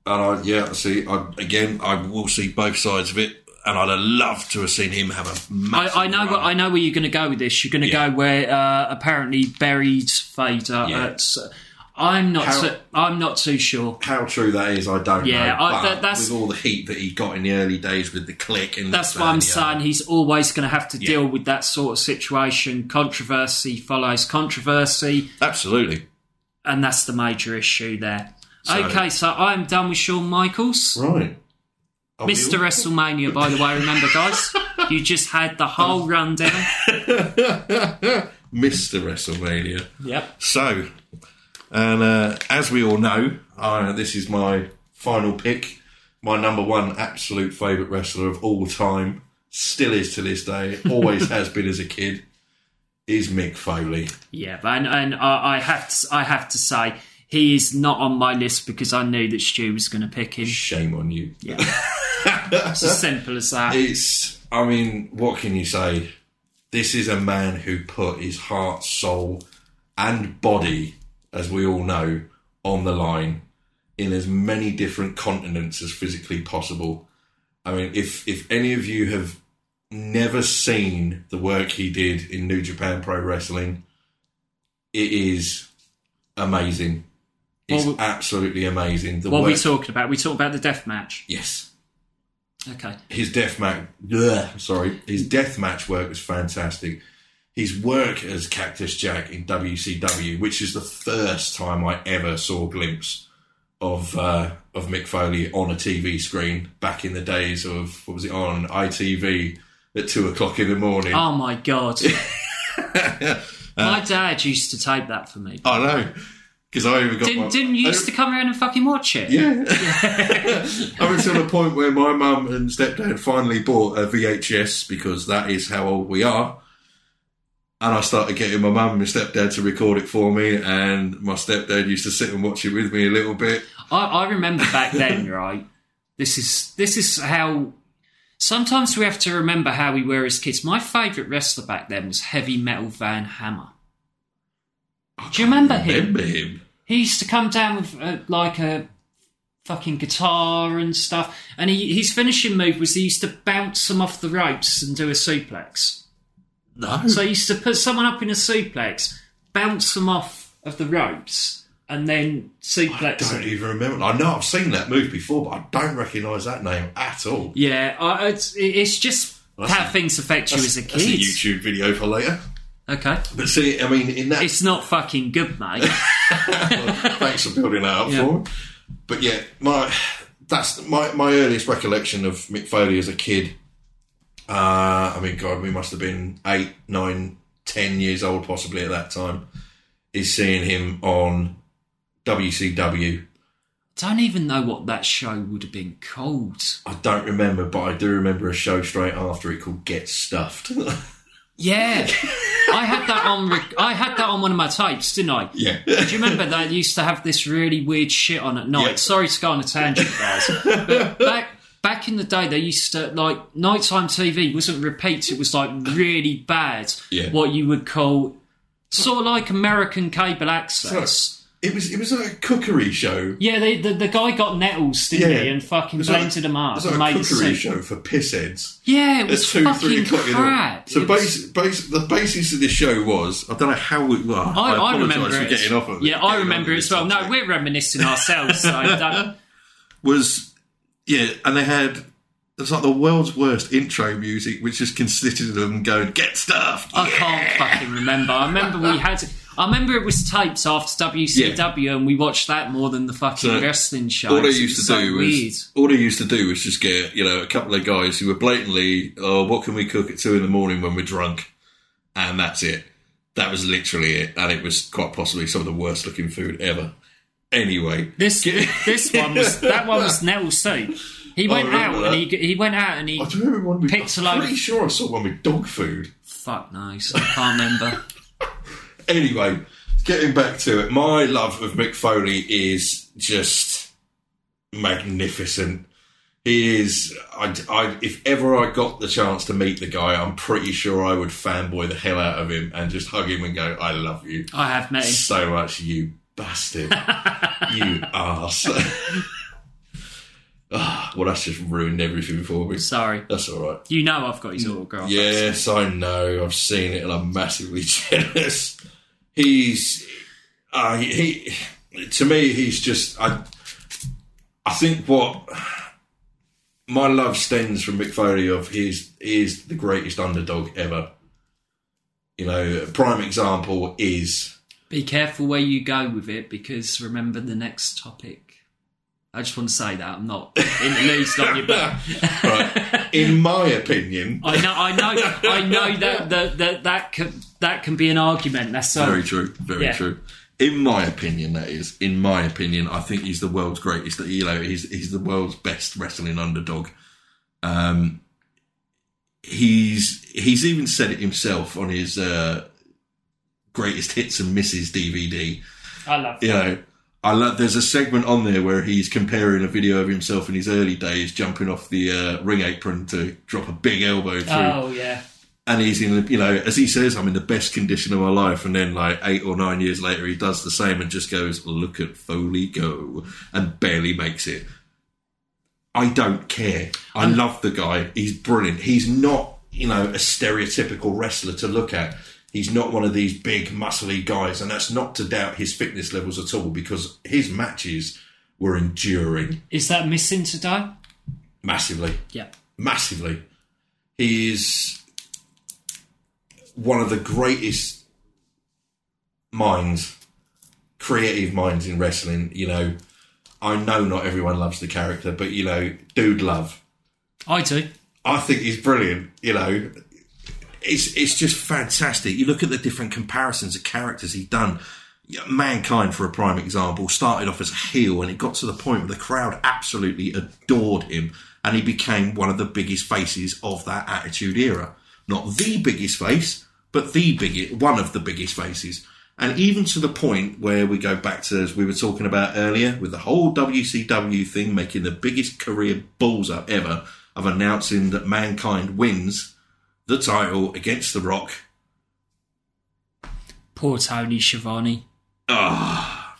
[SPEAKER 3] and I yeah. See, I again, I will see both sides of it, and I'd have loved to have seen him have a massive.
[SPEAKER 2] I, I know,
[SPEAKER 3] run.
[SPEAKER 2] where, I know where you're going to go with this. You're going to
[SPEAKER 3] Yeah.
[SPEAKER 2] go where uh, apparently buried Vader.
[SPEAKER 3] Yeah.
[SPEAKER 2] At, uh, I'm not.
[SPEAKER 3] How-
[SPEAKER 2] so, I'm not too sure.
[SPEAKER 3] How true that is, I don't know.
[SPEAKER 2] Yeah, I-
[SPEAKER 3] but
[SPEAKER 2] that- that's-
[SPEAKER 3] with all the heat that he got in the early days with the click and
[SPEAKER 2] That's
[SPEAKER 3] this,
[SPEAKER 2] why
[SPEAKER 3] that,
[SPEAKER 2] I'm
[SPEAKER 3] and the other.
[SPEAKER 2] saying he's always going to have to deal with that sort of situation. Controversy follows controversy,
[SPEAKER 3] Absolutely.
[SPEAKER 2] and that's the major issue there.
[SPEAKER 3] So-
[SPEAKER 2] okay, so I'm done with Shawn Michaels.
[SPEAKER 3] Right. Are we
[SPEAKER 2] Mr.
[SPEAKER 3] all-
[SPEAKER 2] WrestleMania, by the way, remember, guys, you just had the
[SPEAKER 3] Oh.
[SPEAKER 2] whole rundown.
[SPEAKER 3] Mr. WrestleMania.
[SPEAKER 2] Yep.
[SPEAKER 3] So, and uh, as we all know, I, this is my final pick. My number one absolute favourite wrestler of all time, still is to this day, always has been as a kid, is Mick Foley.
[SPEAKER 2] Yeah, and and I, I have to, I have to say he is not on my list because I knew that Stu was going to pick him.
[SPEAKER 3] Shame on you.
[SPEAKER 2] Yeah, it's as simple as that.
[SPEAKER 3] It's, I mean, what can you say? This is a man who put his heart, soul, and body, as we all know, on the line in as many different continents as physically possible. I mean, if if any of you have never seen the work he did in New Japan Pro Wrestling, it is amazing. It's
[SPEAKER 2] Well, we-
[SPEAKER 3] absolutely amazing. The
[SPEAKER 2] What are
[SPEAKER 3] work,
[SPEAKER 2] we talking about? We talking about the death match.
[SPEAKER 3] yes,
[SPEAKER 2] Okay.
[SPEAKER 3] his death match. sorry, his death match work was fantastic. His work as Cactus Jack in WCW, which is the first time I ever saw a glimpse of uh, of Mick Foley on a TV screen back in the days of what was it on ITV at two o'clock in the morning.
[SPEAKER 2] Oh my god. my dad used to tape that for me.
[SPEAKER 3] I know because Oh, I even got my-
[SPEAKER 2] Didn't, didn't you used to come around and fucking watch it?
[SPEAKER 3] Yeah. up until the point where my mum and stepdad finally bought a VHS because that is how old we are. And I started getting my mum and my stepdad to record it for me, and my stepdad used to sit and watch it with me a little bit.
[SPEAKER 2] I, I remember back then, right? This is this is how. Sometimes we have to remember how we were as kids. My favourite wrestler back then was Heavy Metal Van Hammer. Do you remember him?
[SPEAKER 3] Remember him?
[SPEAKER 2] He used to come down with uh, like a fucking guitar and stuff, and he, his finishing move was he used to bounce them off the ropes and do a suplex.
[SPEAKER 3] No.
[SPEAKER 2] So he used to put someone up in a suplex, bounce them off of the ropes, and then
[SPEAKER 3] I
[SPEAKER 2] suplex. them.
[SPEAKER 3] don't even remember. I know I've seen that move before, but I don't recognise that name at all.
[SPEAKER 2] Yeah, I, it's, it's just how things affect you as a
[SPEAKER 3] That's a
[SPEAKER 2] kid.
[SPEAKER 3] YouTube video for later.
[SPEAKER 2] Okay,
[SPEAKER 3] But see, I mean, in that
[SPEAKER 2] it's not fucking good, mate.
[SPEAKER 3] Thanks for building that up for me. But yeah, my that's my, my earliest recollection of Mick Foley as a kid. Uh, I mean, God, we must have been eight, nine, ten years old possibly at that time. Is seeing him on WCW.
[SPEAKER 2] Don't even know what that show would have been called.
[SPEAKER 3] I don't remember, but I do remember a show straight after it called Get Stuffed.
[SPEAKER 2] Yeah, I had that on. Rec- I had that on one of my tapes, didn't I?
[SPEAKER 3] yeah,
[SPEAKER 2] Do you remember they used to have this really weird shit on at night?
[SPEAKER 3] Yeah.
[SPEAKER 2] Sorry to go on a tangent, guys. But back back in the day, they used to like nighttime TV wasn't repeats. It was like really bad.
[SPEAKER 3] Yeah.
[SPEAKER 2] What you would call sort of like American cable access.
[SPEAKER 3] it was it was like a cookery show.
[SPEAKER 2] Yeah, they, the the guy got nettles, didn't
[SPEAKER 3] Yeah.
[SPEAKER 2] he? And fucking
[SPEAKER 3] It was like-
[SPEAKER 2] blended them
[SPEAKER 3] It
[SPEAKER 2] up
[SPEAKER 3] was
[SPEAKER 2] and
[SPEAKER 3] like
[SPEAKER 2] made
[SPEAKER 3] a
[SPEAKER 2] a
[SPEAKER 3] cookery
[SPEAKER 2] soup.
[SPEAKER 3] show for pissheads.
[SPEAKER 2] Yeah, it was
[SPEAKER 3] It's two,
[SPEAKER 2] fucking
[SPEAKER 3] three o'clock in the morning.
[SPEAKER 2] crap.
[SPEAKER 3] So
[SPEAKER 2] It was-
[SPEAKER 3] base, base, the basis of this show was I don't know how we. Well,
[SPEAKER 2] I,
[SPEAKER 3] I,
[SPEAKER 2] I
[SPEAKER 3] apologise
[SPEAKER 2] remember
[SPEAKER 3] for
[SPEAKER 2] it.
[SPEAKER 3] getting off of it.
[SPEAKER 2] yeah, I
[SPEAKER 3] getting
[SPEAKER 2] remember it
[SPEAKER 3] off of
[SPEAKER 2] as well. No,
[SPEAKER 3] subject.
[SPEAKER 2] we're reminiscing ourselves. So don't,
[SPEAKER 3] was yeah, and they had it's like the world's worst intro music, which just consisted of them going get stuffed.
[SPEAKER 2] I can't fucking remember. I remember we had. I remember it was tapes after WCW, and we watched that more than the fucking
[SPEAKER 3] So,
[SPEAKER 2] wrestling show.
[SPEAKER 3] all they used to do
[SPEAKER 2] weird.
[SPEAKER 3] was all they used to do was just get you know a couple of guys who were blatantly oh what can we cook at two in the morning when we're drunk and that's it that was literally it and it was quite possibly some of the worst looking food ever anyway
[SPEAKER 2] This this one was that one was Nell C. He went out
[SPEAKER 3] remember
[SPEAKER 2] and he
[SPEAKER 3] that.
[SPEAKER 2] he went out and he
[SPEAKER 3] I do remember one with
[SPEAKER 2] Picked a
[SPEAKER 3] I'm
[SPEAKER 2] load
[SPEAKER 3] pretty
[SPEAKER 2] of-
[SPEAKER 3] sure I saw one with dog food
[SPEAKER 2] fuck nice. I can't remember.
[SPEAKER 3] anyway, getting back to it, my love of Mick Foley is just magnificent. He is. I, I, if ever I got the chance to meet the guy, I'm pretty sure I would fanboy the hell out of him and just hug him and go, "I love you
[SPEAKER 2] I have met him.
[SPEAKER 3] so much, you bastard, you ass." Ah, well, that's just ruined everything for me.
[SPEAKER 2] Sorry,
[SPEAKER 3] That's all right.
[SPEAKER 2] you know I've got his
[SPEAKER 3] Mm.
[SPEAKER 2] autograph.
[SPEAKER 3] Yes, I know. I've seen it, and I'm massively jealous. He's, uh, he, to me, he's just. I, I think what my love stems from Mick Foley of he's he is the greatest underdog ever. You know, a prime example is
[SPEAKER 2] Be careful where you go with it because remember the next topic. I just want to say that I'm not interludes on your back.
[SPEAKER 3] right, in my opinion.
[SPEAKER 2] I know, I know, I know that that that that can, that can be an argument. That's all.
[SPEAKER 3] Very true. Very
[SPEAKER 2] Yeah.
[SPEAKER 3] true. In my opinion, that is. In my opinion, I think he's the world's greatest. You know, he's he's the world's best wrestling underdog. Um, he's he's even said it himself on his uh, greatest hits and misses DVD.
[SPEAKER 2] I love.
[SPEAKER 3] You know, I love. There's a segment on there where he's comparing a video of himself in his early days, jumping off the uh, ring apron to drop a big elbow through
[SPEAKER 2] Oh yeah.
[SPEAKER 3] and he's in, you know, as he says, I'm in the best condition of my life. And then, like eight or nine years later, he does the same and just goes, "Look at Foley go," and barely makes it. I don't care. I love the guy. He's brilliant. He's not, you know, a stereotypical wrestler to look at. He's not one of these big, muscly guys, and that's not to doubt his fitness levels at all because his matches were enduring
[SPEAKER 2] Is that missing today?
[SPEAKER 3] massively
[SPEAKER 2] Yeah.
[SPEAKER 3] massively. He is one of the greatest minds, creative minds in wrestling. You know, I know not everyone loves the character, but you know, dude, love.
[SPEAKER 2] I do.
[SPEAKER 3] I think he's brilliant. You know, it's it's just fantastic. You look at the different comparisons of characters he's done. Yeah, Mankind, for a prime example, started off as a heel, and it got to the point where the crowd absolutely adored him, and he became one of the biggest faces of that Attitude Era. Not the biggest face, but the biggest, one of the biggest faces. And even to the point where we go back to, as we were talking about earlier, with the whole WCW thing making the biggest career balls up ever of announcing that Mankind wins the title against The Rock.
[SPEAKER 2] Poor Tony Schiavone.
[SPEAKER 3] Ah.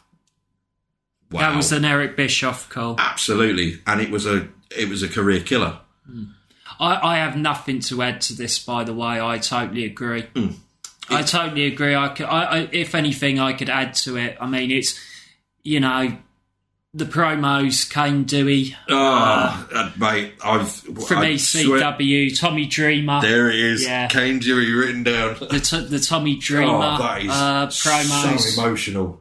[SPEAKER 3] Wow.
[SPEAKER 2] That was an Eric Bischoff call.
[SPEAKER 3] Absolutely. And it was a it was a career killer.
[SPEAKER 2] I, I have nothing to add to this, by the way. I totally agree.
[SPEAKER 3] Hmm.
[SPEAKER 2] I totally agree. I, could, I, I, if anything, I could add to it. I mean, it's you know, the promos, Kane Dewey Ah.
[SPEAKER 3] Oh, mate, I've
[SPEAKER 2] from
[SPEAKER 3] I swear-
[SPEAKER 2] ECW, Tommy Dreamer,
[SPEAKER 3] There it is.
[SPEAKER 2] Yeah.
[SPEAKER 3] Kane Jury written down.
[SPEAKER 2] the, t- the Tommy Dreamer
[SPEAKER 3] oh, that is
[SPEAKER 2] uh, promos.
[SPEAKER 3] so emotional.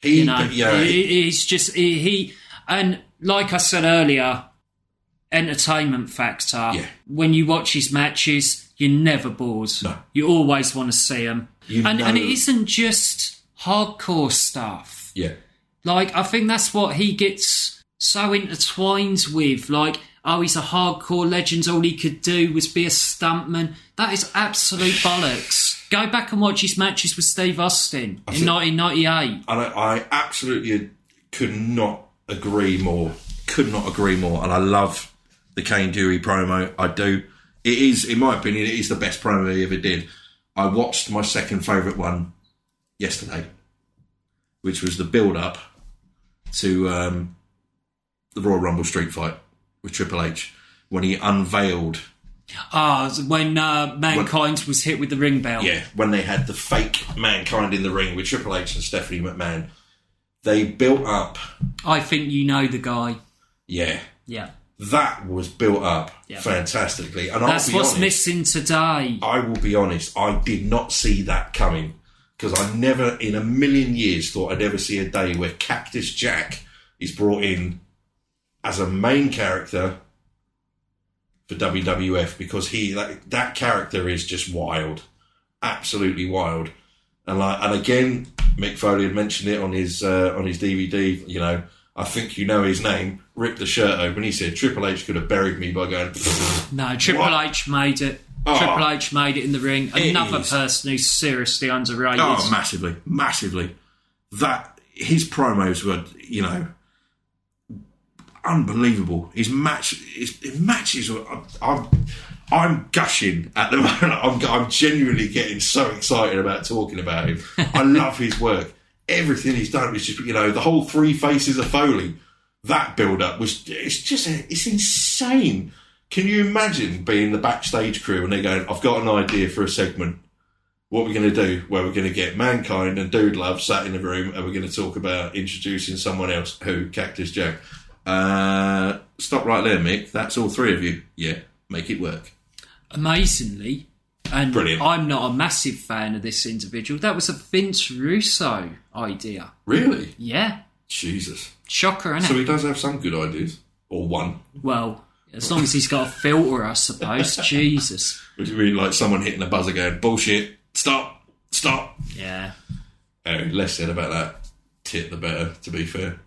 [SPEAKER 3] He,
[SPEAKER 2] you know,
[SPEAKER 3] yeah,
[SPEAKER 2] he- he- he's just he, he and like I said earlier, entertainment factor.
[SPEAKER 3] Yeah.
[SPEAKER 2] When you watch his matches, you're never bored.
[SPEAKER 3] No.
[SPEAKER 2] You always want to see him,
[SPEAKER 3] You
[SPEAKER 2] and and
[SPEAKER 3] know-
[SPEAKER 2] it isn't just hardcore stuff.
[SPEAKER 3] yeah.
[SPEAKER 2] Like I think that's what he gets so intertwined with. Like oh, he's a hardcore legend. All he could do was be a stuntman. That is absolute bollocks. Go back and watch his matches with Steve Austin in
[SPEAKER 3] think-
[SPEAKER 2] 1998.
[SPEAKER 3] and I, I absolutely could not agree more. Could not agree more. And I love the Kane Dewey promo. I do. It is, in my opinion, it is the best promo he ever did. I watched my second favourite one yesterday, which was the build up to um, the Royal Rumble Street fight with Triple H when he unveiled
[SPEAKER 2] Ah, so when uh, mankind was hit with the ring bell.
[SPEAKER 3] Yeah, when they had the fake mankind in the ring with Triple H and Stephanie McMahon, they built up.
[SPEAKER 2] I think you know the guy.
[SPEAKER 3] Yeah,
[SPEAKER 2] Yeah,
[SPEAKER 3] that was built up
[SPEAKER 2] Yeah.
[SPEAKER 3] fantastically. And
[SPEAKER 2] that's
[SPEAKER 3] I'll be
[SPEAKER 2] what's
[SPEAKER 3] honest,
[SPEAKER 2] missing today.
[SPEAKER 3] I will be honest, I did not see that coming because I never in a million years thought I'd ever see a day where Cactus Jack is brought in as a main character for WWF because he that, that character is just wild, absolutely wild, and like and again Mick Foley had mentioned it on his uh, on his DVD. You know, I think you know his name. Ripped the shirt open. He said Triple H could have buried me by going.
[SPEAKER 2] No, Triple
[SPEAKER 3] What?
[SPEAKER 2] H made it.
[SPEAKER 3] Oh.
[SPEAKER 2] Triple H made it in the ring. Another
[SPEAKER 3] is.
[SPEAKER 2] person who's seriously underrated.
[SPEAKER 4] Oh, massively, massively. That his promos were, you know, unbelievable. His match, his, his matches were. I'm, I'm, I'm gushing at the moment. I'm, I'm genuinely getting so excited about talking about him. I love his work. Everything he's done is just, you know, the whole three faces of Foley. That build up was, it's just, it's insane. Can you imagine being the backstage crew and they're going, I've got an idea for a segment what we're going to do, where we're going to get mankind and dude love sat in the room, and we're going to talk about introducing someone else. Who Cactus Jack? Uh, stop right there, Mick. That's all three of you. Yeah, make it work.
[SPEAKER 2] Amazingly, and
[SPEAKER 3] Brilliant.
[SPEAKER 2] I'm not a massive fan of this individual. That was a Vince Russo idea.
[SPEAKER 3] Really?
[SPEAKER 2] Yeah,
[SPEAKER 3] Jesus.
[SPEAKER 2] shocker, innit?
[SPEAKER 3] So he does have some good ideas, or one.
[SPEAKER 2] well, as long as he's got a filter, I suppose. Jesus.
[SPEAKER 3] Would you mean like someone hitting a buzzer going bullshit? Stop! Stop!
[SPEAKER 2] Yeah.
[SPEAKER 3] Anyway, less said about that tit the better. To be fair.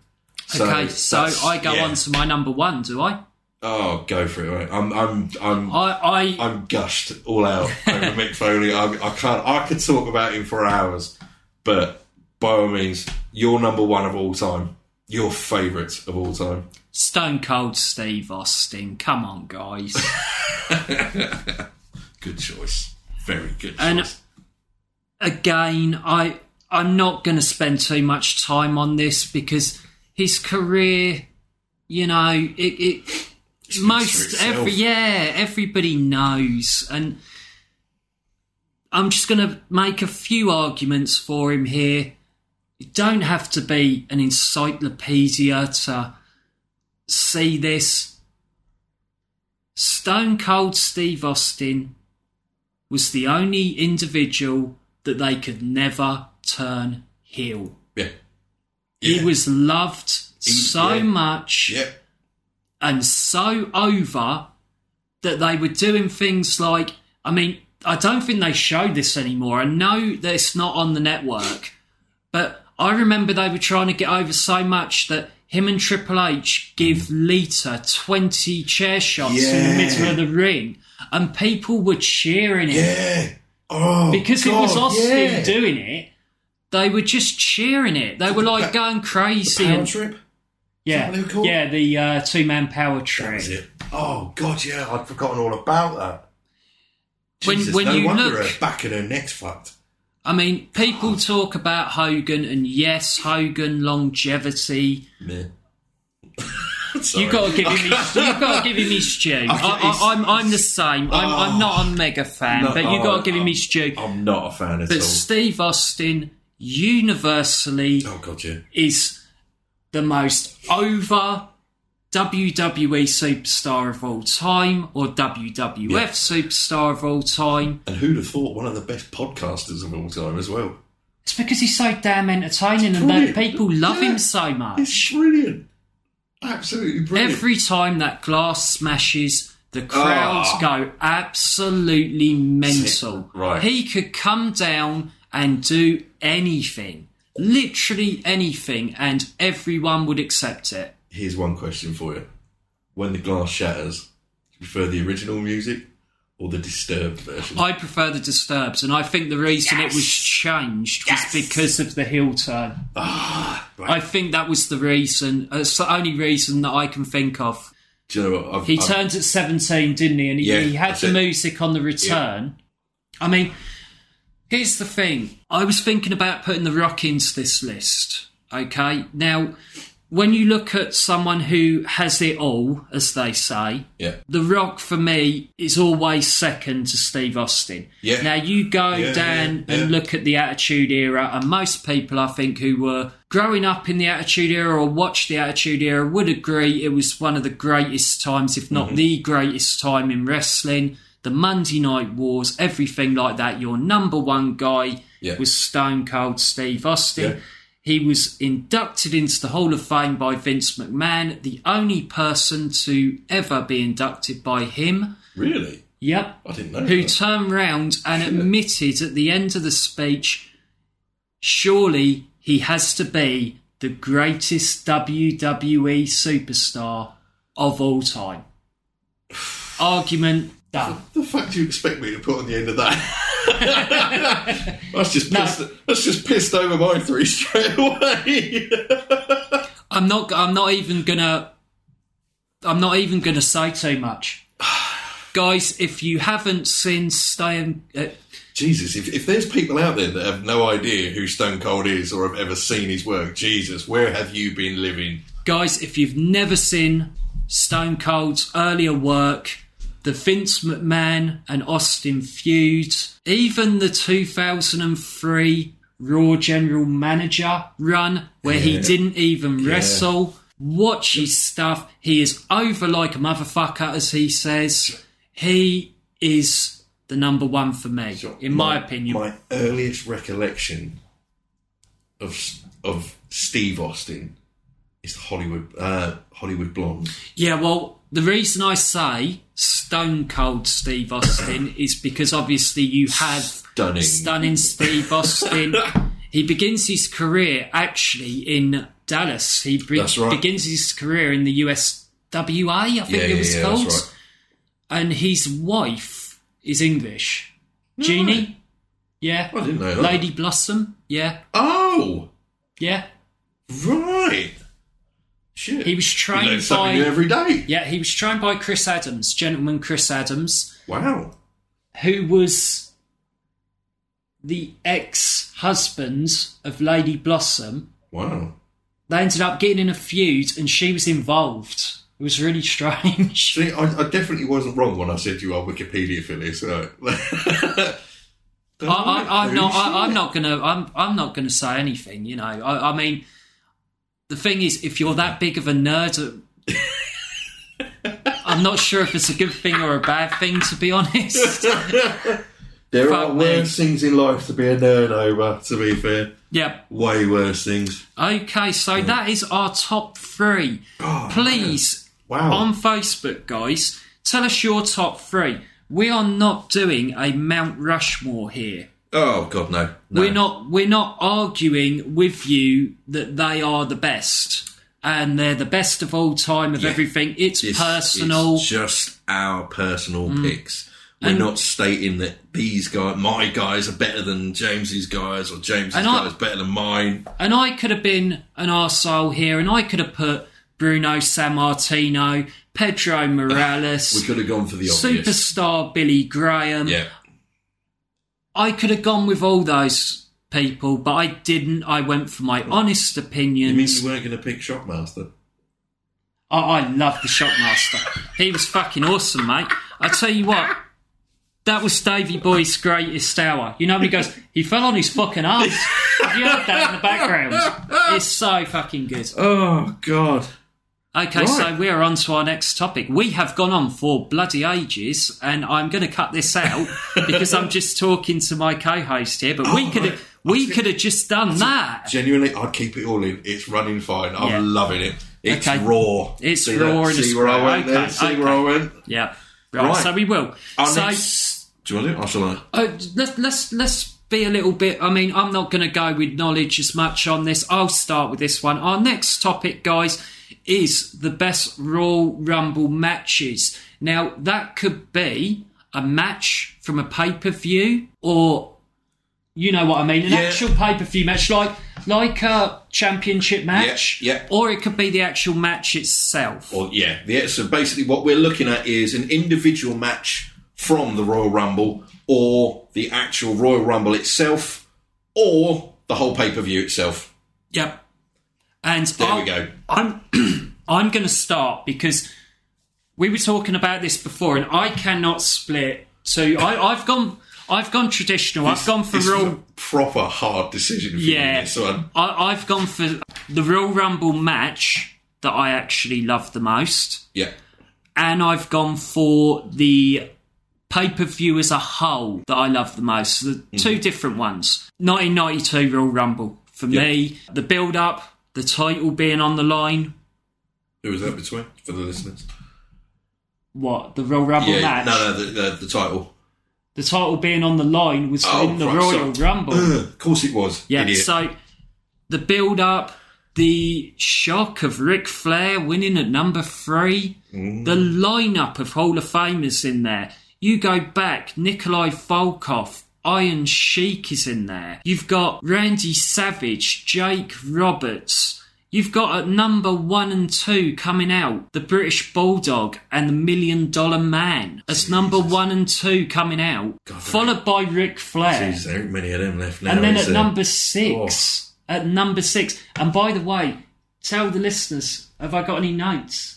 [SPEAKER 2] okay, so
[SPEAKER 3] that's-
[SPEAKER 2] I go
[SPEAKER 3] yeah.
[SPEAKER 2] on to my number one, do I?
[SPEAKER 3] Oh, go for it. Right? I'm, I'm, I'm,
[SPEAKER 2] I, I
[SPEAKER 3] I'm gushed all out over Mick Foley. I, I can't. I could talk about him for hours, but by all means, you're number one of all time. Your favourite of all time.
[SPEAKER 2] Stone Cold Steve Austin. Come on, guys.
[SPEAKER 3] Good choice. Very good choice.
[SPEAKER 2] And- again, I I'm not going to spend too much time on this because his career, you know, it, it most
[SPEAKER 3] itself.
[SPEAKER 2] every yeah everybody knows, and I'm just going to make a few arguments for him here. You don't have to be an encyclopedia to see this. Stone Cold Steve Austin was the only individual that they could never turn heel.
[SPEAKER 3] yeah,
[SPEAKER 2] He was loved so
[SPEAKER 3] yeah.
[SPEAKER 2] much
[SPEAKER 3] yeah,
[SPEAKER 2] and so over that they were doing things like I mean, I don't think they show this anymore. I know that it's not on the network, but I remember they were trying to get over so much that him and Triple H give Lita 20 chair shots in the middle of the ring, and people were cheering him
[SPEAKER 3] yeah. Oh,
[SPEAKER 2] because it
[SPEAKER 3] God,
[SPEAKER 2] was Austin
[SPEAKER 3] yeah.
[SPEAKER 2] doing it. They were just cheering it. They were like going crazy.
[SPEAKER 3] Power
[SPEAKER 2] and-
[SPEAKER 3] trip.
[SPEAKER 2] yeah,
[SPEAKER 3] what they were called?
[SPEAKER 2] yeah, the uh, two man power
[SPEAKER 3] That
[SPEAKER 2] trip.
[SPEAKER 3] was it. Oh God, yeah. I'd forgotten all about that.
[SPEAKER 2] When-
[SPEAKER 3] Jesus,
[SPEAKER 2] when
[SPEAKER 3] no
[SPEAKER 2] you
[SPEAKER 3] wonder
[SPEAKER 2] look-
[SPEAKER 3] her back and her neck's fucked.
[SPEAKER 2] I mean, people talk about Hogan, and yes, Hogan longevity.
[SPEAKER 3] Meh.
[SPEAKER 2] You got to give him. His, you got to give him his due. I,
[SPEAKER 3] he's-
[SPEAKER 2] I, I'm, I'm the same. I'm,
[SPEAKER 3] Oh.
[SPEAKER 2] I'm not a mega fan,
[SPEAKER 3] No,
[SPEAKER 2] but you got
[SPEAKER 3] oh,
[SPEAKER 2] to give him
[SPEAKER 3] oh,
[SPEAKER 2] his due.
[SPEAKER 3] I'm not a fan at all.
[SPEAKER 2] But Steve Austin, universally,
[SPEAKER 3] Oh God, yeah.
[SPEAKER 2] is the most over WWE superstar of all time or WWF
[SPEAKER 3] Yeah.
[SPEAKER 2] superstar of all time.
[SPEAKER 3] And who'd have thought one of the best podcasters of all time as well?
[SPEAKER 2] It's because he's so damn entertaining and that
[SPEAKER 3] brilliant.
[SPEAKER 2] people love
[SPEAKER 3] Yeah.
[SPEAKER 2] him so much.
[SPEAKER 3] It's brilliant. Absolutely brilliant.
[SPEAKER 2] Every time that glass smashes, the crowds
[SPEAKER 3] Ah.
[SPEAKER 2] go absolutely mental.
[SPEAKER 3] Right.
[SPEAKER 2] He could come down and do anything, literally anything, and everyone would accept it.
[SPEAKER 3] Here's one question for you. When the glass shatters, do you prefer the original music or the disturbed version?
[SPEAKER 2] I prefer the Disturbs, and I think the reason it was changed was because of the heel turn.
[SPEAKER 3] Ah,
[SPEAKER 2] I think that was the reason. uh, It's the only reason that I can think of.
[SPEAKER 3] do you know what? I've,
[SPEAKER 2] He
[SPEAKER 3] I've-
[SPEAKER 2] turned at 17, didn't he? And he,
[SPEAKER 3] Um, Yeah,
[SPEAKER 2] he had
[SPEAKER 3] that's
[SPEAKER 2] the
[SPEAKER 3] it.
[SPEAKER 2] music on the return. I mean, here's the thing. I was thinking about putting The Rock into this list, okay? Now, when you look at someone who has it all, as they say,
[SPEAKER 3] Yeah.
[SPEAKER 2] the Rock for me is always second to Steve Austin.
[SPEAKER 3] Yeah.
[SPEAKER 2] Now you go
[SPEAKER 3] Yeah,
[SPEAKER 2] down
[SPEAKER 3] yeah,
[SPEAKER 2] and
[SPEAKER 3] yeah.
[SPEAKER 2] look at the Attitude Era, and most people I think who were growing up in the Attitude Era or watched the Attitude Era
[SPEAKER 3] Mm-hmm.
[SPEAKER 2] would agree it was one of the greatest times, if not the greatest time in wrestling. the Monday Night Wars, everything like that. Your number one guy
[SPEAKER 3] Yeah.
[SPEAKER 2] was Stone Cold Steve Austin.
[SPEAKER 3] Yeah.
[SPEAKER 2] He was inducted into the Hall of Fame by Vince McMahon, the only person to ever be inducted by him.
[SPEAKER 3] Really?
[SPEAKER 2] Yep
[SPEAKER 3] I didn't know.
[SPEAKER 2] who
[SPEAKER 3] that.
[SPEAKER 2] turned round and admitted at the end of the speech, surely he has to be the greatest WWE superstar of all time. Argument done.
[SPEAKER 3] the fuck do you expect me to put on the end of that? that's just pissed, that's just pissed over my three straight away.
[SPEAKER 2] I'm not. I'm not even gonna. I'm not even gonna say too much, guys. If you haven't seen Stay and uh,
[SPEAKER 3] Jesus, if, if there's people out there that have no idea who Stone Cold is or have ever seen his work, Jesus, where have you been living?
[SPEAKER 2] guys, if you've never seen Stone Cold's earlier work, the Vince McMahon and Austin feud, even the 2003 Raw General Manager run where he didn't even wrestle, watch his stuff. He is over like a motherfucker, as he says. He is the number one for me, in my, opinion.
[SPEAKER 3] my earliest recollection of of Steve Austin is the Hollywood uh, Hollywood Blonde.
[SPEAKER 2] Yeah, well, the reason I say Stone Cold Steve Austin is because obviously you have
[SPEAKER 3] Stunning.
[SPEAKER 2] stunning Steve Austin. he begins his career actually in Dallas. He be-
[SPEAKER 3] That's right.
[SPEAKER 2] begins his career in the USWA, I think it was called.
[SPEAKER 3] that's right.
[SPEAKER 2] And his wife is English. Jeannie? Yeah.
[SPEAKER 3] I didn't know that.
[SPEAKER 2] Lady Blossom? Yeah.
[SPEAKER 3] Oh,
[SPEAKER 2] Yeah.
[SPEAKER 3] right. Shit.
[SPEAKER 2] He was
[SPEAKER 3] You learn
[SPEAKER 2] trained
[SPEAKER 3] something new
[SPEAKER 2] by.
[SPEAKER 3] every day.
[SPEAKER 2] Yeah, he was trained by Chris Adams, gentleman Chris Adams.
[SPEAKER 3] Wow.
[SPEAKER 2] who was the ex husband of Lady Blossom.
[SPEAKER 3] Wow.
[SPEAKER 2] They ended up getting in a feud and she was involved. It was really strange.
[SPEAKER 3] See, I, I definitely wasn't wrong when I said you are Wikipedia Uh, for this. So.
[SPEAKER 2] I, I, I'm not. I, I'm not gonna. I'm. I'm not gonna say anything. You know. I, I mean, the thing is, if you're that big of a nerd, uh, I'm not sure if it's a good thing or a bad thing. To be honest.
[SPEAKER 3] There
[SPEAKER 2] Fuck
[SPEAKER 3] are
[SPEAKER 2] me.
[SPEAKER 3] worse things in life to be a nerd over. To be fair,
[SPEAKER 2] Yeah.
[SPEAKER 3] way worse things.
[SPEAKER 2] Okay. So that is our top three. Please
[SPEAKER 3] Wow.
[SPEAKER 2] on Facebook, guys. Tell us your top three. We are not doing a Mount Rushmore here.
[SPEAKER 3] oh God, no. no.
[SPEAKER 2] We're not. We're not arguing with you that they are the best and they're the best of all time of everything. It's
[SPEAKER 3] This
[SPEAKER 2] personal. Mm.
[SPEAKER 3] is just our personal picks. We're not stating that these guys, my guys, are better than James's guys, or James's
[SPEAKER 2] And I-
[SPEAKER 3] guys better than mine.
[SPEAKER 2] and I could have been an arsehole here, and I could have put Bruno Sammartino, Pedro
[SPEAKER 3] Ah, We
[SPEAKER 2] Morales,
[SPEAKER 3] could have gone for the obvious.
[SPEAKER 2] superstar Billy Graham.
[SPEAKER 3] Yeah,
[SPEAKER 2] I could have gone with all those people, but I didn't. I went for my honest
[SPEAKER 3] you mean
[SPEAKER 2] opinions.
[SPEAKER 3] you weren't going to pick Shockmaster?
[SPEAKER 2] I, I love the Shockmaster. he was fucking awesome, mate. I tell you what, that was Davy Boy's greatest hour. You know when he goes, he fell on his fucking ass. Have you heard that in the background? It's so fucking good.
[SPEAKER 3] Oh God!
[SPEAKER 2] Okay, so we're on to our next topic. We have gone on for bloody ages, and I'm going to cut this out because I'm just talking to my co-host here. But we
[SPEAKER 3] Oh,
[SPEAKER 2] could
[SPEAKER 3] right.
[SPEAKER 2] have we could have just done that.
[SPEAKER 3] Genuinely, I'd keep it all in. It's running fine. I'm
[SPEAKER 2] Yeah.
[SPEAKER 3] loving it. It's
[SPEAKER 2] Okay.
[SPEAKER 3] raw.
[SPEAKER 2] It's
[SPEAKER 3] See
[SPEAKER 2] raw and
[SPEAKER 3] That?
[SPEAKER 2] it's
[SPEAKER 3] See where I
[SPEAKER 2] raw.
[SPEAKER 3] went there?
[SPEAKER 2] Okay,
[SPEAKER 3] See where I went?
[SPEAKER 2] Yeah, right.
[SPEAKER 3] Right.
[SPEAKER 2] So we will.
[SPEAKER 3] Our
[SPEAKER 2] so
[SPEAKER 3] next- Do you want to do it? I shall. I?
[SPEAKER 2] uh, let's let's let's be a little bit. I mean, I'm not going to go with knowledge as much on this. I'll start with this one. Our next topic, guys, is the best Royal Rumble matches. Now that could be a match from a pay per view, or you know what I mean, an
[SPEAKER 3] Yeah.
[SPEAKER 2] actual pay per view match, like like a championship match,
[SPEAKER 3] yeah.
[SPEAKER 2] or it could be the actual match itself.
[SPEAKER 3] Well, yeah. The, so basically, what we're looking at is an individual match from the Royal Rumble, or the actual Royal Rumble itself, or the whole pay per view itself.
[SPEAKER 2] Yep. And
[SPEAKER 3] There
[SPEAKER 2] I'll-
[SPEAKER 3] we go.
[SPEAKER 2] I'm I'm going to start because we were talking about this before, and I cannot split. So I, I've gone I've gone traditional. I've gone for
[SPEAKER 3] This was a
[SPEAKER 2] real.
[SPEAKER 3] proper hard decision. For yeah.
[SPEAKER 2] Yeah.
[SPEAKER 3] This one.
[SPEAKER 2] I, I've gone for the Royal Rumble match that I actually love the most,
[SPEAKER 3] Yeah.
[SPEAKER 2] and I've gone for the pay per view as a whole that I love the most. The
[SPEAKER 3] Mm-hmm.
[SPEAKER 2] two different ones 1992 Royal Rumble for me, the build up, the title being on the line.
[SPEAKER 3] Who was that between for the listeners?
[SPEAKER 2] What the Royal Rumble
[SPEAKER 3] Yeah,
[SPEAKER 2] match?
[SPEAKER 3] no, no, the, the, the title.
[SPEAKER 2] The title being on the line was in the
[SPEAKER 3] Oh, right,
[SPEAKER 2] Royal
[SPEAKER 3] sorry.
[SPEAKER 2] Rumble.
[SPEAKER 3] Ugh, of course it was.
[SPEAKER 2] Yeah,
[SPEAKER 3] Idiot.
[SPEAKER 2] so the build up, the shock of Ric Flair winning at number three, the lineup of Hall of Famers in there. You go back, Nikolai Volkov, Iron Sheik is in there. You've got Randy Savage, Jake Roberts. You've got at number one and two coming out the British Bulldog and the Million Dollar Man as number one and two coming out, followed by Ric Flair.
[SPEAKER 3] Jeez, there ain't many of them left now.
[SPEAKER 2] And then
[SPEAKER 3] is Oh.
[SPEAKER 2] at
[SPEAKER 3] there?
[SPEAKER 2] number six, at number six, and by the way, tell the listeners, have I got any notes?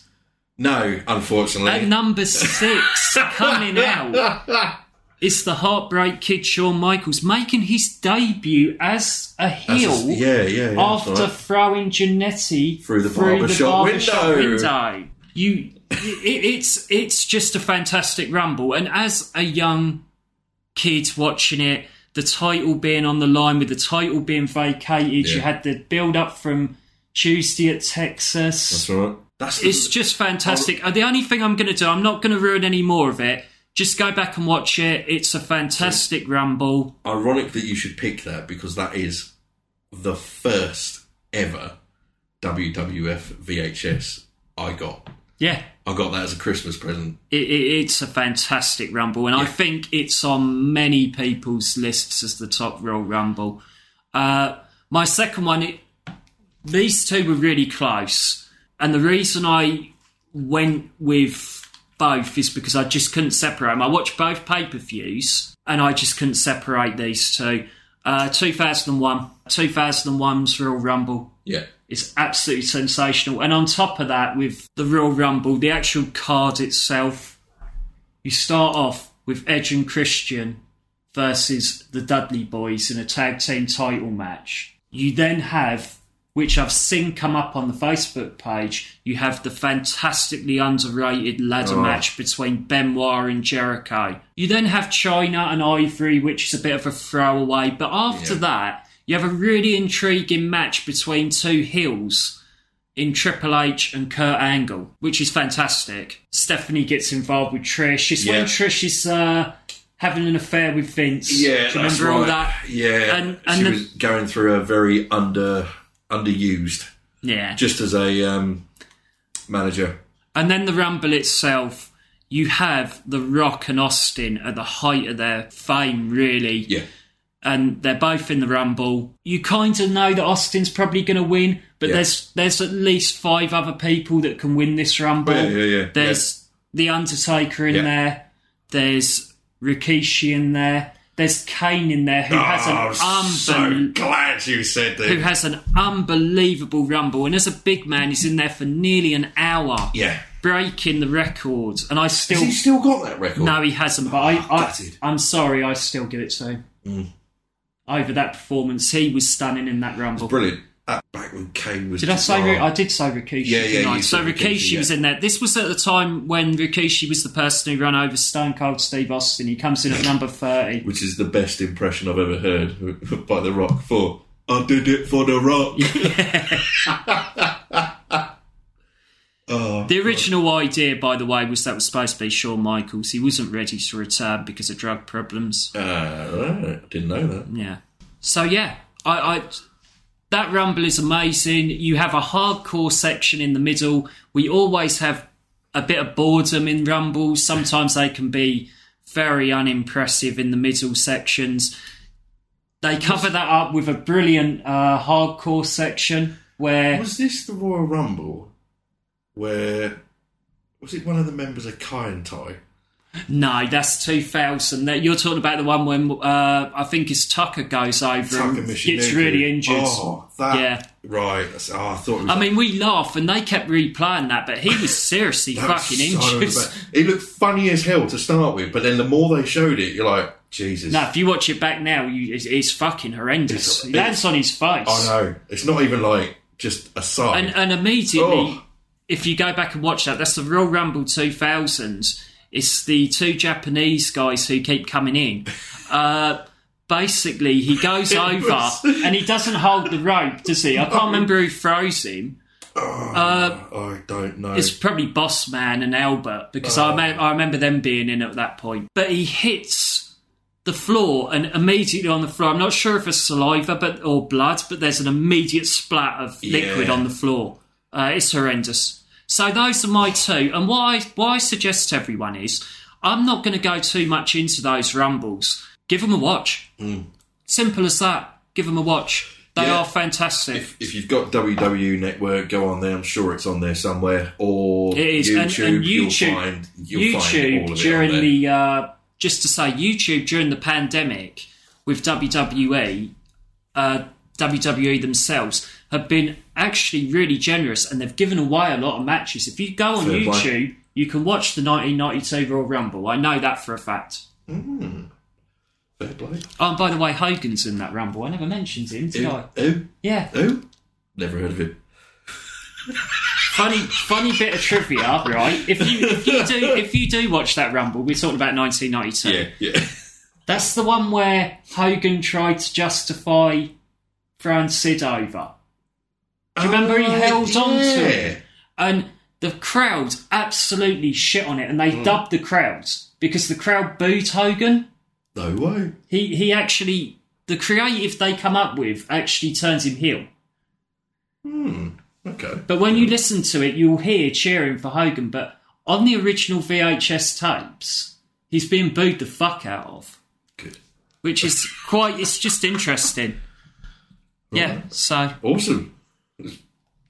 [SPEAKER 3] no, unfortunately,
[SPEAKER 2] At number six, coming out, it's the Heartbreak Kid Shawn Michaels making his debut as a
[SPEAKER 3] That's
[SPEAKER 2] heel
[SPEAKER 3] just- yeah, yeah, yeah.
[SPEAKER 2] after
[SPEAKER 3] that's all right.
[SPEAKER 2] throwing Janetti
[SPEAKER 3] Through the barbershop window.
[SPEAKER 2] window. You, it, it's it's just a fantastic rumble, and as a young kid watching it, the title being on the line with the title being vacated, you
[SPEAKER 3] Yeah.
[SPEAKER 2] had the build up from Tuesday at Texas.
[SPEAKER 3] That's all right. That's the-
[SPEAKER 2] It's just fantastic. Uh, The only thing I'm going to do, I'm not going to ruin any more of it. Just go back and watch it. It's a fantastic rumble.
[SPEAKER 3] ironic that you should pick that because that is the first ever WWF VHS I got.
[SPEAKER 2] Yeah,
[SPEAKER 3] I got that as a Christmas present.
[SPEAKER 2] it, it, it's a fantastic rumble, and I think it's on many people's lists as the top Royal Rumble. Uh, my second one, it, these two were really close, and the reason I went with both is because I just couldn't separate them. I watched both pay per views, and I just couldn't separate these two. Uh, 2001, 2001's Royal Rumble.
[SPEAKER 3] Yeah.
[SPEAKER 2] It's absolutely sensational. And on top of that, with the Royal Rumble, the actual card itself, you start off with Edge and Christian versus the Dudley Boys in a tag team title match. You then have, which I've seen come up on the Facebook page, you have the fantastically underrated ladder match between Benoit and Jericho. You then have China and Ivory, which is a bit of a throwaway, but after that, you have a really intriguing match between two heels in Triple H and Kurt Angle, which is fantastic. Stephanie gets involved with Trish. It's
[SPEAKER 3] Yeah.
[SPEAKER 2] when Trish is uh, having an affair with Vince.
[SPEAKER 3] Yeah,
[SPEAKER 2] Do you remember all
[SPEAKER 3] right.
[SPEAKER 2] that?
[SPEAKER 3] Yeah,
[SPEAKER 2] And-
[SPEAKER 3] and,
[SPEAKER 2] and
[SPEAKER 3] she
[SPEAKER 2] the-
[SPEAKER 3] was going through a very under underused,
[SPEAKER 2] Yeah.
[SPEAKER 3] just as a um, manager.
[SPEAKER 2] And then the Rumble itself, you have The Rock and Austin at the height of their fame, really.
[SPEAKER 3] Yeah,
[SPEAKER 2] and they're both in the rumble. You kind of know that Austin's probably going to win, but
[SPEAKER 3] Yeah.
[SPEAKER 2] there's there's at least five other people that can win this rumble.
[SPEAKER 3] Yeah, yeah, yeah,
[SPEAKER 2] There's the Undertaker in
[SPEAKER 3] Yeah.
[SPEAKER 2] there. There's Rikishi in there. There's Kane in there who
[SPEAKER 3] Oh, I'm
[SPEAKER 2] has an
[SPEAKER 3] so
[SPEAKER 2] unbel-
[SPEAKER 3] glad you said that.
[SPEAKER 2] who has an unbelievable rumble, and as a big man, he's in there for nearly an hour,
[SPEAKER 3] yeah,
[SPEAKER 2] breaking the records. And I still
[SPEAKER 3] has he still got that record?
[SPEAKER 2] no, he hasn't. But I, I
[SPEAKER 3] gutted. Mm.
[SPEAKER 2] I'm sorry, I still give it to him. Over that performance, he was stunning in that rumble.
[SPEAKER 3] brilliant. That back when Kane was.
[SPEAKER 2] Did I
[SPEAKER 3] just-
[SPEAKER 2] say? Ri-
[SPEAKER 3] oh,
[SPEAKER 2] I did say Rikishi.
[SPEAKER 3] Yeah, yeah,
[SPEAKER 2] didn't I?
[SPEAKER 3] you
[SPEAKER 2] So
[SPEAKER 3] said
[SPEAKER 2] Rikishi,
[SPEAKER 3] Rikishi, yeah.
[SPEAKER 2] was in there. This was at the time when Rikishi was the person who ran over Stone Cold Steve Austin. He comes in at number thirty.
[SPEAKER 3] which is the best impression I've ever heard by The Rock for I did it for The Rock. oh,
[SPEAKER 2] The original idea, by the way, was that was supposed to be Shawn Michaels. He wasn't ready to return because of drug problems.
[SPEAKER 3] uh, right. didn't know that.
[SPEAKER 2] Yeah. So yeah, I, I that rumble is amazing. You have a hardcore section in the middle. We always have a bit of boredom in rumbles. Sometimes they can be very unimpressive in the middle sections. They cover that up with a brilliant uh, hardcore section where
[SPEAKER 3] Was this the Royal Rumble where was it one of the members of Kai and Tai?
[SPEAKER 2] no, that's two thousand. That you're talking about the one when uh, I think it's Tucker goes over
[SPEAKER 3] Taka
[SPEAKER 2] and gets
[SPEAKER 3] Michinoku?
[SPEAKER 2] really injured.
[SPEAKER 3] Oh, that,
[SPEAKER 2] Yeah.
[SPEAKER 3] right. that's- oh, I thought. It was,
[SPEAKER 2] I mean, we laugh, and they kept replaying that, but he was seriously
[SPEAKER 3] that was
[SPEAKER 2] fucking
[SPEAKER 3] so
[SPEAKER 2] injured.
[SPEAKER 3] bad. It looked funny as hell to start with, but then the more they showed it, you're like, Jesus.
[SPEAKER 2] No, if you watch it back now, you, it's, it's fucking horrendous.
[SPEAKER 3] It's-
[SPEAKER 2] he lands on his face,
[SPEAKER 3] I know. It's not even like just a side.
[SPEAKER 2] and and immediately,
[SPEAKER 3] Oh.
[SPEAKER 2] if you go back and watch that, that's the Royal Rumble 2000s. It's the two Japanese guys who keep coming in. Uh, basically, he goes over and he doesn't hold the rope, does he? I can't remember who throws him.
[SPEAKER 3] Oh.
[SPEAKER 2] Uh,
[SPEAKER 3] I don't know.
[SPEAKER 2] It's probably Boss Man and Albert because
[SPEAKER 3] Oh.
[SPEAKER 2] I, me- I remember them being in at that point. But he hits the floor and immediately on the floor. I'm not sure if it's saliva but or blood, but there's an immediate splat of liquid
[SPEAKER 3] Yeah.
[SPEAKER 2] on the floor. Uh, it's horrendous. So those are my two. And what I, what I suggest to everyone is I'm not going to go too much into those rumbles. Give them a watch. Simple as that. Give them a watch. They
[SPEAKER 3] Hmm. Yeah.
[SPEAKER 2] are fantastic.
[SPEAKER 3] if, if you've got WW Network, go on there. I'm sure it's on there somewhere. Or
[SPEAKER 2] It is, and-
[SPEAKER 3] YouTube,
[SPEAKER 2] and YouTube-
[SPEAKER 3] you'll find you'll
[SPEAKER 2] YouTube
[SPEAKER 3] find all of
[SPEAKER 2] during
[SPEAKER 3] it on there.
[SPEAKER 2] the uh, just to say YouTube during the pandemic with WWE, uh, WWE themselves have been actually really generous and they've given away a lot of matches. If you go on
[SPEAKER 3] Fair play.
[SPEAKER 2] YouTube, you can watch the 1992 Royal Rumble. I know that for a fact.
[SPEAKER 3] Fair play.
[SPEAKER 2] Oh, and by the way, Hogan's in that Rumble. I never mentioned him, did I?
[SPEAKER 3] Who? Who?
[SPEAKER 2] Yeah.
[SPEAKER 3] Who? Never heard of him.
[SPEAKER 2] Funny, funny bit of trivia, right? If you if you do if you do watch that Rumble, we're talking about 1992.
[SPEAKER 3] Yeah, yeah.
[SPEAKER 2] That's the one where Hogan tried to justify throwing Sid over. Do you remember he held on to it?
[SPEAKER 3] Oh, Yeah.
[SPEAKER 2] And the crowd absolutely shit on it and they dubbed the crowd because the crowd booed Hogan.
[SPEAKER 3] No way.
[SPEAKER 2] He he actually the creative they come up with actually turns him heel.
[SPEAKER 3] Okay.
[SPEAKER 2] But when you listen to it, you'll hear cheering for Hogan. But on the original VHS tapes, he's being booed the fuck out of.
[SPEAKER 3] Good.
[SPEAKER 2] which is quite it's just interesting yeah so
[SPEAKER 3] Awesome.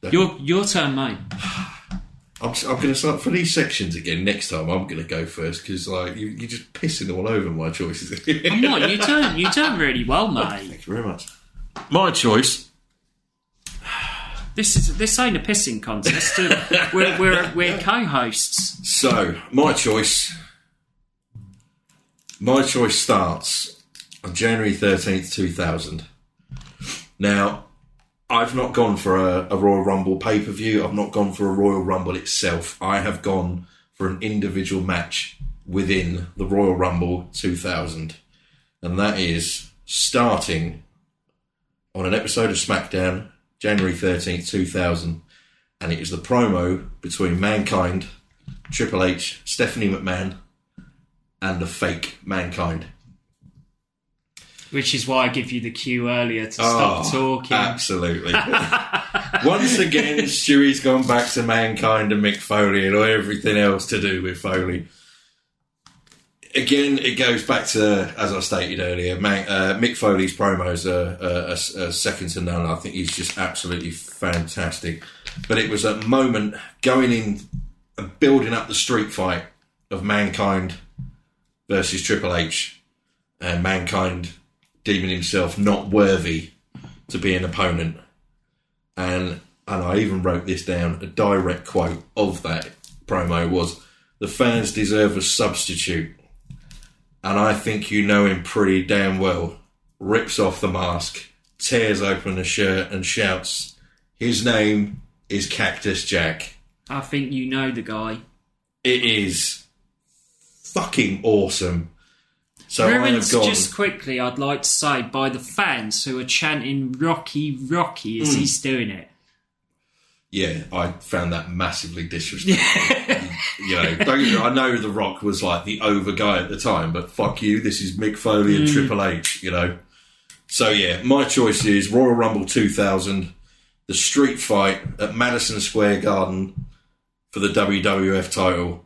[SPEAKER 2] your your turn mate
[SPEAKER 3] I'm, I'm going to start for these sections again next time. I'm going to go first because like you, you're just pissing all over my choices.
[SPEAKER 2] i'm not you turn you turn really well mate
[SPEAKER 3] Thank you very much.
[SPEAKER 4] My choice.
[SPEAKER 2] this is this ain't a pissing contest is it? we're, we're we're co-hosts
[SPEAKER 3] So, my choice. My choice starts on January 13th, 2000. Now, I've not gone for a, a Royal Rumble pay per view. I've not gone for a Royal Rumble itself. I have gone for an individual match within the Royal Rumble 2000. And that is starting on an episode of SmackDown, January 13th, 2000. And it is the promo between Mankind Triple H, Stephanie McMahon, and the fake Mankind.
[SPEAKER 2] which is why i give you the cue earlier to stop
[SPEAKER 3] Oh,
[SPEAKER 2] talking
[SPEAKER 3] Absolutely. Once again, Stewie's gone back to Mankind and Mick Foley and everything else to do with Foley. Again, it goes back to, as I stated earlier, Man, uh, Mick Foley's promos are, are, are, are second to none. I think he's just absolutely fantastic. But it was a moment going in and building up the street fight of Mankind versus Triple H and Mankind deeming himself not worthy to be an opponent. And and I even wrote this down. A direct quote of that promo was the fans deserve a substitute. And I think you know him pretty damn well. Rips off the mask, tears open the shirt and shouts, His name is Cactus Jack.
[SPEAKER 2] i think you know the guy
[SPEAKER 3] It is fucking awesome. So I have
[SPEAKER 2] Ruins,
[SPEAKER 3] gone
[SPEAKER 2] just quickly, I'd like to say, by the fans who are chanting Rocky, Rocky
[SPEAKER 3] Hmm.
[SPEAKER 2] as he's doing it.
[SPEAKER 3] Yeah, I found that massively disrespectful. you know, don't get me wrong, I know The Rock was like the over guy at the time, but fuck you, this is Mick Foley and Triple H, you know. So yeah, my choice is Royal Rumble 2000, the street fight at Madison Square Garden for the WWF title.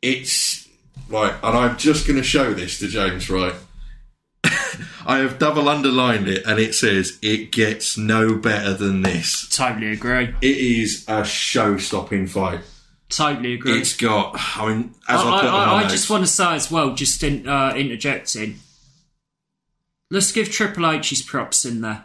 [SPEAKER 3] It's like, and I'm just going to show this to James, right? I have double underlined it, and it says it gets no better than this.
[SPEAKER 2] Totally agree.
[SPEAKER 3] It is a show-stopping fight.
[SPEAKER 2] Totally agree.
[SPEAKER 3] It's got. I mean, as I,
[SPEAKER 2] I,
[SPEAKER 3] put on
[SPEAKER 2] I,
[SPEAKER 3] my
[SPEAKER 2] I, I
[SPEAKER 3] notes,
[SPEAKER 2] just want to say as well, just in, uh, interjecting. Let's give Triple H his props in there.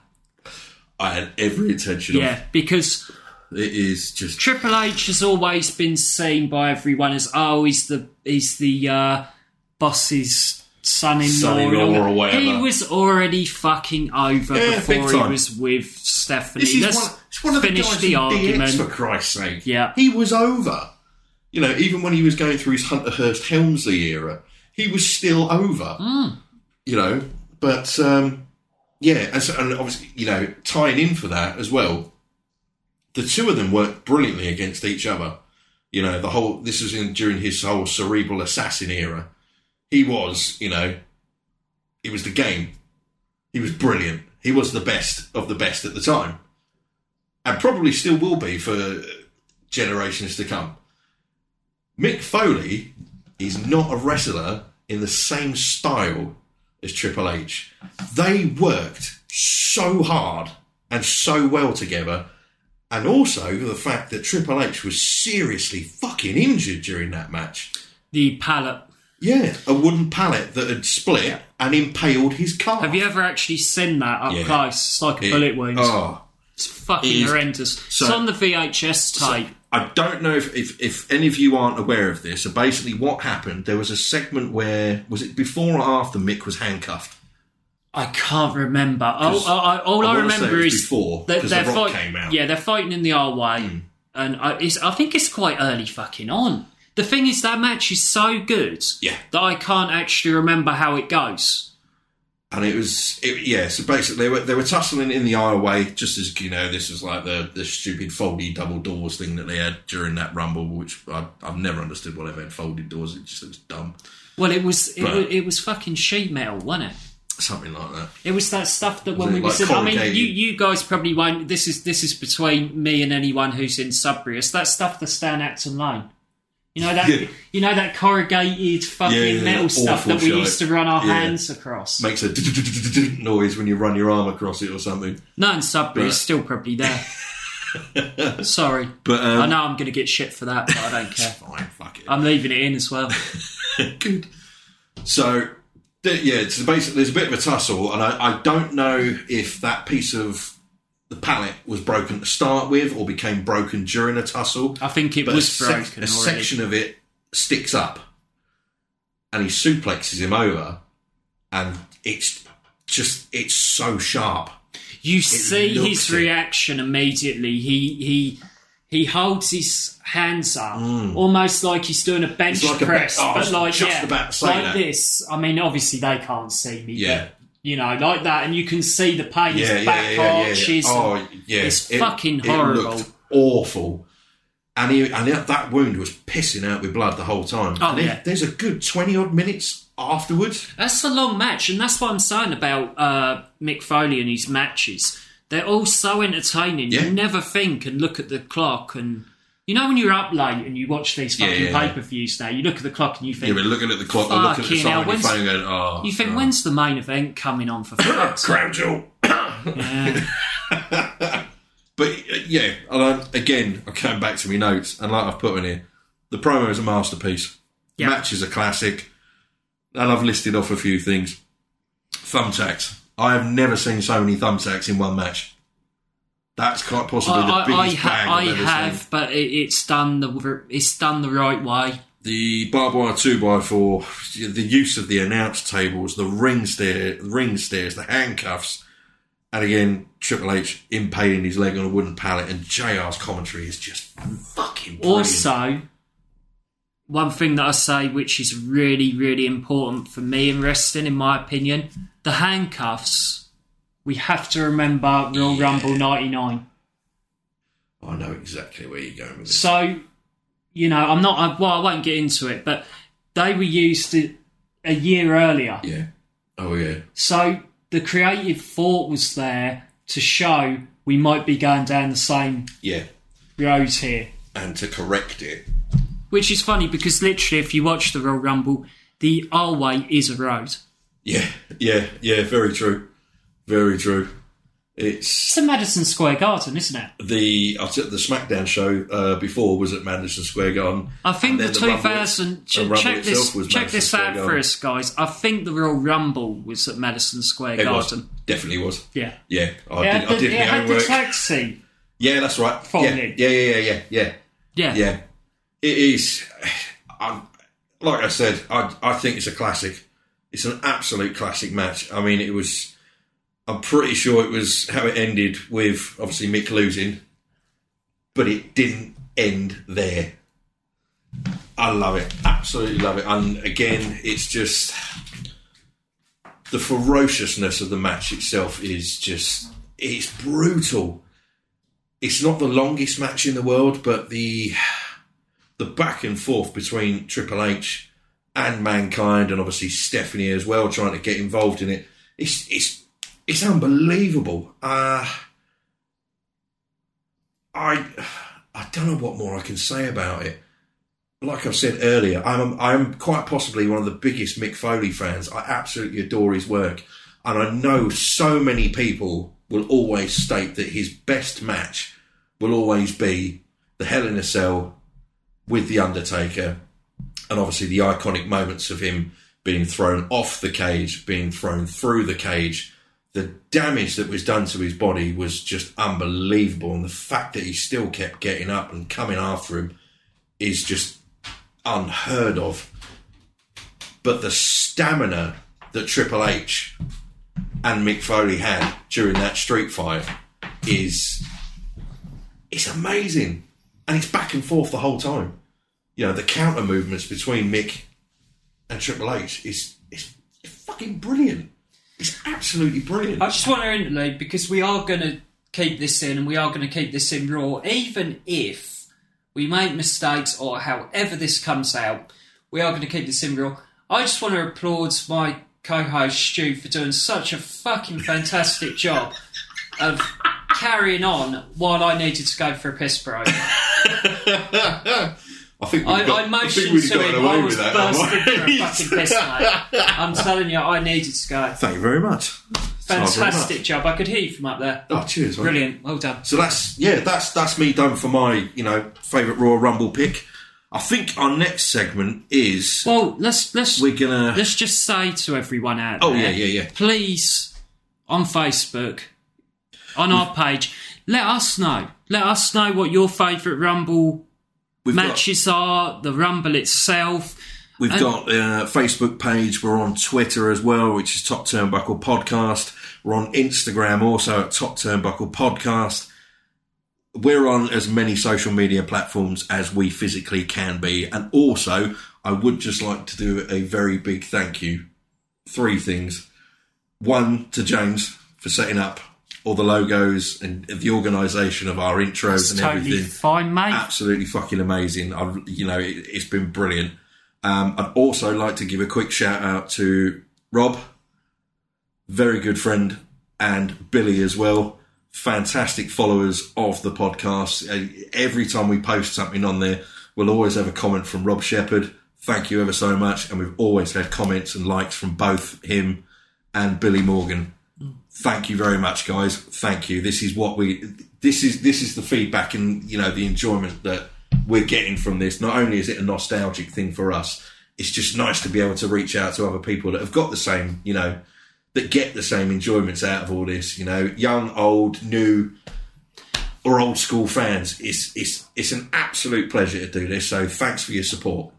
[SPEAKER 3] I had every intention
[SPEAKER 2] Yeah, because
[SPEAKER 3] of. It is just.
[SPEAKER 2] Triple H has always been seen by everyone as oh, he's the he's the uh, boss's son-in-law,
[SPEAKER 3] Son-in-law
[SPEAKER 2] and all
[SPEAKER 3] or
[SPEAKER 2] that. He
[SPEAKER 3] whatever.
[SPEAKER 2] was already fucking over
[SPEAKER 3] Yeah, big
[SPEAKER 2] before he
[SPEAKER 3] time.
[SPEAKER 2] was with Stephanie.
[SPEAKER 3] This is
[SPEAKER 2] Let's
[SPEAKER 3] one, it's one of the
[SPEAKER 2] finish
[SPEAKER 3] guys
[SPEAKER 2] the
[SPEAKER 3] from
[SPEAKER 2] argument.
[SPEAKER 3] DX, for Christ's sake.
[SPEAKER 2] Yeah.
[SPEAKER 3] he was over. You know, even when he was going through his Hunter Hearst Helmsley era, he was still over.
[SPEAKER 2] Hmm.
[SPEAKER 3] You know, but um, yeah, and, so, and obviously, you know, tying in for that as well, the two of them worked brilliantly against each other. You know, the whole this was in during his whole cerebral assassin era. He was, you know, it was the game. He was brilliant. He was the best of the best at the time, and probably still will be for generations to come. Mick Foley is not a wrestler in the same style as Triple H. They worked so hard and so well together, and also the fact that Triple H was seriously fucking injured during that match.
[SPEAKER 2] The pallet.
[SPEAKER 3] Yeah, a wooden pallet that had split and impaled his car.
[SPEAKER 2] Have you ever actually seen that up
[SPEAKER 3] Yeah.
[SPEAKER 2] close? It's like a bullet wound.
[SPEAKER 3] Oh,
[SPEAKER 2] it's fucking
[SPEAKER 3] is-
[SPEAKER 2] horrendous. it's
[SPEAKER 3] so-
[SPEAKER 2] on the VHS tape.
[SPEAKER 3] I
[SPEAKER 4] don't know if, if, if any of you aren't aware of this. So basically, what happened? There was a segment where was it before or after Mick was handcuffed?
[SPEAKER 2] I can't remember. All, I, I- all
[SPEAKER 4] I
[SPEAKER 2] I,
[SPEAKER 4] wanna say it
[SPEAKER 2] remember
[SPEAKER 4] was
[SPEAKER 2] is
[SPEAKER 4] before, 'cause The Rock came out. Hmm.
[SPEAKER 2] Yeah, they're fighting in the R way, and I, it's, I think it's quite early fucking on. The thing is, that match is so good
[SPEAKER 3] Yeah.
[SPEAKER 2] that I can't actually remember how it goes.
[SPEAKER 3] and it was it, yeah. So basically, they were they were tussling in the aisleway, just as you know. This is like the the stupid foldy double doors thing that they had during that rumble, which I, I've never understood why they've had folded doors. It just looks dumb,
[SPEAKER 2] Well, it was it,
[SPEAKER 3] Right.
[SPEAKER 2] was, it was fucking sheet metal, wasn't it?
[SPEAKER 3] something like that.
[SPEAKER 2] It was that stuff that when
[SPEAKER 3] it
[SPEAKER 2] we
[SPEAKER 3] like
[SPEAKER 2] was in, I mean,
[SPEAKER 3] corrugated?
[SPEAKER 2] you you guys probably won't. This is this is between me and anyone who's in Sudbury. It's that stuff that's down Acton Lane. You know that
[SPEAKER 3] Yeah.
[SPEAKER 2] you know that corrugated fucking
[SPEAKER 3] Yeah, yeah,
[SPEAKER 2] metal
[SPEAKER 3] that
[SPEAKER 2] stuff
[SPEAKER 3] awful
[SPEAKER 2] that we
[SPEAKER 3] shite.
[SPEAKER 2] used to run our
[SPEAKER 3] Yeah.
[SPEAKER 2] hands across.
[SPEAKER 3] Makes a noise when you run your arm across it or something.
[SPEAKER 2] No, in Sudbury,
[SPEAKER 3] Right.
[SPEAKER 2] it's still probably there. Sorry,
[SPEAKER 3] But um,
[SPEAKER 2] I know I'm going to get shit for that, but I don't care.
[SPEAKER 3] fine, fuck it.
[SPEAKER 2] I'm leaving it in as well.
[SPEAKER 3] Good. So, th- yeah, so basically, there's a bit of a tussle, and I, I don't know if that piece of the pallet was broken to start with or became broken during a tussle.
[SPEAKER 2] I think it
[SPEAKER 3] But
[SPEAKER 2] was
[SPEAKER 3] a, sec-
[SPEAKER 2] broken already.
[SPEAKER 3] a section of it sticks up, and he suplexes him over, and it's just it's so sharp.
[SPEAKER 2] You see
[SPEAKER 3] looks
[SPEAKER 2] his
[SPEAKER 3] it.
[SPEAKER 2] reaction immediately. He he he holds his hands up almost like he's doing a bench
[SPEAKER 3] Mm. It's like a bench-
[SPEAKER 2] press,
[SPEAKER 3] oh, I
[SPEAKER 2] but
[SPEAKER 3] was
[SPEAKER 2] like
[SPEAKER 3] just
[SPEAKER 2] yeah,
[SPEAKER 3] about to say
[SPEAKER 2] like
[SPEAKER 3] that.
[SPEAKER 2] this. I mean, obviously they can't see me,
[SPEAKER 3] Yeah.
[SPEAKER 2] but you know, like that, and you can see the pain.
[SPEAKER 3] Yeah,
[SPEAKER 2] his
[SPEAKER 3] yeah,
[SPEAKER 2] back
[SPEAKER 3] yeah, yeah, yeah.
[SPEAKER 2] arches.
[SPEAKER 3] Oh, yeah.
[SPEAKER 2] It's fucking horrible.
[SPEAKER 3] looked awful. And, he, and that- that wound was pissing out with blood the whole time.
[SPEAKER 2] Oh,
[SPEAKER 3] And there-
[SPEAKER 2] yeah.
[SPEAKER 3] There's a good 20 odd minutes afterwards.
[SPEAKER 2] That's a long match, and that's what I'm saying about uh, Mick Foley and his matches. They're all so entertaining.
[SPEAKER 3] Yeah.
[SPEAKER 2] You never think and look at the clock, and you know when you're up late and you watch these fucking
[SPEAKER 3] yeah, yeah.
[SPEAKER 2] pay per views now. You look at the clock and you
[SPEAKER 3] Yeah,
[SPEAKER 2] think,
[SPEAKER 3] we're looking at the clock, we're looking at the
[SPEAKER 2] Fucking
[SPEAKER 3] time
[SPEAKER 2] hell,
[SPEAKER 3] on your
[SPEAKER 2] when's-
[SPEAKER 3] phone going, oh.
[SPEAKER 2] you think
[SPEAKER 3] God.
[SPEAKER 2] when's the main event coming on for fuck's sake?
[SPEAKER 3] Crown jewel.
[SPEAKER 2] Yeah.
[SPEAKER 3] But uh, yeah, and I, again, I came back to my notes, and like I've put in here, the promo is a masterpiece.
[SPEAKER 2] Yeah.
[SPEAKER 3] Match is a classic, and I've listed off a few things. Thumbtacks. I have never seen so many thumbtacks in one match. That's quite possibly the
[SPEAKER 2] I, I, I,
[SPEAKER 3] biggest
[SPEAKER 2] ha-
[SPEAKER 3] bang
[SPEAKER 2] I
[SPEAKER 3] I've ever
[SPEAKER 2] have,
[SPEAKER 3] seen.
[SPEAKER 2] but it, it's done the it's done the right way.
[SPEAKER 3] The barbed wire two by four, the use of the announce tables, the ring stair, ring stairs, the handcuffs, and again Triple H impaling his leg on a wooden pallet, and JR's commentary is just fucking brilliant.
[SPEAKER 2] Also, one thing that I say, which is really, really important for me in wrestling, in my opinion, the handcuffs. We have to remember Real Rumble '99.
[SPEAKER 3] I know exactly where you're going with this.
[SPEAKER 2] So, you know, I'm not. I, well, I won't get into it, but they were used a, a year earlier.
[SPEAKER 3] Yeah. Oh yeah.
[SPEAKER 2] So the creative thought was there to show we might be going down the same
[SPEAKER 3] Yeah.
[SPEAKER 2] road here.
[SPEAKER 3] And to correct it.
[SPEAKER 2] Which is funny because literally, if you watch the Royal Rumble, the our way is a road.
[SPEAKER 3] Yeah. Yeah. Yeah. Very true. Very true. It's
[SPEAKER 2] It's the Madison Square Garden, isn't it?
[SPEAKER 3] the I took the SmackDown show uh, before was at Madison Square Garden.
[SPEAKER 2] I think
[SPEAKER 3] And
[SPEAKER 2] the,
[SPEAKER 3] then Rumble-
[SPEAKER 2] 2000. ch-
[SPEAKER 3] the Rumble
[SPEAKER 2] check this.
[SPEAKER 3] itself was
[SPEAKER 2] Check
[SPEAKER 3] Madison
[SPEAKER 2] this
[SPEAKER 3] Square
[SPEAKER 2] out for
[SPEAKER 3] Garden.
[SPEAKER 2] us, guys. I think the Royal Rumble was at Madison Square
[SPEAKER 3] It was
[SPEAKER 2] Garden.
[SPEAKER 3] definitely was.
[SPEAKER 2] Yeah.
[SPEAKER 3] Yeah, I
[SPEAKER 2] it
[SPEAKER 3] did.
[SPEAKER 2] had,
[SPEAKER 3] I
[SPEAKER 2] the,
[SPEAKER 3] did
[SPEAKER 2] it
[SPEAKER 3] my
[SPEAKER 2] had
[SPEAKER 3] own
[SPEAKER 2] the
[SPEAKER 3] work.
[SPEAKER 2] taxi.
[SPEAKER 3] yeah, that's right. Yeah.
[SPEAKER 2] Folded.
[SPEAKER 3] yeah, yeah, yeah, yeah, yeah.
[SPEAKER 2] Yeah.
[SPEAKER 3] Yeah, it is. I, like I said, I I think it's a classic. It's an absolute classic match. I mean, it was. I'm pretty sure it was how it ended with obviously Mick losing, but it didn't end there. I love it. Absolutely love it. And again, it's just the ferociousness of the match itself is just it's brutal. It's not the longest match in the world, but the the back and forth between Triple H and Mankind and obviously Stephanie as well trying to get involved in it. It's it's it's unbelievable. Uh I I don't know what more I can say about it like I've said earlier, I'm I'm quite possibly one of the biggest Mick Foley fans. I absolutely adore his work, and I know so many people will always state that his best match will always be the Hell in a Cell with the Undertaker, and obviously the iconic moments of him being thrown off the cage, being thrown through the cage. The damage that was done to his body was just unbelievable, and the fact that he still kept getting up and coming after him is just unheard of. But the stamina that Triple H and Mick Foley had during that street fight is it's amazing. And it's back and forth the whole time. You know, the counter movements between Mick and Triple H is is fucking brilliant. It's absolutely brilliant.
[SPEAKER 2] I just want to interlude because we are going to keep this in and we are going to keep this in raw, even if we make mistakes or however this comes out, we are going to keep this in real. I just want to applaud my co-host Stu for doing such a fucking fantastic job of carrying on while I needed to go for a piss break.
[SPEAKER 3] I think we've
[SPEAKER 2] I,
[SPEAKER 3] got,
[SPEAKER 2] I
[SPEAKER 3] I
[SPEAKER 2] motioned
[SPEAKER 3] think we've
[SPEAKER 2] to
[SPEAKER 3] gotten
[SPEAKER 2] him.
[SPEAKER 3] away
[SPEAKER 2] I
[SPEAKER 3] with
[SPEAKER 2] was
[SPEAKER 3] that.
[SPEAKER 2] bursting for a fucking
[SPEAKER 3] haven't we?
[SPEAKER 2] piss, mate. I'm telling you, I needed to go.
[SPEAKER 3] Thank you very much. Thanks very much.
[SPEAKER 2] Fantastic job. I could hear you from up there.
[SPEAKER 3] Oh, cheers. mate.
[SPEAKER 2] Brilliant. Well done.
[SPEAKER 3] So that's yeah, that's that's me done for my you know favourite Royal Rumble pick. I think our next segment is
[SPEAKER 2] Well, let's let's
[SPEAKER 3] we're gonna
[SPEAKER 2] let's just say to everyone out
[SPEAKER 3] oh
[SPEAKER 2] there,
[SPEAKER 3] yeah yeah yeah
[SPEAKER 2] please on Facebook, on
[SPEAKER 3] Mm.
[SPEAKER 2] our page, let us know. Let us know what your favourite Rumble
[SPEAKER 3] we've
[SPEAKER 2] matches are, the Rumble itself.
[SPEAKER 3] got we've got uh, Facebook page. We're on Twitter as well, which is Top Turnbuckle Podcast. We're on Instagram also at Top Turnbuckle Podcast. We're on as many social media platforms as we physically can be, and also I would just like to do a very big thank you. Three things. one to James for setting up all the logos and the organisation of our intros
[SPEAKER 2] It's
[SPEAKER 3] and
[SPEAKER 2] totally
[SPEAKER 3] everything. Ah.
[SPEAKER 2] fine, mate.
[SPEAKER 3] Absolutely fucking amazing. I've, you know, it, it's been brilliant. Um, I'd also like to give a quick shout out to Rob, very good friend, and Billy as well. Fantastic followers of the podcast. Uh, Every time we post something on there, we'll always have a comment from Rob Shepherd. Thank you ever so much. And we've always had comments and likes from both him and Billy Morgan. Thank you very much, guys. Thank you. This is what we. This is this is the feedback and you know the enjoyment that we're getting from this. Not only is it a nostalgic thing for us, it's just nice to be able to reach out to other people that have got the same, you know, that get the same enjoyments out of all this. You know, young, old, new, or old school fans. It's it's it's an absolute pleasure to do this. So thanks for your support.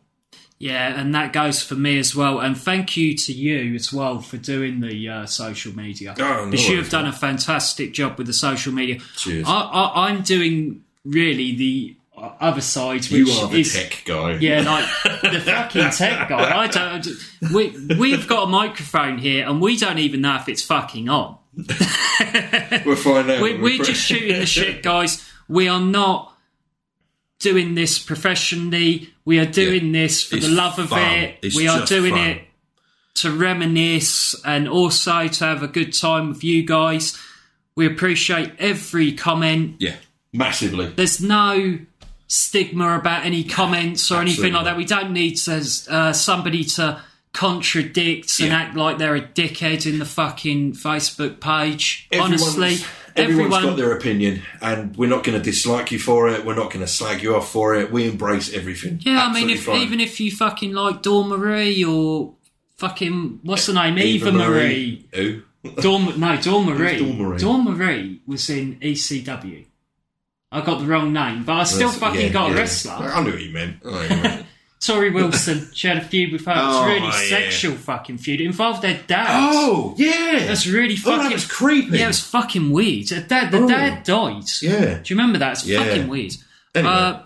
[SPEAKER 2] Yeah, and that goes for me as well. And thank you to you as well for doing the uh, social media.
[SPEAKER 3] Oh, no
[SPEAKER 2] because you
[SPEAKER 3] worries,
[SPEAKER 2] have done a fantastic job with the social media.
[SPEAKER 3] Cheers.
[SPEAKER 2] I, I, I'm doing really the uh, other side, which
[SPEAKER 3] You are the
[SPEAKER 2] is
[SPEAKER 3] tech guy.
[SPEAKER 2] Yeah, like the fucking tech guy. I don't. We we've got a microphone here, and we don't even know if it's fucking on.
[SPEAKER 3] we're fine now.
[SPEAKER 2] We, we're just shooting the shit, guys. We are not doing this professionally. We are doing this for the
[SPEAKER 3] It's
[SPEAKER 2] love of
[SPEAKER 3] fun.
[SPEAKER 2] it.
[SPEAKER 3] It's
[SPEAKER 2] we are
[SPEAKER 3] just
[SPEAKER 2] doing
[SPEAKER 3] fun.
[SPEAKER 2] it to reminisce and also to have a good time with you guys. We appreciate every comment.
[SPEAKER 3] Yeah, massively.
[SPEAKER 2] there's no stigma about any comments or
[SPEAKER 3] Absolutely
[SPEAKER 2] anything like
[SPEAKER 3] not.
[SPEAKER 2] that. We don't need to, uh, somebody to contradict and
[SPEAKER 3] Yeah.
[SPEAKER 2] act like they're a dickhead in the fucking Facebook page. Honestly,
[SPEAKER 3] everyone's
[SPEAKER 2] everyone.
[SPEAKER 3] got their opinion, and we're not going to dislike you for it. We're not going to slag you off for it. We embrace everything.
[SPEAKER 2] yeah, I mean,
[SPEAKER 3] Absolutely
[SPEAKER 2] if,
[SPEAKER 3] fine.
[SPEAKER 2] even if you fucking like Dawn Marie or fucking what's her name, Eva, Marie.
[SPEAKER 3] Who?
[SPEAKER 2] Dawn, no, Dawn Marie.
[SPEAKER 3] Dawn Marie?
[SPEAKER 2] Dawn Marie was in ECW. I got the wrong name, but I still fucking
[SPEAKER 3] Yeah,
[SPEAKER 2] got a
[SPEAKER 3] yeah.
[SPEAKER 2] wrestler.
[SPEAKER 3] I knew what you meant. I knew what you meant.
[SPEAKER 2] Tori Wilson. She had a feud with her. It's
[SPEAKER 3] Oh,
[SPEAKER 2] really
[SPEAKER 3] yeah.
[SPEAKER 2] sexual fucking feud. It involved their dad.
[SPEAKER 3] oh yeah,
[SPEAKER 2] that's really
[SPEAKER 3] Oh,
[SPEAKER 2] fucking.
[SPEAKER 3] that was creepy.
[SPEAKER 2] Yeah, it was fucking weird. The dad, the
[SPEAKER 3] Oh.
[SPEAKER 2] dad died.
[SPEAKER 3] Yeah.
[SPEAKER 2] Do you remember that? It's Uh,
[SPEAKER 3] Yeah.
[SPEAKER 2] fucking weird.
[SPEAKER 3] Anyway.
[SPEAKER 2] Uh,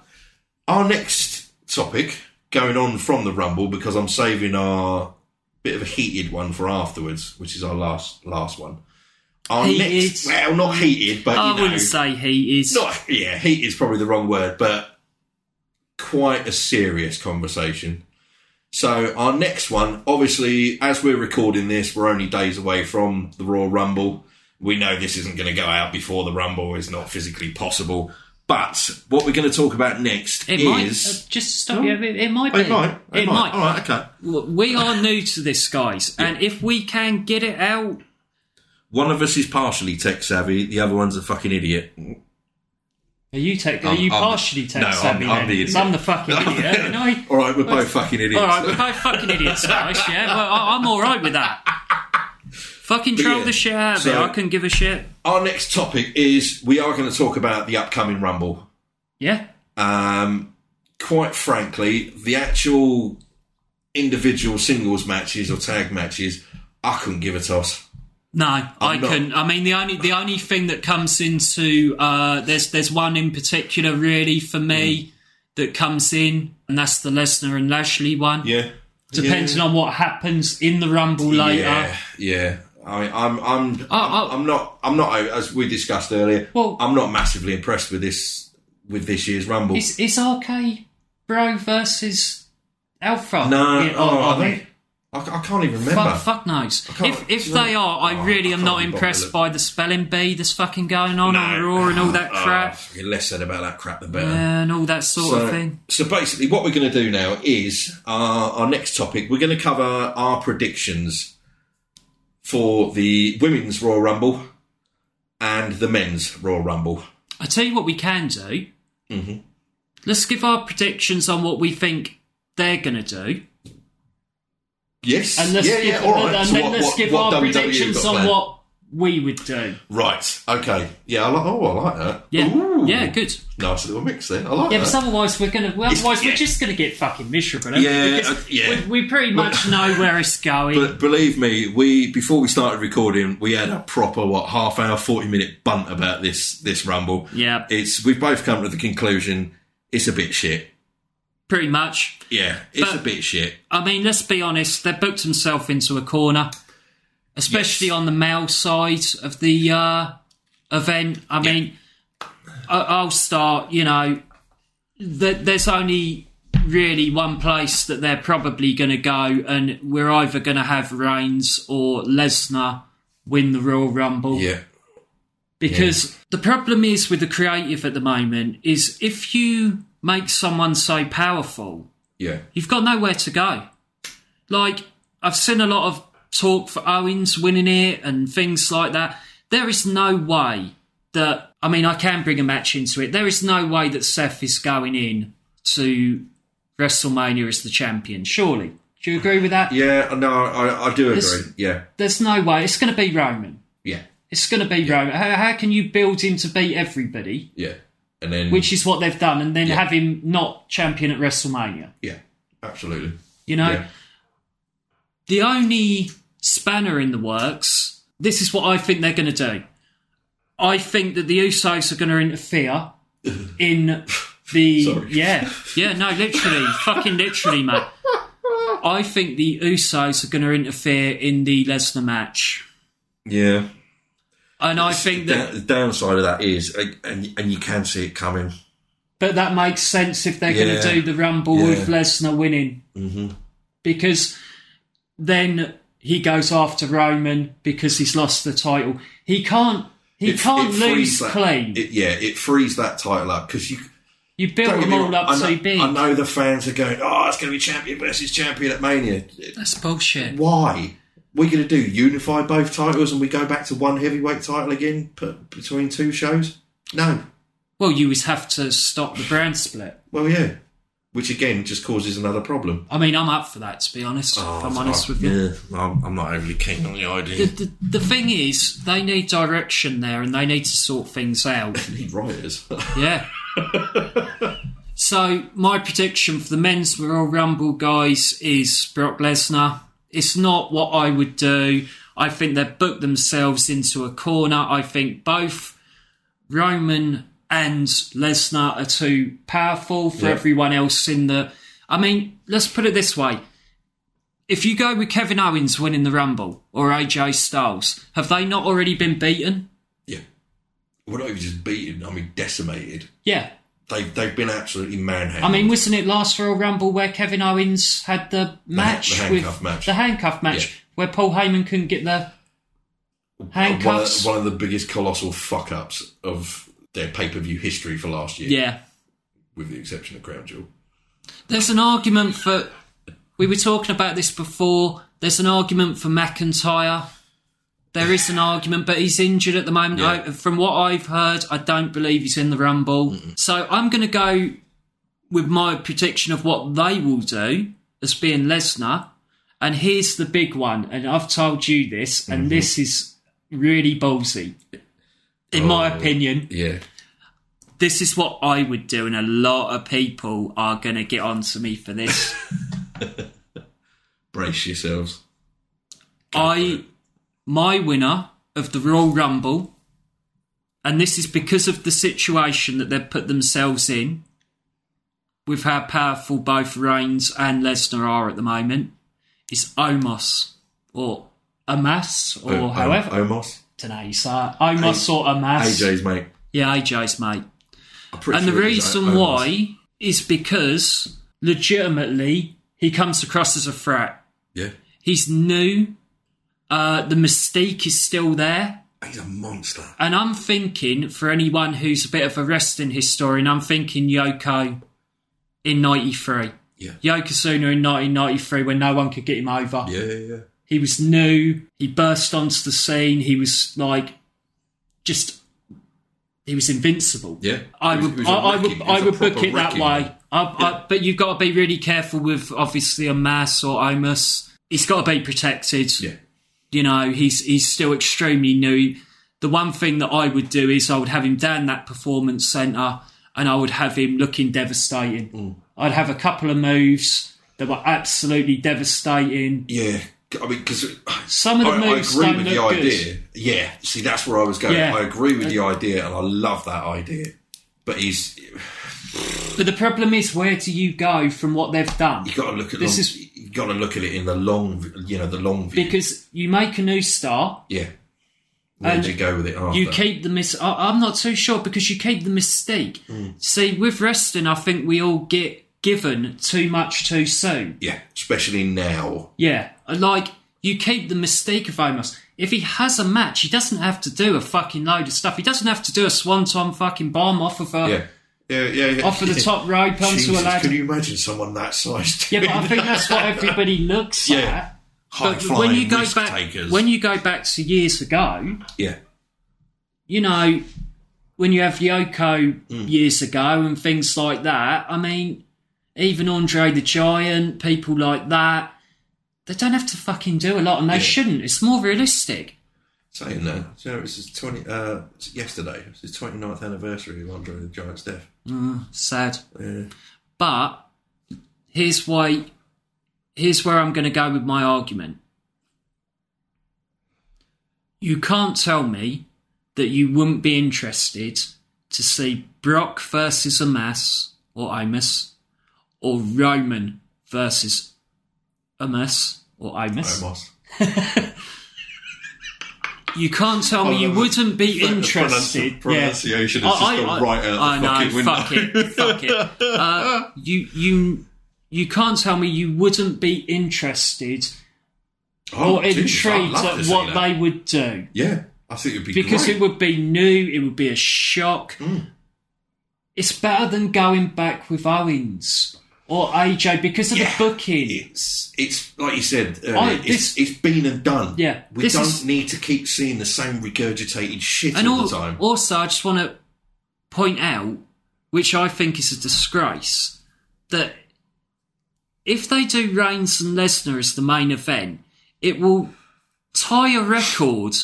[SPEAKER 3] Our next topic going on from the Rumble because I'm saving our bit of a heated one for afterwards, which is our last last one. Our
[SPEAKER 2] Heated.
[SPEAKER 3] next, well, not heated, but
[SPEAKER 2] I
[SPEAKER 3] you know,
[SPEAKER 2] wouldn't say he is.
[SPEAKER 3] not yeah, heat is probably the wrong word, but quite a serious conversation. So our next one, obviously, as we're recording this, we're only days away from the Raw Rumble. We know this isn't going to go out before the Rumble; it's not physically possible. But what we're going to talk about next
[SPEAKER 2] it
[SPEAKER 3] is Oh,
[SPEAKER 2] might. uh, just to stop you. It, it might be.
[SPEAKER 3] It might. It, might. All right. Okay.
[SPEAKER 2] Look, we are new to this, guys, and if we can get it out,
[SPEAKER 3] One of us is partially tech savvy. The other one's a fucking idiot.
[SPEAKER 2] are you tech? Are
[SPEAKER 3] I'm-
[SPEAKER 2] you
[SPEAKER 3] I'm-
[SPEAKER 2] partially tech
[SPEAKER 3] no, I'm-
[SPEAKER 2] savvy?
[SPEAKER 3] I'm
[SPEAKER 2] then?
[SPEAKER 3] the
[SPEAKER 2] 'Cause
[SPEAKER 3] idiot.
[SPEAKER 2] I'm the fucking idiot. ain't I?
[SPEAKER 3] All right. We're both fucking idiots.
[SPEAKER 2] All right, we're both fucking idiots, guys. Yeah, well, I, I'm all right with that. Fucking troll
[SPEAKER 3] yeah,
[SPEAKER 2] the shit out of it.
[SPEAKER 3] so-
[SPEAKER 2] I can give a shit.
[SPEAKER 3] Our next topic is we are going to talk about the upcoming Rumble.
[SPEAKER 2] Yeah,
[SPEAKER 3] Um, quite frankly, the actual individual singles matches or tag matches, I couldn't give a toss.
[SPEAKER 2] no, i
[SPEAKER 3] not-
[SPEAKER 2] can. I mean, the only the only thing that comes into uh, there's there's one in particular really for me
[SPEAKER 3] Mm.
[SPEAKER 2] that comes in, and that's the Lesnar and Lashley one.
[SPEAKER 3] Yeah,
[SPEAKER 2] Depending on what happens in the Rumble later.
[SPEAKER 3] yeah, yeah. I mean, I'm, I'm,
[SPEAKER 2] oh.
[SPEAKER 3] I'm not, I'm not. As we discussed earlier,
[SPEAKER 2] Well-
[SPEAKER 3] I'm not massively impressed with this with this year's Rumble.
[SPEAKER 2] Is is RK Bro versus Alpha?
[SPEAKER 3] no,
[SPEAKER 2] Yeah,
[SPEAKER 3] oh,
[SPEAKER 2] on-
[SPEAKER 3] I,
[SPEAKER 2] on
[SPEAKER 3] think-
[SPEAKER 2] it?
[SPEAKER 3] I, I can't even remember.
[SPEAKER 2] Fuck, fuck knows.
[SPEAKER 3] can't-
[SPEAKER 2] If if
[SPEAKER 3] do you know-
[SPEAKER 2] they are, I
[SPEAKER 3] Oh,
[SPEAKER 2] really
[SPEAKER 3] I
[SPEAKER 2] am
[SPEAKER 3] can't
[SPEAKER 2] not
[SPEAKER 3] be bothered to
[SPEAKER 2] impressed
[SPEAKER 3] look.
[SPEAKER 2] by the spelling bee that's fucking going on on
[SPEAKER 3] No.
[SPEAKER 2] Raw and all that
[SPEAKER 3] Oh,
[SPEAKER 2] crap
[SPEAKER 3] fucking less said about that crap, the better.
[SPEAKER 2] and all that sort of thing.
[SPEAKER 3] So basically, what we're going to do now is our, our next topic. We're going to cover our predictions for the women's Royal Rumble and the men's Royal Rumble.
[SPEAKER 2] I tell you what we can do.
[SPEAKER 3] Mm-hmm.
[SPEAKER 2] Let's give our predictions on what we think they're going to do,
[SPEAKER 3] Yes,
[SPEAKER 2] and let's
[SPEAKER 3] yeah,
[SPEAKER 2] give,
[SPEAKER 3] yeah, all right.
[SPEAKER 2] and
[SPEAKER 3] So
[SPEAKER 2] then
[SPEAKER 3] what-
[SPEAKER 2] let's
[SPEAKER 3] what-
[SPEAKER 2] give
[SPEAKER 3] what
[SPEAKER 2] our
[SPEAKER 3] WWE
[SPEAKER 2] predictions
[SPEAKER 3] got
[SPEAKER 2] on
[SPEAKER 3] planned?
[SPEAKER 2] what we would do.
[SPEAKER 3] Right. Okay. Yeah. I like. Oh, I like that.
[SPEAKER 2] Yeah,
[SPEAKER 3] Ooh.
[SPEAKER 2] yeah, good.
[SPEAKER 3] Nice little mix there. I like
[SPEAKER 2] Yeah,
[SPEAKER 3] that.
[SPEAKER 2] because otherwise we're gonna. Well,
[SPEAKER 3] It's-
[SPEAKER 2] otherwise
[SPEAKER 3] yeah.
[SPEAKER 2] we're just gonna get fucking miserable. eh?
[SPEAKER 3] Yeah,
[SPEAKER 2] because
[SPEAKER 3] uh, yeah.
[SPEAKER 2] We, we pretty much know where it's going.
[SPEAKER 3] But believe me, we before we started recording, we had a proper what half hour, forty minute bunt about this this rumble.
[SPEAKER 2] Yeah.
[SPEAKER 3] it's we've both come to the conclusion it's a bit shit.
[SPEAKER 2] pretty much.
[SPEAKER 3] Yeah, it's
[SPEAKER 2] But-
[SPEAKER 3] a bit shit.
[SPEAKER 2] I mean, let's be honest. They've booked themselves into a corner, especially on the male side of the uh, event. I mean, I, I'll start. You know, th- there's only really one place that they're probably going to go, and we're either going to have Reigns or Lesnar win the Royal Rumble.
[SPEAKER 3] Yeah,
[SPEAKER 2] because the problem is with the creative at the moment is if you make someone so powerful
[SPEAKER 3] yeah,
[SPEAKER 2] you've got nowhere to go like i've seen a lot of talk for owens winning it and things like that there is no way that i mean i can bring a match into it there is no way that seth is going in to wrestlemania as the champion surely do you agree with that
[SPEAKER 3] yeah. No, I, I do agree.
[SPEAKER 2] This-
[SPEAKER 3] yeah,
[SPEAKER 2] there's no way it's going to be roman
[SPEAKER 3] yeah,
[SPEAKER 2] it's going to be roman how, how can you build him to beat everybody
[SPEAKER 3] yeah. And then
[SPEAKER 2] which is what they've done, and then
[SPEAKER 3] Yeah.
[SPEAKER 2] have him not champion at WrestleMania.
[SPEAKER 3] yeah, absolutely.
[SPEAKER 2] You know,
[SPEAKER 3] yeah,
[SPEAKER 2] the only spanner in the works. This is what I think they're going to do. I think that the Usos are going to interfere in the
[SPEAKER 3] Sorry.
[SPEAKER 2] yeah yeah no literally fucking literally mate. I think the Usos are going to interfere in the Lesnar match,
[SPEAKER 3] yeah.
[SPEAKER 2] and I think that
[SPEAKER 3] the downside of that is, and and you can see it coming.
[SPEAKER 2] But that makes sense if they're going
[SPEAKER 3] Yeah.
[SPEAKER 2] to do the Rumble with
[SPEAKER 3] Yeah.
[SPEAKER 2] Lesnar winning. Mm-hmm. Because then he goes after Roman because he's lost the title. He can't. He
[SPEAKER 3] It-
[SPEAKER 2] can't
[SPEAKER 3] it
[SPEAKER 2] lose
[SPEAKER 3] frees that-
[SPEAKER 2] clean.
[SPEAKER 3] It, yeah, it frees that title up because you
[SPEAKER 2] you built
[SPEAKER 3] Don't
[SPEAKER 2] them
[SPEAKER 3] get me
[SPEAKER 2] all
[SPEAKER 3] wrong,
[SPEAKER 2] up
[SPEAKER 3] I know,
[SPEAKER 2] too big.
[SPEAKER 3] I know the fans are going, oh, it's going to be champion versus champion at Mania.
[SPEAKER 2] That's bullshit.
[SPEAKER 3] Why? We're going to do unify both titles and we go back to one heavyweight title again p- between two shows? No.
[SPEAKER 2] Well, you would have to stop the brand split.
[SPEAKER 3] Well, yeah. Which again just causes another problem.
[SPEAKER 2] I mean, I'm up for that to be honest. if I'm honest with you.
[SPEAKER 3] Oh, Yeah, I'm, I'm not overly keen on the
[SPEAKER 2] The,
[SPEAKER 3] idea.
[SPEAKER 2] the, the thing is, they need direction there, and they need to sort things out.
[SPEAKER 3] Rioters.
[SPEAKER 2] Yeah. so my prediction for the men's Royal Rumble guys is Brock Lesnar. It's not what I would do. I think they've booked themselves into a corner. I think both Roman and Lesnar are too powerful for
[SPEAKER 3] Yeah.
[SPEAKER 2] everyone else in the. I mean, let's put it this way: if you go with Kevin Owens winning the Rumble or AJ Styles, have they not already been beaten?
[SPEAKER 3] Yeah. We're not even just beaten, I mean, decimated.
[SPEAKER 2] Yeah.
[SPEAKER 3] They've, they've been absolutely manhandled.
[SPEAKER 2] I mean, wasn't it last Royal Rumble where Kevin Owens had the match
[SPEAKER 3] the
[SPEAKER 2] with
[SPEAKER 3] handcuff match.
[SPEAKER 2] the handcuff match
[SPEAKER 3] Yeah.
[SPEAKER 2] where Paul Heyman couldn't get the handcuffs?
[SPEAKER 3] One of, one of the biggest colossal fuck ups of their pay per view history for last year,
[SPEAKER 2] yeah.
[SPEAKER 3] with the exception of Crown Jewel.
[SPEAKER 2] There's an argument for. We were talking about this before. There's an argument for McIntyre. There is an argument, but he's injured at the moment.
[SPEAKER 3] Yeah.
[SPEAKER 2] I, from what I've heard, I don't believe he's in the Rumble. So I'm going to go with my prediction of what they will do as being Lesnar. And here's the big one. And I've told you this,
[SPEAKER 3] Mm-hmm.
[SPEAKER 2] and this is really ballsy. In my
[SPEAKER 3] Oh.
[SPEAKER 2] opinion,
[SPEAKER 3] Yeah.
[SPEAKER 2] this is what I would do, and a lot of people are going to get on to me for this.
[SPEAKER 3] Brace yourselves.
[SPEAKER 2] I, my winner of the Royal Rumble, and this is because of the situation that they've put themselves in with how powerful both Reigns and Lesnar are at the moment, is Omos or Amas or
[SPEAKER 3] O-
[SPEAKER 2] however.
[SPEAKER 3] O- Omos.
[SPEAKER 2] don't know, you say Omos or Amas.
[SPEAKER 3] AJ's mate.
[SPEAKER 2] Yeah, AJ's mate.
[SPEAKER 3] I'm pretty
[SPEAKER 2] And the
[SPEAKER 3] sure it was
[SPEAKER 2] reason
[SPEAKER 3] O- Omos.
[SPEAKER 2] why is because legitimately he comes across as a threat.
[SPEAKER 3] Yeah.
[SPEAKER 2] He's new. Uh, the mystique is still there.
[SPEAKER 3] He's a monster.
[SPEAKER 2] And I'm thinking, for anyone who's a bit of a wrestling historian, I'm thinking Yoko in 93.
[SPEAKER 3] Yeah.
[SPEAKER 2] Yokozuna in 1993 when no one could get him over.
[SPEAKER 3] Yeah, yeah, yeah.
[SPEAKER 2] He was new. He burst onto the scene. He was like, just, he was invincible.
[SPEAKER 3] Yeah.
[SPEAKER 2] I
[SPEAKER 3] He was-
[SPEAKER 2] would,
[SPEAKER 3] he was a
[SPEAKER 2] I, I
[SPEAKER 3] wrecking-
[SPEAKER 2] would,
[SPEAKER 3] he was
[SPEAKER 2] I
[SPEAKER 3] a
[SPEAKER 2] would book
[SPEAKER 3] proper
[SPEAKER 2] it that
[SPEAKER 3] wrecking
[SPEAKER 2] way.
[SPEAKER 3] man.
[SPEAKER 2] I, I, but you've got to be really careful with obviously a mass or Omus. He's got to be protected.
[SPEAKER 3] Yeah.
[SPEAKER 2] You know, he's he's still extremely new. The one thing that I would do is I would have him down that performance center, and I would have him looking devastating.
[SPEAKER 3] Mm.
[SPEAKER 2] I'd have a couple of moves that were absolutely devastating.
[SPEAKER 3] Yeah. I mean, because
[SPEAKER 2] Some of the
[SPEAKER 3] I, I
[SPEAKER 2] moves
[SPEAKER 3] agree
[SPEAKER 2] don't
[SPEAKER 3] with the
[SPEAKER 2] look good.
[SPEAKER 3] idea. Yeah, see, that's where I was going.
[SPEAKER 2] Yeah. Uh,
[SPEAKER 3] I agree with the idea, and I love that idea. But he's you
[SPEAKER 2] But the problem is, where do you go from what they've done?
[SPEAKER 3] got to look at
[SPEAKER 2] This
[SPEAKER 3] long,
[SPEAKER 2] is-
[SPEAKER 3] you got to look at it in the long, you know, the long view.
[SPEAKER 2] Because you make a new star,
[SPEAKER 3] yeah, where
[SPEAKER 2] And
[SPEAKER 3] would you go with it? After?
[SPEAKER 2] You keep the mis. I, I'm not too sure because you keep the mistake.
[SPEAKER 3] Hmm.
[SPEAKER 2] See, with wrestling, I think we all get given too much too soon.
[SPEAKER 3] yeah, especially now.
[SPEAKER 2] Yeah, like you keep the mistake of Omos. If he has a match, he doesn't have to do a fucking load of stuff. He doesn't have to do a swanton fucking bomb off of a
[SPEAKER 3] Yeah, yeah, yeah. yeah.
[SPEAKER 2] off of Uh, the top rope onto
[SPEAKER 3] Jesus,
[SPEAKER 2] a ladder.
[SPEAKER 3] Can you imagine someone that size?
[SPEAKER 2] Yeah, but
[SPEAKER 3] doing
[SPEAKER 2] I think that's what everybody looks
[SPEAKER 3] Yeah.
[SPEAKER 2] at.
[SPEAKER 3] High
[SPEAKER 2] But when you
[SPEAKER 3] flying
[SPEAKER 2] go
[SPEAKER 3] risk
[SPEAKER 2] back,
[SPEAKER 3] takers.
[SPEAKER 2] when you go back to years ago,
[SPEAKER 3] yeah,
[SPEAKER 2] you know, when you have Yoko
[SPEAKER 3] Hmm.
[SPEAKER 2] years ago and things like that, I mean, even Andre the Giant, people like that, they don't have to fucking do a lot and they shouldn't. It's more realistic.
[SPEAKER 3] saying that. So it was his twenty uh, yesterday. It was his 29th anniversary of Andre the Giant's death.
[SPEAKER 2] Sad.
[SPEAKER 3] Yeah.
[SPEAKER 2] But here's why here's where I'm gonna go with my argument. You can't tell me that you wouldn't be interested to see Brock versus Amas or Amos or Roman versus Amas or Amos.
[SPEAKER 3] Omos.
[SPEAKER 2] You can't tell me you
[SPEAKER 3] love it.
[SPEAKER 2] wouldn't be
[SPEAKER 3] The
[SPEAKER 2] interested.
[SPEAKER 3] pronunci- pronunciation
[SPEAKER 2] yeah.
[SPEAKER 3] has just gone right out
[SPEAKER 2] I
[SPEAKER 3] the
[SPEAKER 2] know,
[SPEAKER 3] fucking
[SPEAKER 2] fuck
[SPEAKER 3] window.
[SPEAKER 2] it, fuck it. Uh, you, you, you can't tell me you wouldn't be interested or
[SPEAKER 3] Oh, Jesus, I'd
[SPEAKER 2] intrigued
[SPEAKER 3] love to
[SPEAKER 2] at
[SPEAKER 3] see
[SPEAKER 2] what
[SPEAKER 3] that.
[SPEAKER 2] they would do
[SPEAKER 3] Yeah, I think it'd be
[SPEAKER 2] because
[SPEAKER 3] great. Hmm.
[SPEAKER 2] it would be new. It would be a shock. It's better than going back with Owens or AJ because of
[SPEAKER 3] Yeah.
[SPEAKER 2] the booking.
[SPEAKER 3] it's it's like you said earlier,
[SPEAKER 2] I-
[SPEAKER 3] it's,
[SPEAKER 2] this-
[SPEAKER 3] it's been and done.
[SPEAKER 2] Yeah,
[SPEAKER 3] we
[SPEAKER 2] this
[SPEAKER 3] don't
[SPEAKER 2] is-
[SPEAKER 3] need to keep seeing the same regurgitated shit
[SPEAKER 2] and
[SPEAKER 3] all
[SPEAKER 2] al-
[SPEAKER 3] the time.
[SPEAKER 2] also I just want to point out, which I think is a disgrace, that if they do Reigns and Lesnar as the main event, it will tie a record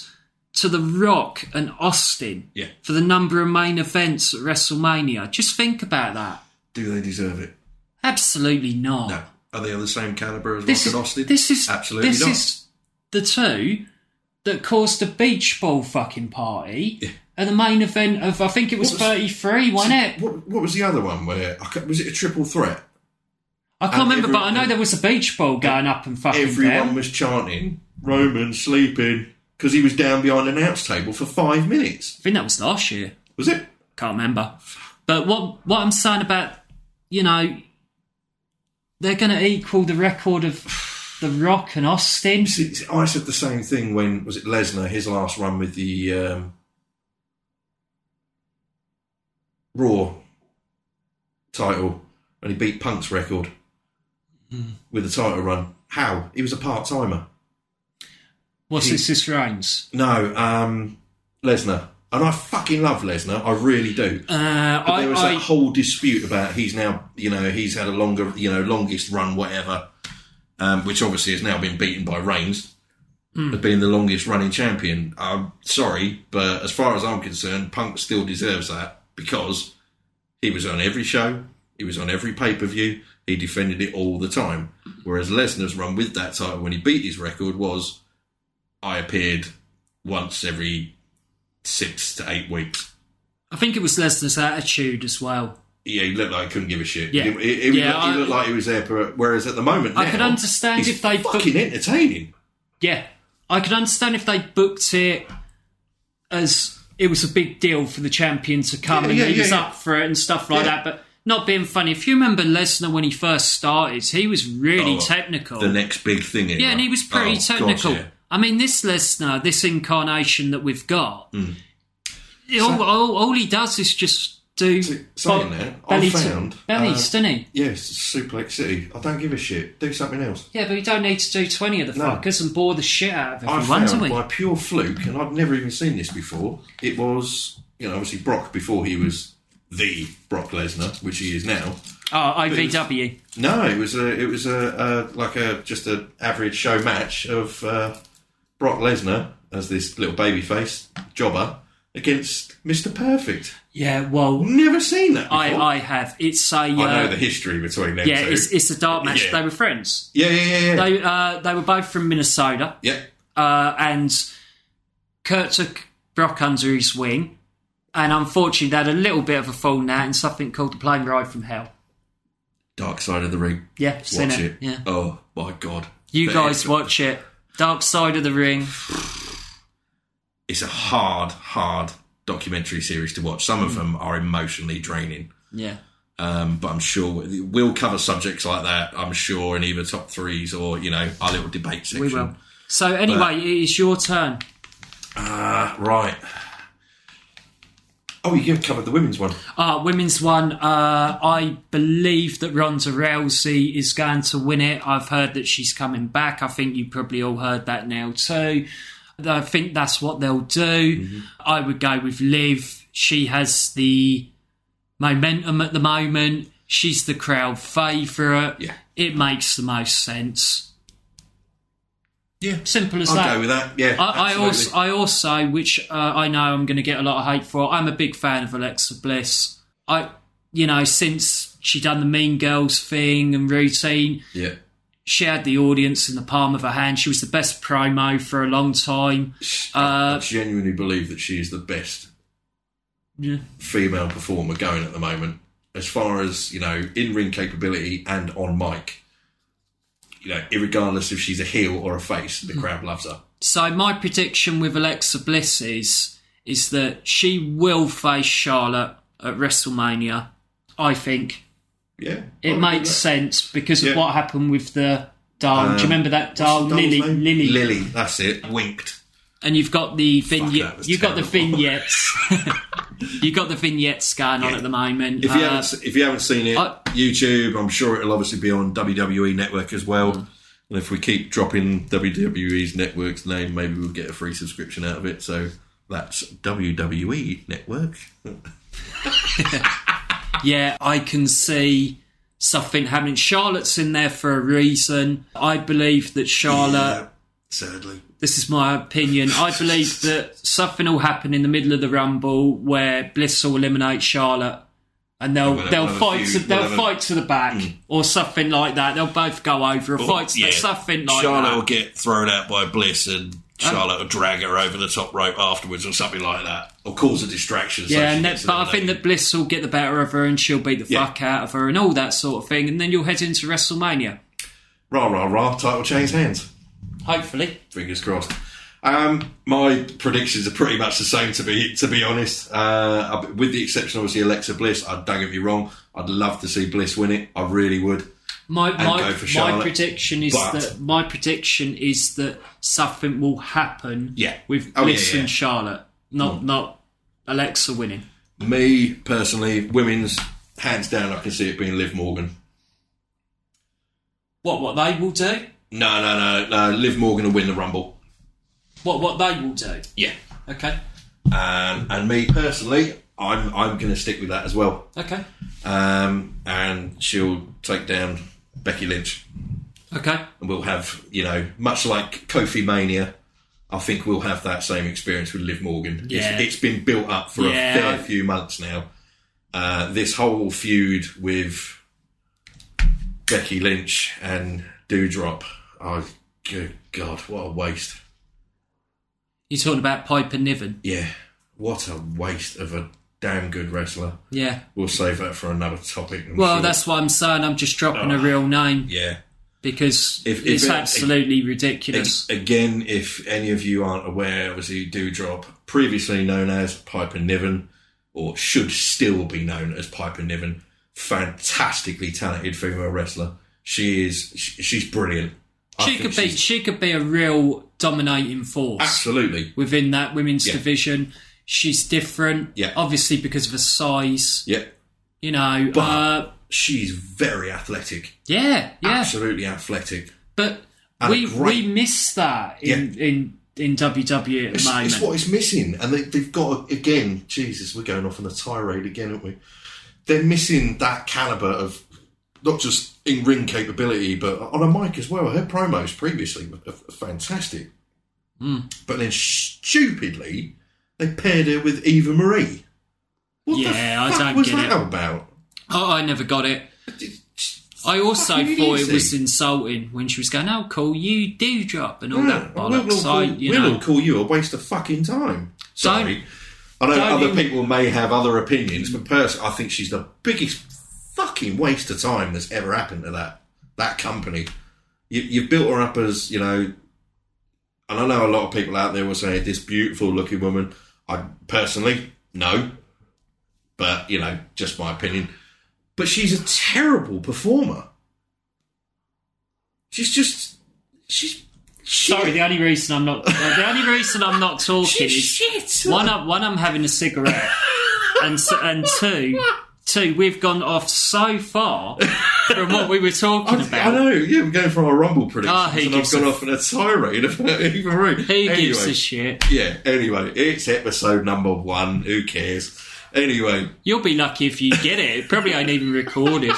[SPEAKER 2] to The Rock and Austin
[SPEAKER 3] Yeah.
[SPEAKER 2] for the number of main events at WrestleMania. Just think about that.
[SPEAKER 3] Do they deserve it?
[SPEAKER 2] Absolutely not.
[SPEAKER 3] No. Are they on the same caliber as
[SPEAKER 2] Oh. This
[SPEAKER 3] Rock
[SPEAKER 2] is,
[SPEAKER 3] and Austin?
[SPEAKER 2] this is
[SPEAKER 3] absolutely
[SPEAKER 2] this
[SPEAKER 3] not.
[SPEAKER 2] is the two that caused the beach ball fucking party at the main event of I think it was
[SPEAKER 3] What was-
[SPEAKER 2] thirty three, wasn't it?
[SPEAKER 3] what, what was the other one where I ca- was it a triple threat?
[SPEAKER 2] I can't
[SPEAKER 3] And
[SPEAKER 2] remember, but I
[SPEAKER 3] everyone-
[SPEAKER 2] know there was a beach ball going up and fucking
[SPEAKER 3] Everyone
[SPEAKER 2] down.
[SPEAKER 3] was chanting Roman sleeping because he was down behind an outs table for five minutes.
[SPEAKER 2] I think that was last year.
[SPEAKER 3] Was it?
[SPEAKER 2] Can't remember. But what what I'm saying about you know they're going to equal the record of the Rock and Austin.
[SPEAKER 3] See, see, I said the same thing when was it Lesnar his last run with the um, Raw title and he beat Punk's record
[SPEAKER 2] Hmm.
[SPEAKER 3] with the title run. How he was a part timer.
[SPEAKER 2] What's this? This Reigns.
[SPEAKER 3] No, um, Lesnar, and I fucking love Lesnar. I really do.
[SPEAKER 2] Uh,
[SPEAKER 3] But
[SPEAKER 2] I,
[SPEAKER 3] there was
[SPEAKER 2] I,
[SPEAKER 3] that whole dispute about he's now, you know, he's had a longer, you know, longest run, whatever, um, which obviously has now been beaten by Reigns
[SPEAKER 2] Hmm.
[SPEAKER 3] as being the longest running champion. I'm sorry, but as far as I'm concerned, Punk still deserves that because he was on every show, he was on every pay per view, he defended it all the time. Whereas Lesnar's run with that title when he beat his record was I appeared once every six to eight weeks.
[SPEAKER 2] I think it was Lesnar's attitude as well.
[SPEAKER 3] Yeah, he looked like he couldn't give a shit.
[SPEAKER 2] Yeah.
[SPEAKER 3] He, he- he
[SPEAKER 2] Yeah,
[SPEAKER 3] looked, he
[SPEAKER 2] I-
[SPEAKER 3] looked like he was there, for, whereas at the moment,
[SPEAKER 2] I
[SPEAKER 3] now,
[SPEAKER 2] could understand
[SPEAKER 3] he's
[SPEAKER 2] if they put-
[SPEAKER 3] fucking entertaining.
[SPEAKER 2] Yeah, I could understand if they booked it as it was a big deal for the champion to come
[SPEAKER 3] Yeah,
[SPEAKER 2] and
[SPEAKER 3] yeah,
[SPEAKER 2] he
[SPEAKER 3] yeah,
[SPEAKER 2] was
[SPEAKER 3] yeah.
[SPEAKER 2] up for it and stuff like
[SPEAKER 3] Yeah.
[SPEAKER 2] that. But not being funny. If you remember Lesnar when he first started, he was really
[SPEAKER 3] Oh,
[SPEAKER 2] technical.
[SPEAKER 3] The next big thing, Oh,
[SPEAKER 2] Yeah, and he was pretty technical.
[SPEAKER 3] yeah.
[SPEAKER 2] I mean, this listener, this incarnation that we've got,
[SPEAKER 3] Hmm.
[SPEAKER 2] it- all, all, all he does is just do
[SPEAKER 3] saying
[SPEAKER 2] bo-
[SPEAKER 3] that, I
[SPEAKER 2] belly to-
[SPEAKER 3] found, uh,
[SPEAKER 2] bellies, doesn't he?
[SPEAKER 3] Yes, Suplex City. I don't give a shit. Do something else.
[SPEAKER 2] Yeah, but we don't need to do twenty of the
[SPEAKER 3] No.
[SPEAKER 2] fuckers and bore the shit out of
[SPEAKER 3] I
[SPEAKER 2] everyone, do
[SPEAKER 3] found
[SPEAKER 2] we?
[SPEAKER 3] by pure fluke, and I've never even seen this before. It was, you know, obviously Brock before he was the Brock Lesnar, which he is now.
[SPEAKER 2] Oh, IVW.
[SPEAKER 3] No, it was a, it was a, a like a just an average show match of uh, Brock Lesnar as this little babyface jobber against Mister Perfect.
[SPEAKER 2] Yeah, well,
[SPEAKER 3] Never seen that. Before.
[SPEAKER 2] I, I have. It's a uh,
[SPEAKER 3] I know the history between them.
[SPEAKER 2] yeah,
[SPEAKER 3] two.
[SPEAKER 2] it's, it's a dark match.
[SPEAKER 3] Yeah.
[SPEAKER 2] They were friends.
[SPEAKER 3] yeah, yeah, yeah, yeah.
[SPEAKER 2] They uh, they were both from Minnesota.
[SPEAKER 3] yeah.
[SPEAKER 2] uh, and Kurt took Brock under his wing, and unfortunately, they had a little bit of a fall now in something called the plane ride from hell.
[SPEAKER 3] Dark Side of the Ring.
[SPEAKER 2] Yeah, I've seen
[SPEAKER 3] Watch
[SPEAKER 2] it.
[SPEAKER 3] it.
[SPEAKER 2] Yeah,
[SPEAKER 3] Oh my god.
[SPEAKER 2] you
[SPEAKER 3] But
[SPEAKER 2] guys
[SPEAKER 3] it's-
[SPEAKER 2] watch it. Dark Side of the Ring.
[SPEAKER 3] It's a hard, hard documentary series to watch.
[SPEAKER 2] Mm.
[SPEAKER 3] Some of them are emotionally draining.
[SPEAKER 2] Yeah,
[SPEAKER 3] Um, but I'm sure we'll cover subjects like that. I'm sure in either top threes or you know our little debate section.
[SPEAKER 2] we will. So anyway, it is your turn.
[SPEAKER 3] Ah, right. Oh, you covered the women's one.
[SPEAKER 2] Uh, women's one. Uh, I believe that Ronda Rousey is going to win it. I've heard that she's coming back. I think you probably all heard that now too. I think that's what they'll do.
[SPEAKER 3] Mm-hmm.
[SPEAKER 2] I would go with Liv. She has the momentum at the moment. She's the crowd favourite.
[SPEAKER 3] Yeah.
[SPEAKER 2] It makes the most sense.
[SPEAKER 3] Yeah.
[SPEAKER 2] Simple as
[SPEAKER 3] I'll
[SPEAKER 2] that.
[SPEAKER 3] go with that. Yeah,
[SPEAKER 2] I, I
[SPEAKER 3] absolutely.
[SPEAKER 2] also, I also, which uh, I know I'm going to get a lot of hate for. I'm a big fan of Alexa Bliss. I, you know, since she done the Mean Girls thing and routine,
[SPEAKER 3] yeah.
[SPEAKER 2] she had the audience in the palm of her hand. She was the best promo for a long time. uh,
[SPEAKER 3] I genuinely believe that she is the best
[SPEAKER 2] Yeah.
[SPEAKER 3] female performer going at the moment, as far as you know, in ring capability and on mic. You know, regardless if she's a heel or a face,
[SPEAKER 2] Hmm.
[SPEAKER 3] the crowd loves her.
[SPEAKER 2] So my prediction with Alexa Bliss is is that she will face Charlotte at WrestleMania. I think
[SPEAKER 3] Yeah,
[SPEAKER 2] it
[SPEAKER 3] I'll
[SPEAKER 2] makes
[SPEAKER 3] do
[SPEAKER 2] sense because
[SPEAKER 3] Yeah. Uh,
[SPEAKER 2] of what happened with the. Darn, do you remember that Darn
[SPEAKER 3] that.
[SPEAKER 2] Lily,
[SPEAKER 3] Donald's name?
[SPEAKER 2] Lily,
[SPEAKER 3] Lily. That's it. Winked.
[SPEAKER 2] and you've got the
[SPEAKER 3] that
[SPEAKER 2] vignette.
[SPEAKER 3] was
[SPEAKER 2] You've got the
[SPEAKER 3] terrible.
[SPEAKER 2] vignettes. you've got the vignettes going on at the moment.
[SPEAKER 3] If you
[SPEAKER 2] Uh,
[SPEAKER 3] haven't, se- if you haven't seen it,
[SPEAKER 2] I-
[SPEAKER 3] YouTube. I'm sure it'll obviously be on WWE Network as well.
[SPEAKER 2] Mm.
[SPEAKER 3] And if we keep dropping WWE's network's name, maybe we'll get a free subscription out of it. So that's WWE Network.
[SPEAKER 2] yeah, I can see something happening. Charlotte's in there for a reason. I believe that Charlotte.
[SPEAKER 3] Sadly,
[SPEAKER 2] This is my opinion. I believe that something will happen in the middle of the rumble where Bliss will eliminate Charlotte, and they'll
[SPEAKER 3] we'll have-
[SPEAKER 2] they'll
[SPEAKER 3] we'll have a
[SPEAKER 2] fight
[SPEAKER 3] few-
[SPEAKER 2] to, they'll
[SPEAKER 3] we'll have a- Mm.
[SPEAKER 2] fight to the back or something like that. They'll both go over a fight to
[SPEAKER 3] yeah.
[SPEAKER 2] something like
[SPEAKER 3] Charlotte
[SPEAKER 2] that.
[SPEAKER 3] will get thrown out by Bliss, and Charlotte would drag her over the top rope afterwards or something like that, or cause a distraction. so
[SPEAKER 2] yeah,
[SPEAKER 3] she
[SPEAKER 2] and that,
[SPEAKER 3] gets
[SPEAKER 2] but I think
[SPEAKER 3] eliminated.
[SPEAKER 2] that Bliss will get the better of her and she'll beat the
[SPEAKER 3] Yeah.
[SPEAKER 2] fuck out of her and all that sort of thing, and then you'll head into WrestleMania.
[SPEAKER 3] rah rah rah title change hands.
[SPEAKER 2] Hopefully.
[SPEAKER 3] Fingers crossed. Um, my predictions are pretty much the same to be to be honest. Uh, I- with the exception, obviously, Alexa Bliss. I don't get me wrong. I'd love to see Bliss win it. I really would.
[SPEAKER 2] My
[SPEAKER 3] go
[SPEAKER 2] my,
[SPEAKER 3] for
[SPEAKER 2] my
[SPEAKER 3] Charlotte.
[SPEAKER 2] prediction is
[SPEAKER 3] But-
[SPEAKER 2] that my prediction is that something will happen
[SPEAKER 3] Yeah.
[SPEAKER 2] with
[SPEAKER 3] Oh, yeah,
[SPEAKER 2] Bliss
[SPEAKER 3] yeah. Mm.
[SPEAKER 2] and Charlotte. Not not Alexa winning.
[SPEAKER 3] Me personally, women's hands down. I can see it being Liv Morgan.
[SPEAKER 2] What what they will do?
[SPEAKER 3] No, no, no, no. Liv Morgan will win the Rumble.
[SPEAKER 2] What what they will do.
[SPEAKER 3] Yeah.
[SPEAKER 2] Okay.
[SPEAKER 3] Um, and me personally, I'm I'm going to stick with that as well.
[SPEAKER 2] Okay.
[SPEAKER 3] Um, and she'll take down Becky Lynch,
[SPEAKER 2] Okay.
[SPEAKER 3] and we'll have you know much like Kofi Mania. I think we'll have that same experience with Liv Morgan.
[SPEAKER 2] Yeah.
[SPEAKER 3] It's, it's been built up for
[SPEAKER 2] Yeah.
[SPEAKER 3] a fair few months now. Uh, this whole feud with Becky Lynch and Dewdrop. Oh, good God, what a waste.
[SPEAKER 2] You're talking about Piper Niven.
[SPEAKER 3] Yeah, what a waste of a damn good wrestler.
[SPEAKER 2] Yeah.
[SPEAKER 3] We'll save that for another topic. I'm
[SPEAKER 2] Well,
[SPEAKER 3] sure.
[SPEAKER 2] that's what I'm saying. I'm just dropping a real name
[SPEAKER 3] yeah.
[SPEAKER 2] because
[SPEAKER 3] If- if
[SPEAKER 2] it's
[SPEAKER 3] it-
[SPEAKER 2] absolutely ridiculous.
[SPEAKER 3] Again, if any of you aren't aware, obviously Dewdrop, previously known as Piper Niven, or should still be known as Piper Niven, fantastically talented female wrestler. She is. sh- She's brilliant. I
[SPEAKER 2] she
[SPEAKER 3] think
[SPEAKER 2] could be
[SPEAKER 3] she's-
[SPEAKER 2] she could be a real dominating force
[SPEAKER 3] absolutely.
[SPEAKER 2] within that women's division. She's different,
[SPEAKER 3] Yeah.
[SPEAKER 2] obviously because of her size.
[SPEAKER 3] Yeah,
[SPEAKER 2] You know,
[SPEAKER 3] But-
[SPEAKER 2] uh,
[SPEAKER 3] she's very athletic.
[SPEAKER 2] yeah, yeah.
[SPEAKER 3] Absolutely athletic.
[SPEAKER 2] But
[SPEAKER 3] And
[SPEAKER 2] we
[SPEAKER 3] a great-
[SPEAKER 2] we miss that in in, in WWE at the
[SPEAKER 3] It's,
[SPEAKER 2] moment.
[SPEAKER 3] it's what it's missing, and they, they've got again. Jesus, we're going off on a tirade again, aren't we? They're missing that caliber of not just in ring capability, but on a mic as well. Her promos previously were f- fantastic,
[SPEAKER 2] Hmm.
[SPEAKER 3] but then stupidly they paired her with Eva Marie. What
[SPEAKER 2] Yeah, I
[SPEAKER 3] the fuck
[SPEAKER 2] don't
[SPEAKER 3] was
[SPEAKER 2] get
[SPEAKER 3] that
[SPEAKER 2] it.
[SPEAKER 3] about?
[SPEAKER 2] Oh, I never got it. I also
[SPEAKER 3] fucking
[SPEAKER 2] thought it
[SPEAKER 3] idiocy.
[SPEAKER 2] was insulting when she was going, "Oh, call you do drop" and all
[SPEAKER 3] Yeah,
[SPEAKER 2] that
[SPEAKER 3] we'll, we'll,
[SPEAKER 2] bollocks. I,
[SPEAKER 3] call,
[SPEAKER 2] you
[SPEAKER 3] we
[SPEAKER 2] know,
[SPEAKER 3] will call you a waste of fucking time. Sorry. I know
[SPEAKER 2] don't
[SPEAKER 3] other
[SPEAKER 2] even-
[SPEAKER 3] people may have other opinions, but personally, I think she's the biggest fucking waste of time that's ever happened to that that company. You, you've built her up as, you know, and I know a lot of people out there will say this beautiful looking woman. I personally, no. But, you know, just my opinion. But she's a terrible performer. She's just. She's. shit.
[SPEAKER 2] Sorry, the only reason I'm not uh, the only reason I'm not talking
[SPEAKER 3] She's
[SPEAKER 2] is
[SPEAKER 3] shit.
[SPEAKER 2] one up one I'm having a cigarette, and s- and two two we've gone off so far from what we were talking
[SPEAKER 3] I, I
[SPEAKER 2] about.
[SPEAKER 3] know, yeah, we're going for our Rumble predictions,
[SPEAKER 2] Ah, he
[SPEAKER 3] and I've
[SPEAKER 2] gives
[SPEAKER 3] gone
[SPEAKER 2] a-
[SPEAKER 3] off on a tirade about Eva Marie.
[SPEAKER 2] Who
[SPEAKER 3] anyway,
[SPEAKER 2] gives a shit?
[SPEAKER 3] Yeah, anyway, it's episode number one. Who cares? Anyway,
[SPEAKER 2] You'll be lucky if you get it. It probably ain't even recorded.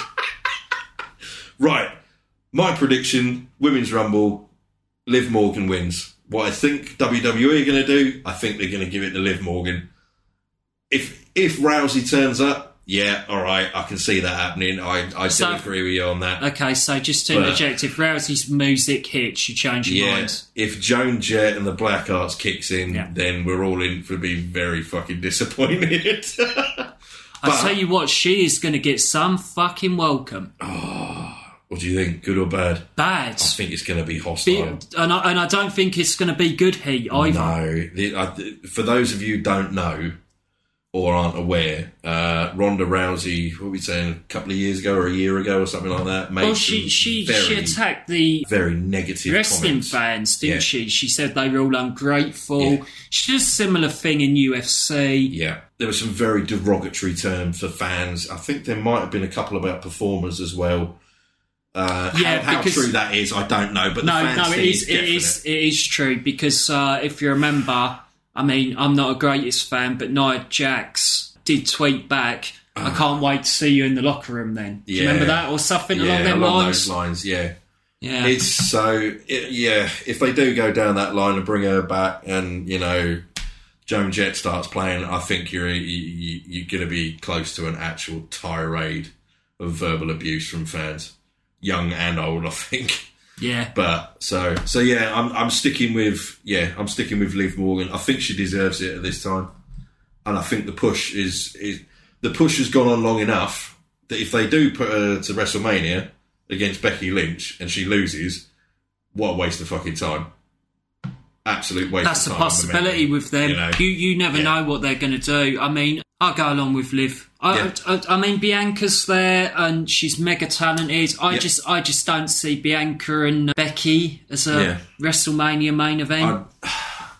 [SPEAKER 3] right. My prediction, Women's Rumble, Liv Morgan wins. What I think WWE are going to do, I think they're going to give it to Liv Morgan. If if Rousey turns up, yeah, all right, I can see that happening. I, I do
[SPEAKER 2] So- uh,
[SPEAKER 3] agree with you on that.
[SPEAKER 2] Okay, so just to
[SPEAKER 3] But-
[SPEAKER 2] interject, if Rousey's music hits, you change your
[SPEAKER 3] Yeah,
[SPEAKER 2] mind.
[SPEAKER 3] if Joan Jett and the Black Arts kicks in,
[SPEAKER 2] Yeah.
[SPEAKER 3] then we're all in for being very fucking disappointed.
[SPEAKER 2] I tell you what, she is going to get some fucking welcome.
[SPEAKER 3] what do you think, good or bad?
[SPEAKER 2] Bad.
[SPEAKER 3] I think it's going to be
[SPEAKER 2] Be-
[SPEAKER 3] hostile.
[SPEAKER 2] and, I, and I don't think it's going to be good heat either.
[SPEAKER 3] no, The- I- th- for those of you who don't know or aren't aware, uh, Ronda Rousey, what were we saying, a couple of years ago or a year ago or something like that, made
[SPEAKER 2] Well, she,
[SPEAKER 3] some
[SPEAKER 2] she,
[SPEAKER 3] very,
[SPEAKER 2] she attacked the
[SPEAKER 3] very negative
[SPEAKER 2] wrestling
[SPEAKER 3] comments.
[SPEAKER 2] fans, didn't
[SPEAKER 3] Yeah.
[SPEAKER 2] she? She said they were all ungrateful.
[SPEAKER 3] Yeah.
[SPEAKER 2] She did a similar thing in UFC.
[SPEAKER 3] Yeah, there were some very derogatory terms for fans. I think there might have been a couple about performers as well. Uh,
[SPEAKER 2] Yeah,
[SPEAKER 3] how, how
[SPEAKER 2] because-
[SPEAKER 3] true that is, I don't know. But the
[SPEAKER 2] No,
[SPEAKER 3] fans
[SPEAKER 2] no, it
[SPEAKER 3] thing
[SPEAKER 2] is, it
[SPEAKER 3] definite.
[SPEAKER 2] is, it is true because uh, if you remember, I mean, I'm not a greatest fan, but Nia Jax did tweet back, "I can't wait to see you in the locker room." Then, do you
[SPEAKER 3] Uh-huh. Yeah.
[SPEAKER 2] remember that or something along
[SPEAKER 3] Yeah,
[SPEAKER 2] them
[SPEAKER 3] along
[SPEAKER 2] lines?
[SPEAKER 3] those lines. Yeah,
[SPEAKER 2] Yeah,
[SPEAKER 3] it's so it, yeah. If they do go down that line and bring her back, and you know, Joan Jett starts playing, I think you're you, you- you're going to be close to an actual tirade of verbal abuse from fans, young and old. I think.
[SPEAKER 2] Yeah.
[SPEAKER 3] But so so yeah, I'm I'm sticking with yeah, I'm sticking with Liv Morgan. I think she deserves it at this time, and I think the push is is the push has gone on long enough that if they do put her to WrestleMania against Becky Lynch and she loses, what a waste of fucking time. Absolute waste.
[SPEAKER 2] That's
[SPEAKER 3] of
[SPEAKER 2] a
[SPEAKER 3] time on the main
[SPEAKER 2] possibility
[SPEAKER 3] event,
[SPEAKER 2] with them. You,
[SPEAKER 3] you know.
[SPEAKER 2] you, never know what they're going to do. I mean, I'll go along with Liv. I,
[SPEAKER 3] Yeah.
[SPEAKER 2] I, I mean, Bianca's there and she's mega talented. I
[SPEAKER 3] Yeah.
[SPEAKER 2] just, I just don't see Bianca and Becky as a
[SPEAKER 3] Yeah.
[SPEAKER 2] WrestleMania main event.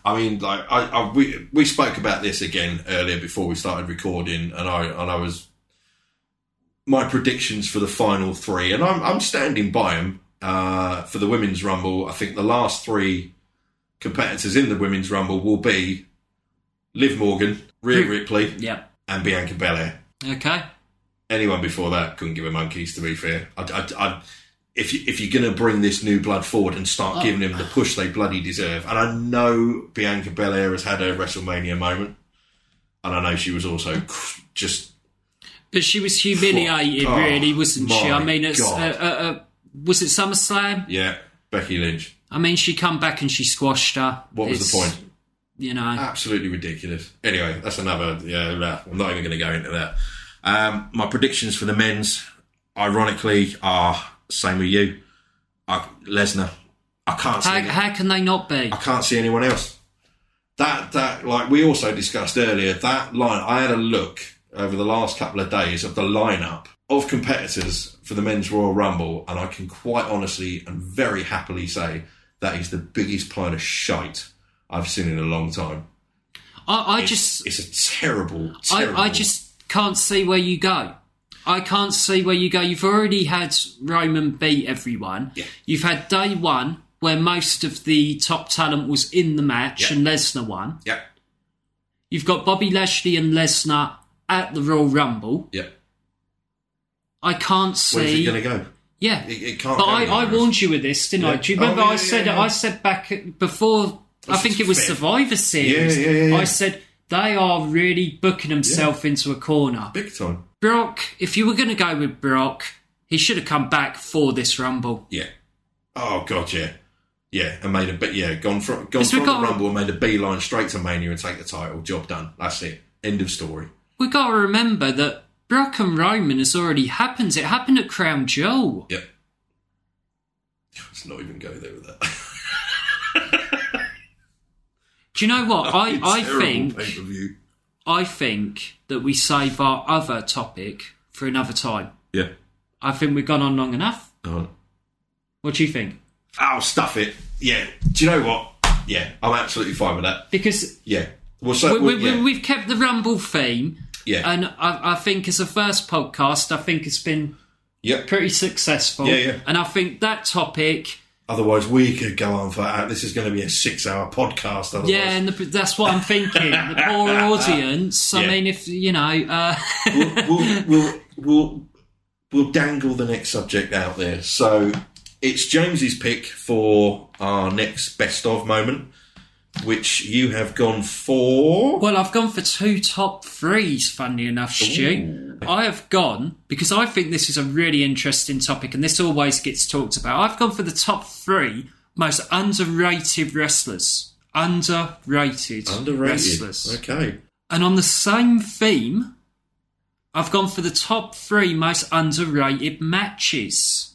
[SPEAKER 3] I mean, like I, I we we spoke about this again earlier before we started recording, and I and I was my predictions for the final three, and I'm I'm standing by them uh, for the women's rumble. I think the last three competitors in the women's rumble will be Liv Morgan, Rhea Ripley,
[SPEAKER 2] yeah.
[SPEAKER 3] and Bianca Belair
[SPEAKER 2] Okay.
[SPEAKER 3] anyone before that couldn't give a monkeys. To be fair, I, I, I, if you, if you're going to bring this new blood forward and start giving them the push they bloody deserve, and I know Bianca Belair has had her WrestleMania moment, and I know she was also cr- just
[SPEAKER 2] But she was humiliated,
[SPEAKER 3] Oh,
[SPEAKER 2] really, wasn't she? I
[SPEAKER 3] my
[SPEAKER 2] mean, it's, uh, uh,
[SPEAKER 3] God.
[SPEAKER 2] uh, was it SummerSlam?
[SPEAKER 3] yeah Becky Lynch.
[SPEAKER 2] I mean, she come back and she squashed her.
[SPEAKER 3] What was
[SPEAKER 2] It's,
[SPEAKER 3] the point?
[SPEAKER 2] You know.
[SPEAKER 3] Absolutely ridiculous. Anyway, that's another. Yeah, nah, I'm not even going to go into that. Um, my predictions for the men's, ironically, are same with you. I, Lesnar. I can't. see
[SPEAKER 2] how,
[SPEAKER 3] any-
[SPEAKER 2] how can they not be?
[SPEAKER 3] I can't see anyone else. That that like we also discussed earlier, that line I had a look over the last couple of days of the lineup of competitors for the men's Royal Rumble, and I can quite honestly and very happily say that is the biggest pile of shite I've seen in a long time.
[SPEAKER 2] I, I just,
[SPEAKER 3] It's a terrible, terrible
[SPEAKER 2] I, I just can't see where you go. I can't see where you go. You've already had Roman beat everyone.
[SPEAKER 3] Yeah.
[SPEAKER 2] You've had day one where most of the top talent was in the match
[SPEAKER 3] Yeah.
[SPEAKER 2] and Lesnar won.
[SPEAKER 3] Yep,
[SPEAKER 2] You've got Bobby Lashley and Lesnar at the Royal Rumble.
[SPEAKER 3] yep.
[SPEAKER 2] I can't see.
[SPEAKER 3] Where's it gonna go?
[SPEAKER 2] Yeah,
[SPEAKER 3] It- it can't
[SPEAKER 2] But
[SPEAKER 3] go
[SPEAKER 2] I, I
[SPEAKER 3] anywhere.
[SPEAKER 2] warned you with this, didn't I?
[SPEAKER 3] Yeah.
[SPEAKER 2] Do you remember
[SPEAKER 3] Oh, yeah,
[SPEAKER 2] I said
[SPEAKER 3] yeah, yeah.
[SPEAKER 2] I said back before? I think it was
[SPEAKER 3] Fair.
[SPEAKER 2] Survivor Series.
[SPEAKER 3] Yeah, yeah, yeah, yeah.
[SPEAKER 2] I said they are really booking themselves into a corner.
[SPEAKER 3] Big time.
[SPEAKER 2] Brock, if you were going to go with Brock, he should have come back for this Rumble.
[SPEAKER 3] Yeah. Oh god, yeah. Yeah, and made a bit. Yeah, gone from gone
[SPEAKER 2] It's
[SPEAKER 3] from the
[SPEAKER 2] got-
[SPEAKER 3] Rumble and made a beeline straight to Mania and take the title. Job done. That's it. End of story.
[SPEAKER 2] We got to remember that Brock and Roman has already happened. It happened at Crown Jewel.
[SPEAKER 3] Yep. Let's not even go there with that.
[SPEAKER 2] Do you know what? I, I think
[SPEAKER 3] pay per view.
[SPEAKER 2] I think that we save our other topic for another time.
[SPEAKER 3] Yeah.
[SPEAKER 2] I think we've gone on long enough.
[SPEAKER 3] Oh.
[SPEAKER 2] What do you think?
[SPEAKER 3] oh, stuff it. Yeah. Do you know what? Yeah, I'm absolutely fine with that.
[SPEAKER 2] Because
[SPEAKER 3] Yeah. Well, so
[SPEAKER 2] we, we,
[SPEAKER 3] well, yeah.
[SPEAKER 2] we, uh, we've kept the Rumble theme,
[SPEAKER 3] yeah.
[SPEAKER 2] and I, I think as a first podcast, I think it's been
[SPEAKER 3] yep.
[SPEAKER 2] pretty successful.
[SPEAKER 3] Yeah, yeah.
[SPEAKER 2] And I think that topic,
[SPEAKER 3] Otherwise, we could go on for uh, this is going to be a six-hour podcast. Otherwise.
[SPEAKER 2] yeah, and the, that's what I'm thinking. the poor audience. I
[SPEAKER 3] Yeah.
[SPEAKER 2] mean, if you know, uh,
[SPEAKER 3] we'll, we'll, we'll, we'll, we'll dangle the next subject out there. So it's James's pick for our next best of moment, which you have gone for.
[SPEAKER 2] well, I've gone for two top threes. Funnily enough, Stu, I have gone because I think this is a really interesting topic, and this always gets talked about. I've gone for the top three most underrated wrestlers. Underrated,
[SPEAKER 3] Underrated.
[SPEAKER 2] wrestlers.
[SPEAKER 3] Okay.
[SPEAKER 2] And on the same theme, I've gone for the top three most underrated matches.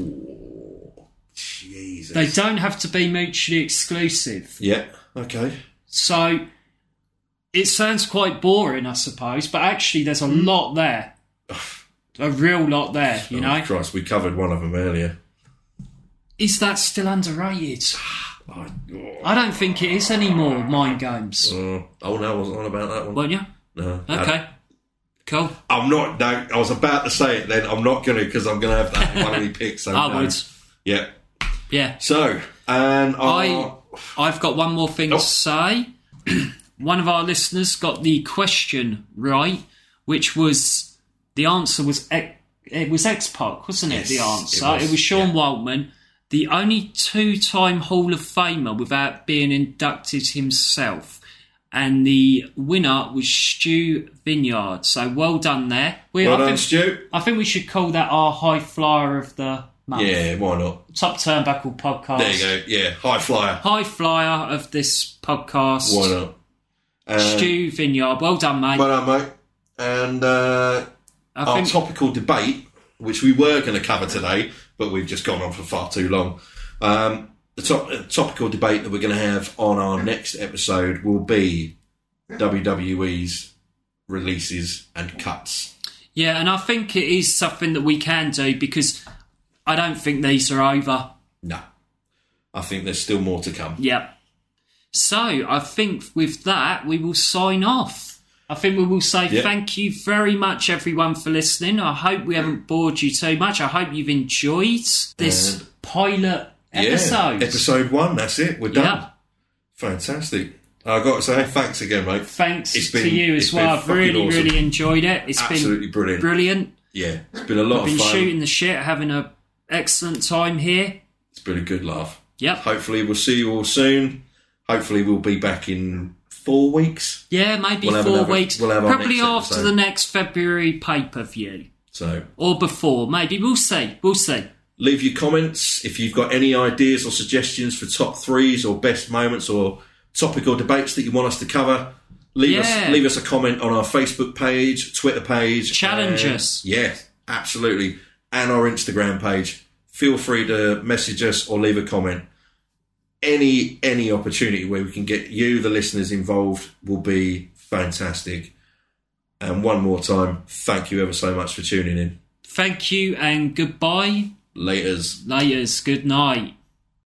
[SPEAKER 3] Ooh. Jesus.
[SPEAKER 2] They don't have to be mutually exclusive.
[SPEAKER 3] yeah. Okay.
[SPEAKER 2] So it sounds quite boring, I suppose, but actually, there's a lot there. A real lot there, you know.
[SPEAKER 3] Hmm. Oh, Christ, we covered one of them earlier.
[SPEAKER 2] Is that still underrated?
[SPEAKER 3] I, oh,
[SPEAKER 2] I don't think it is anymore, mind games.
[SPEAKER 3] oh, oh, no, I wasn't on about that one.
[SPEAKER 2] Won't you?
[SPEAKER 3] No. no. Oh,
[SPEAKER 2] Okay. Cool.
[SPEAKER 3] I'm not. No, I was about to say it. Then I'm not going to because I'm going to have that in one of my picks. So
[SPEAKER 2] I
[SPEAKER 3] no.
[SPEAKER 2] would.
[SPEAKER 3] Yeah.
[SPEAKER 2] Yeah.
[SPEAKER 3] So, and
[SPEAKER 2] I
[SPEAKER 3] I,
[SPEAKER 2] I've got one more thing
[SPEAKER 3] Oh.
[SPEAKER 2] to say. one of our listeners got the question right, which was the answer was X- it was X Pac, wasn't it? the
[SPEAKER 3] Yes,
[SPEAKER 2] answer
[SPEAKER 3] it was,
[SPEAKER 2] Sean Waldman, the only two-time Hall of Famer without being inducted himself. And the winner was Stu Vineyard. So well done there. We,
[SPEAKER 3] well
[SPEAKER 2] I,
[SPEAKER 3] done,
[SPEAKER 2] think,
[SPEAKER 3] Stu.
[SPEAKER 2] I think we should call that our high flyer of the month.
[SPEAKER 3] Yeah, why not?
[SPEAKER 2] Top Turnbuckle podcast.
[SPEAKER 3] There you go. Yeah, high flyer.
[SPEAKER 2] High flyer of this podcast.
[SPEAKER 3] Why not? Uh,
[SPEAKER 2] Stu Vineyard. Well done, mate.
[SPEAKER 3] Well done, mate. And uh,
[SPEAKER 2] I
[SPEAKER 3] our
[SPEAKER 2] think
[SPEAKER 3] topical debate, which we were going to cover today, but we've just gone on for far too long. Um, the top, uh, topical debate that we're going to have on our next episode will be WWE's releases and cuts.
[SPEAKER 2] Yeah, and I think it is something that we can do because I don't think these are over.
[SPEAKER 3] No, I think there's still more to come.
[SPEAKER 2] Yep. So I think with that we will sign off. I think we will say
[SPEAKER 3] Yeah.
[SPEAKER 2] thank you very much, everyone, for listening. I hope we haven't bored you too much. I hope you've enjoyed this pilot episode.
[SPEAKER 3] Yeah, episode one. That's it. We're done.
[SPEAKER 2] Yeah.
[SPEAKER 3] Fantastic. I've got to say, thanks again, mate.
[SPEAKER 2] Thanks
[SPEAKER 3] It's been-
[SPEAKER 2] to you
[SPEAKER 3] it's
[SPEAKER 2] as
[SPEAKER 3] been
[SPEAKER 2] well. I've
[SPEAKER 3] fucking
[SPEAKER 2] really,
[SPEAKER 3] awesome.
[SPEAKER 2] really enjoyed it. It's
[SPEAKER 3] Absolutely
[SPEAKER 2] been
[SPEAKER 3] brilliant.
[SPEAKER 2] brilliant.
[SPEAKER 3] Yeah, it's been a lot
[SPEAKER 2] Been
[SPEAKER 3] of fun.
[SPEAKER 2] shooting the shit, having a excellent time here.
[SPEAKER 3] It's been a good laugh.
[SPEAKER 2] Yep.
[SPEAKER 3] Hopefully, we'll see you all soon. Hopefully, we'll be back in four weeks.
[SPEAKER 2] Yeah, maybe
[SPEAKER 3] We'll have
[SPEAKER 2] 4
[SPEAKER 3] another-
[SPEAKER 2] weeks.
[SPEAKER 3] we'll have our
[SPEAKER 2] Probably
[SPEAKER 3] next
[SPEAKER 2] after
[SPEAKER 3] episode.
[SPEAKER 2] the next February pay per view.
[SPEAKER 3] So,
[SPEAKER 2] Or before, maybe. We'll see. We'll see.
[SPEAKER 3] leave your comments if you've got any ideas or suggestions for top threes or best moments or topical debates that you want us to cover. Leave
[SPEAKER 2] Yeah.
[SPEAKER 3] us leave us a comment on our Facebook page, Twitter page,
[SPEAKER 2] Challenge
[SPEAKER 3] and-
[SPEAKER 2] us.
[SPEAKER 3] Yes, absolutely, and our Instagram page. Feel free to message us or leave a comment. Any any opportunity where we can get you, the listeners, involved will be fantastic. And one more time, thank you ever so much for tuning in.
[SPEAKER 2] Thank you and goodbye.
[SPEAKER 3] Laters.
[SPEAKER 2] Layers. Good night.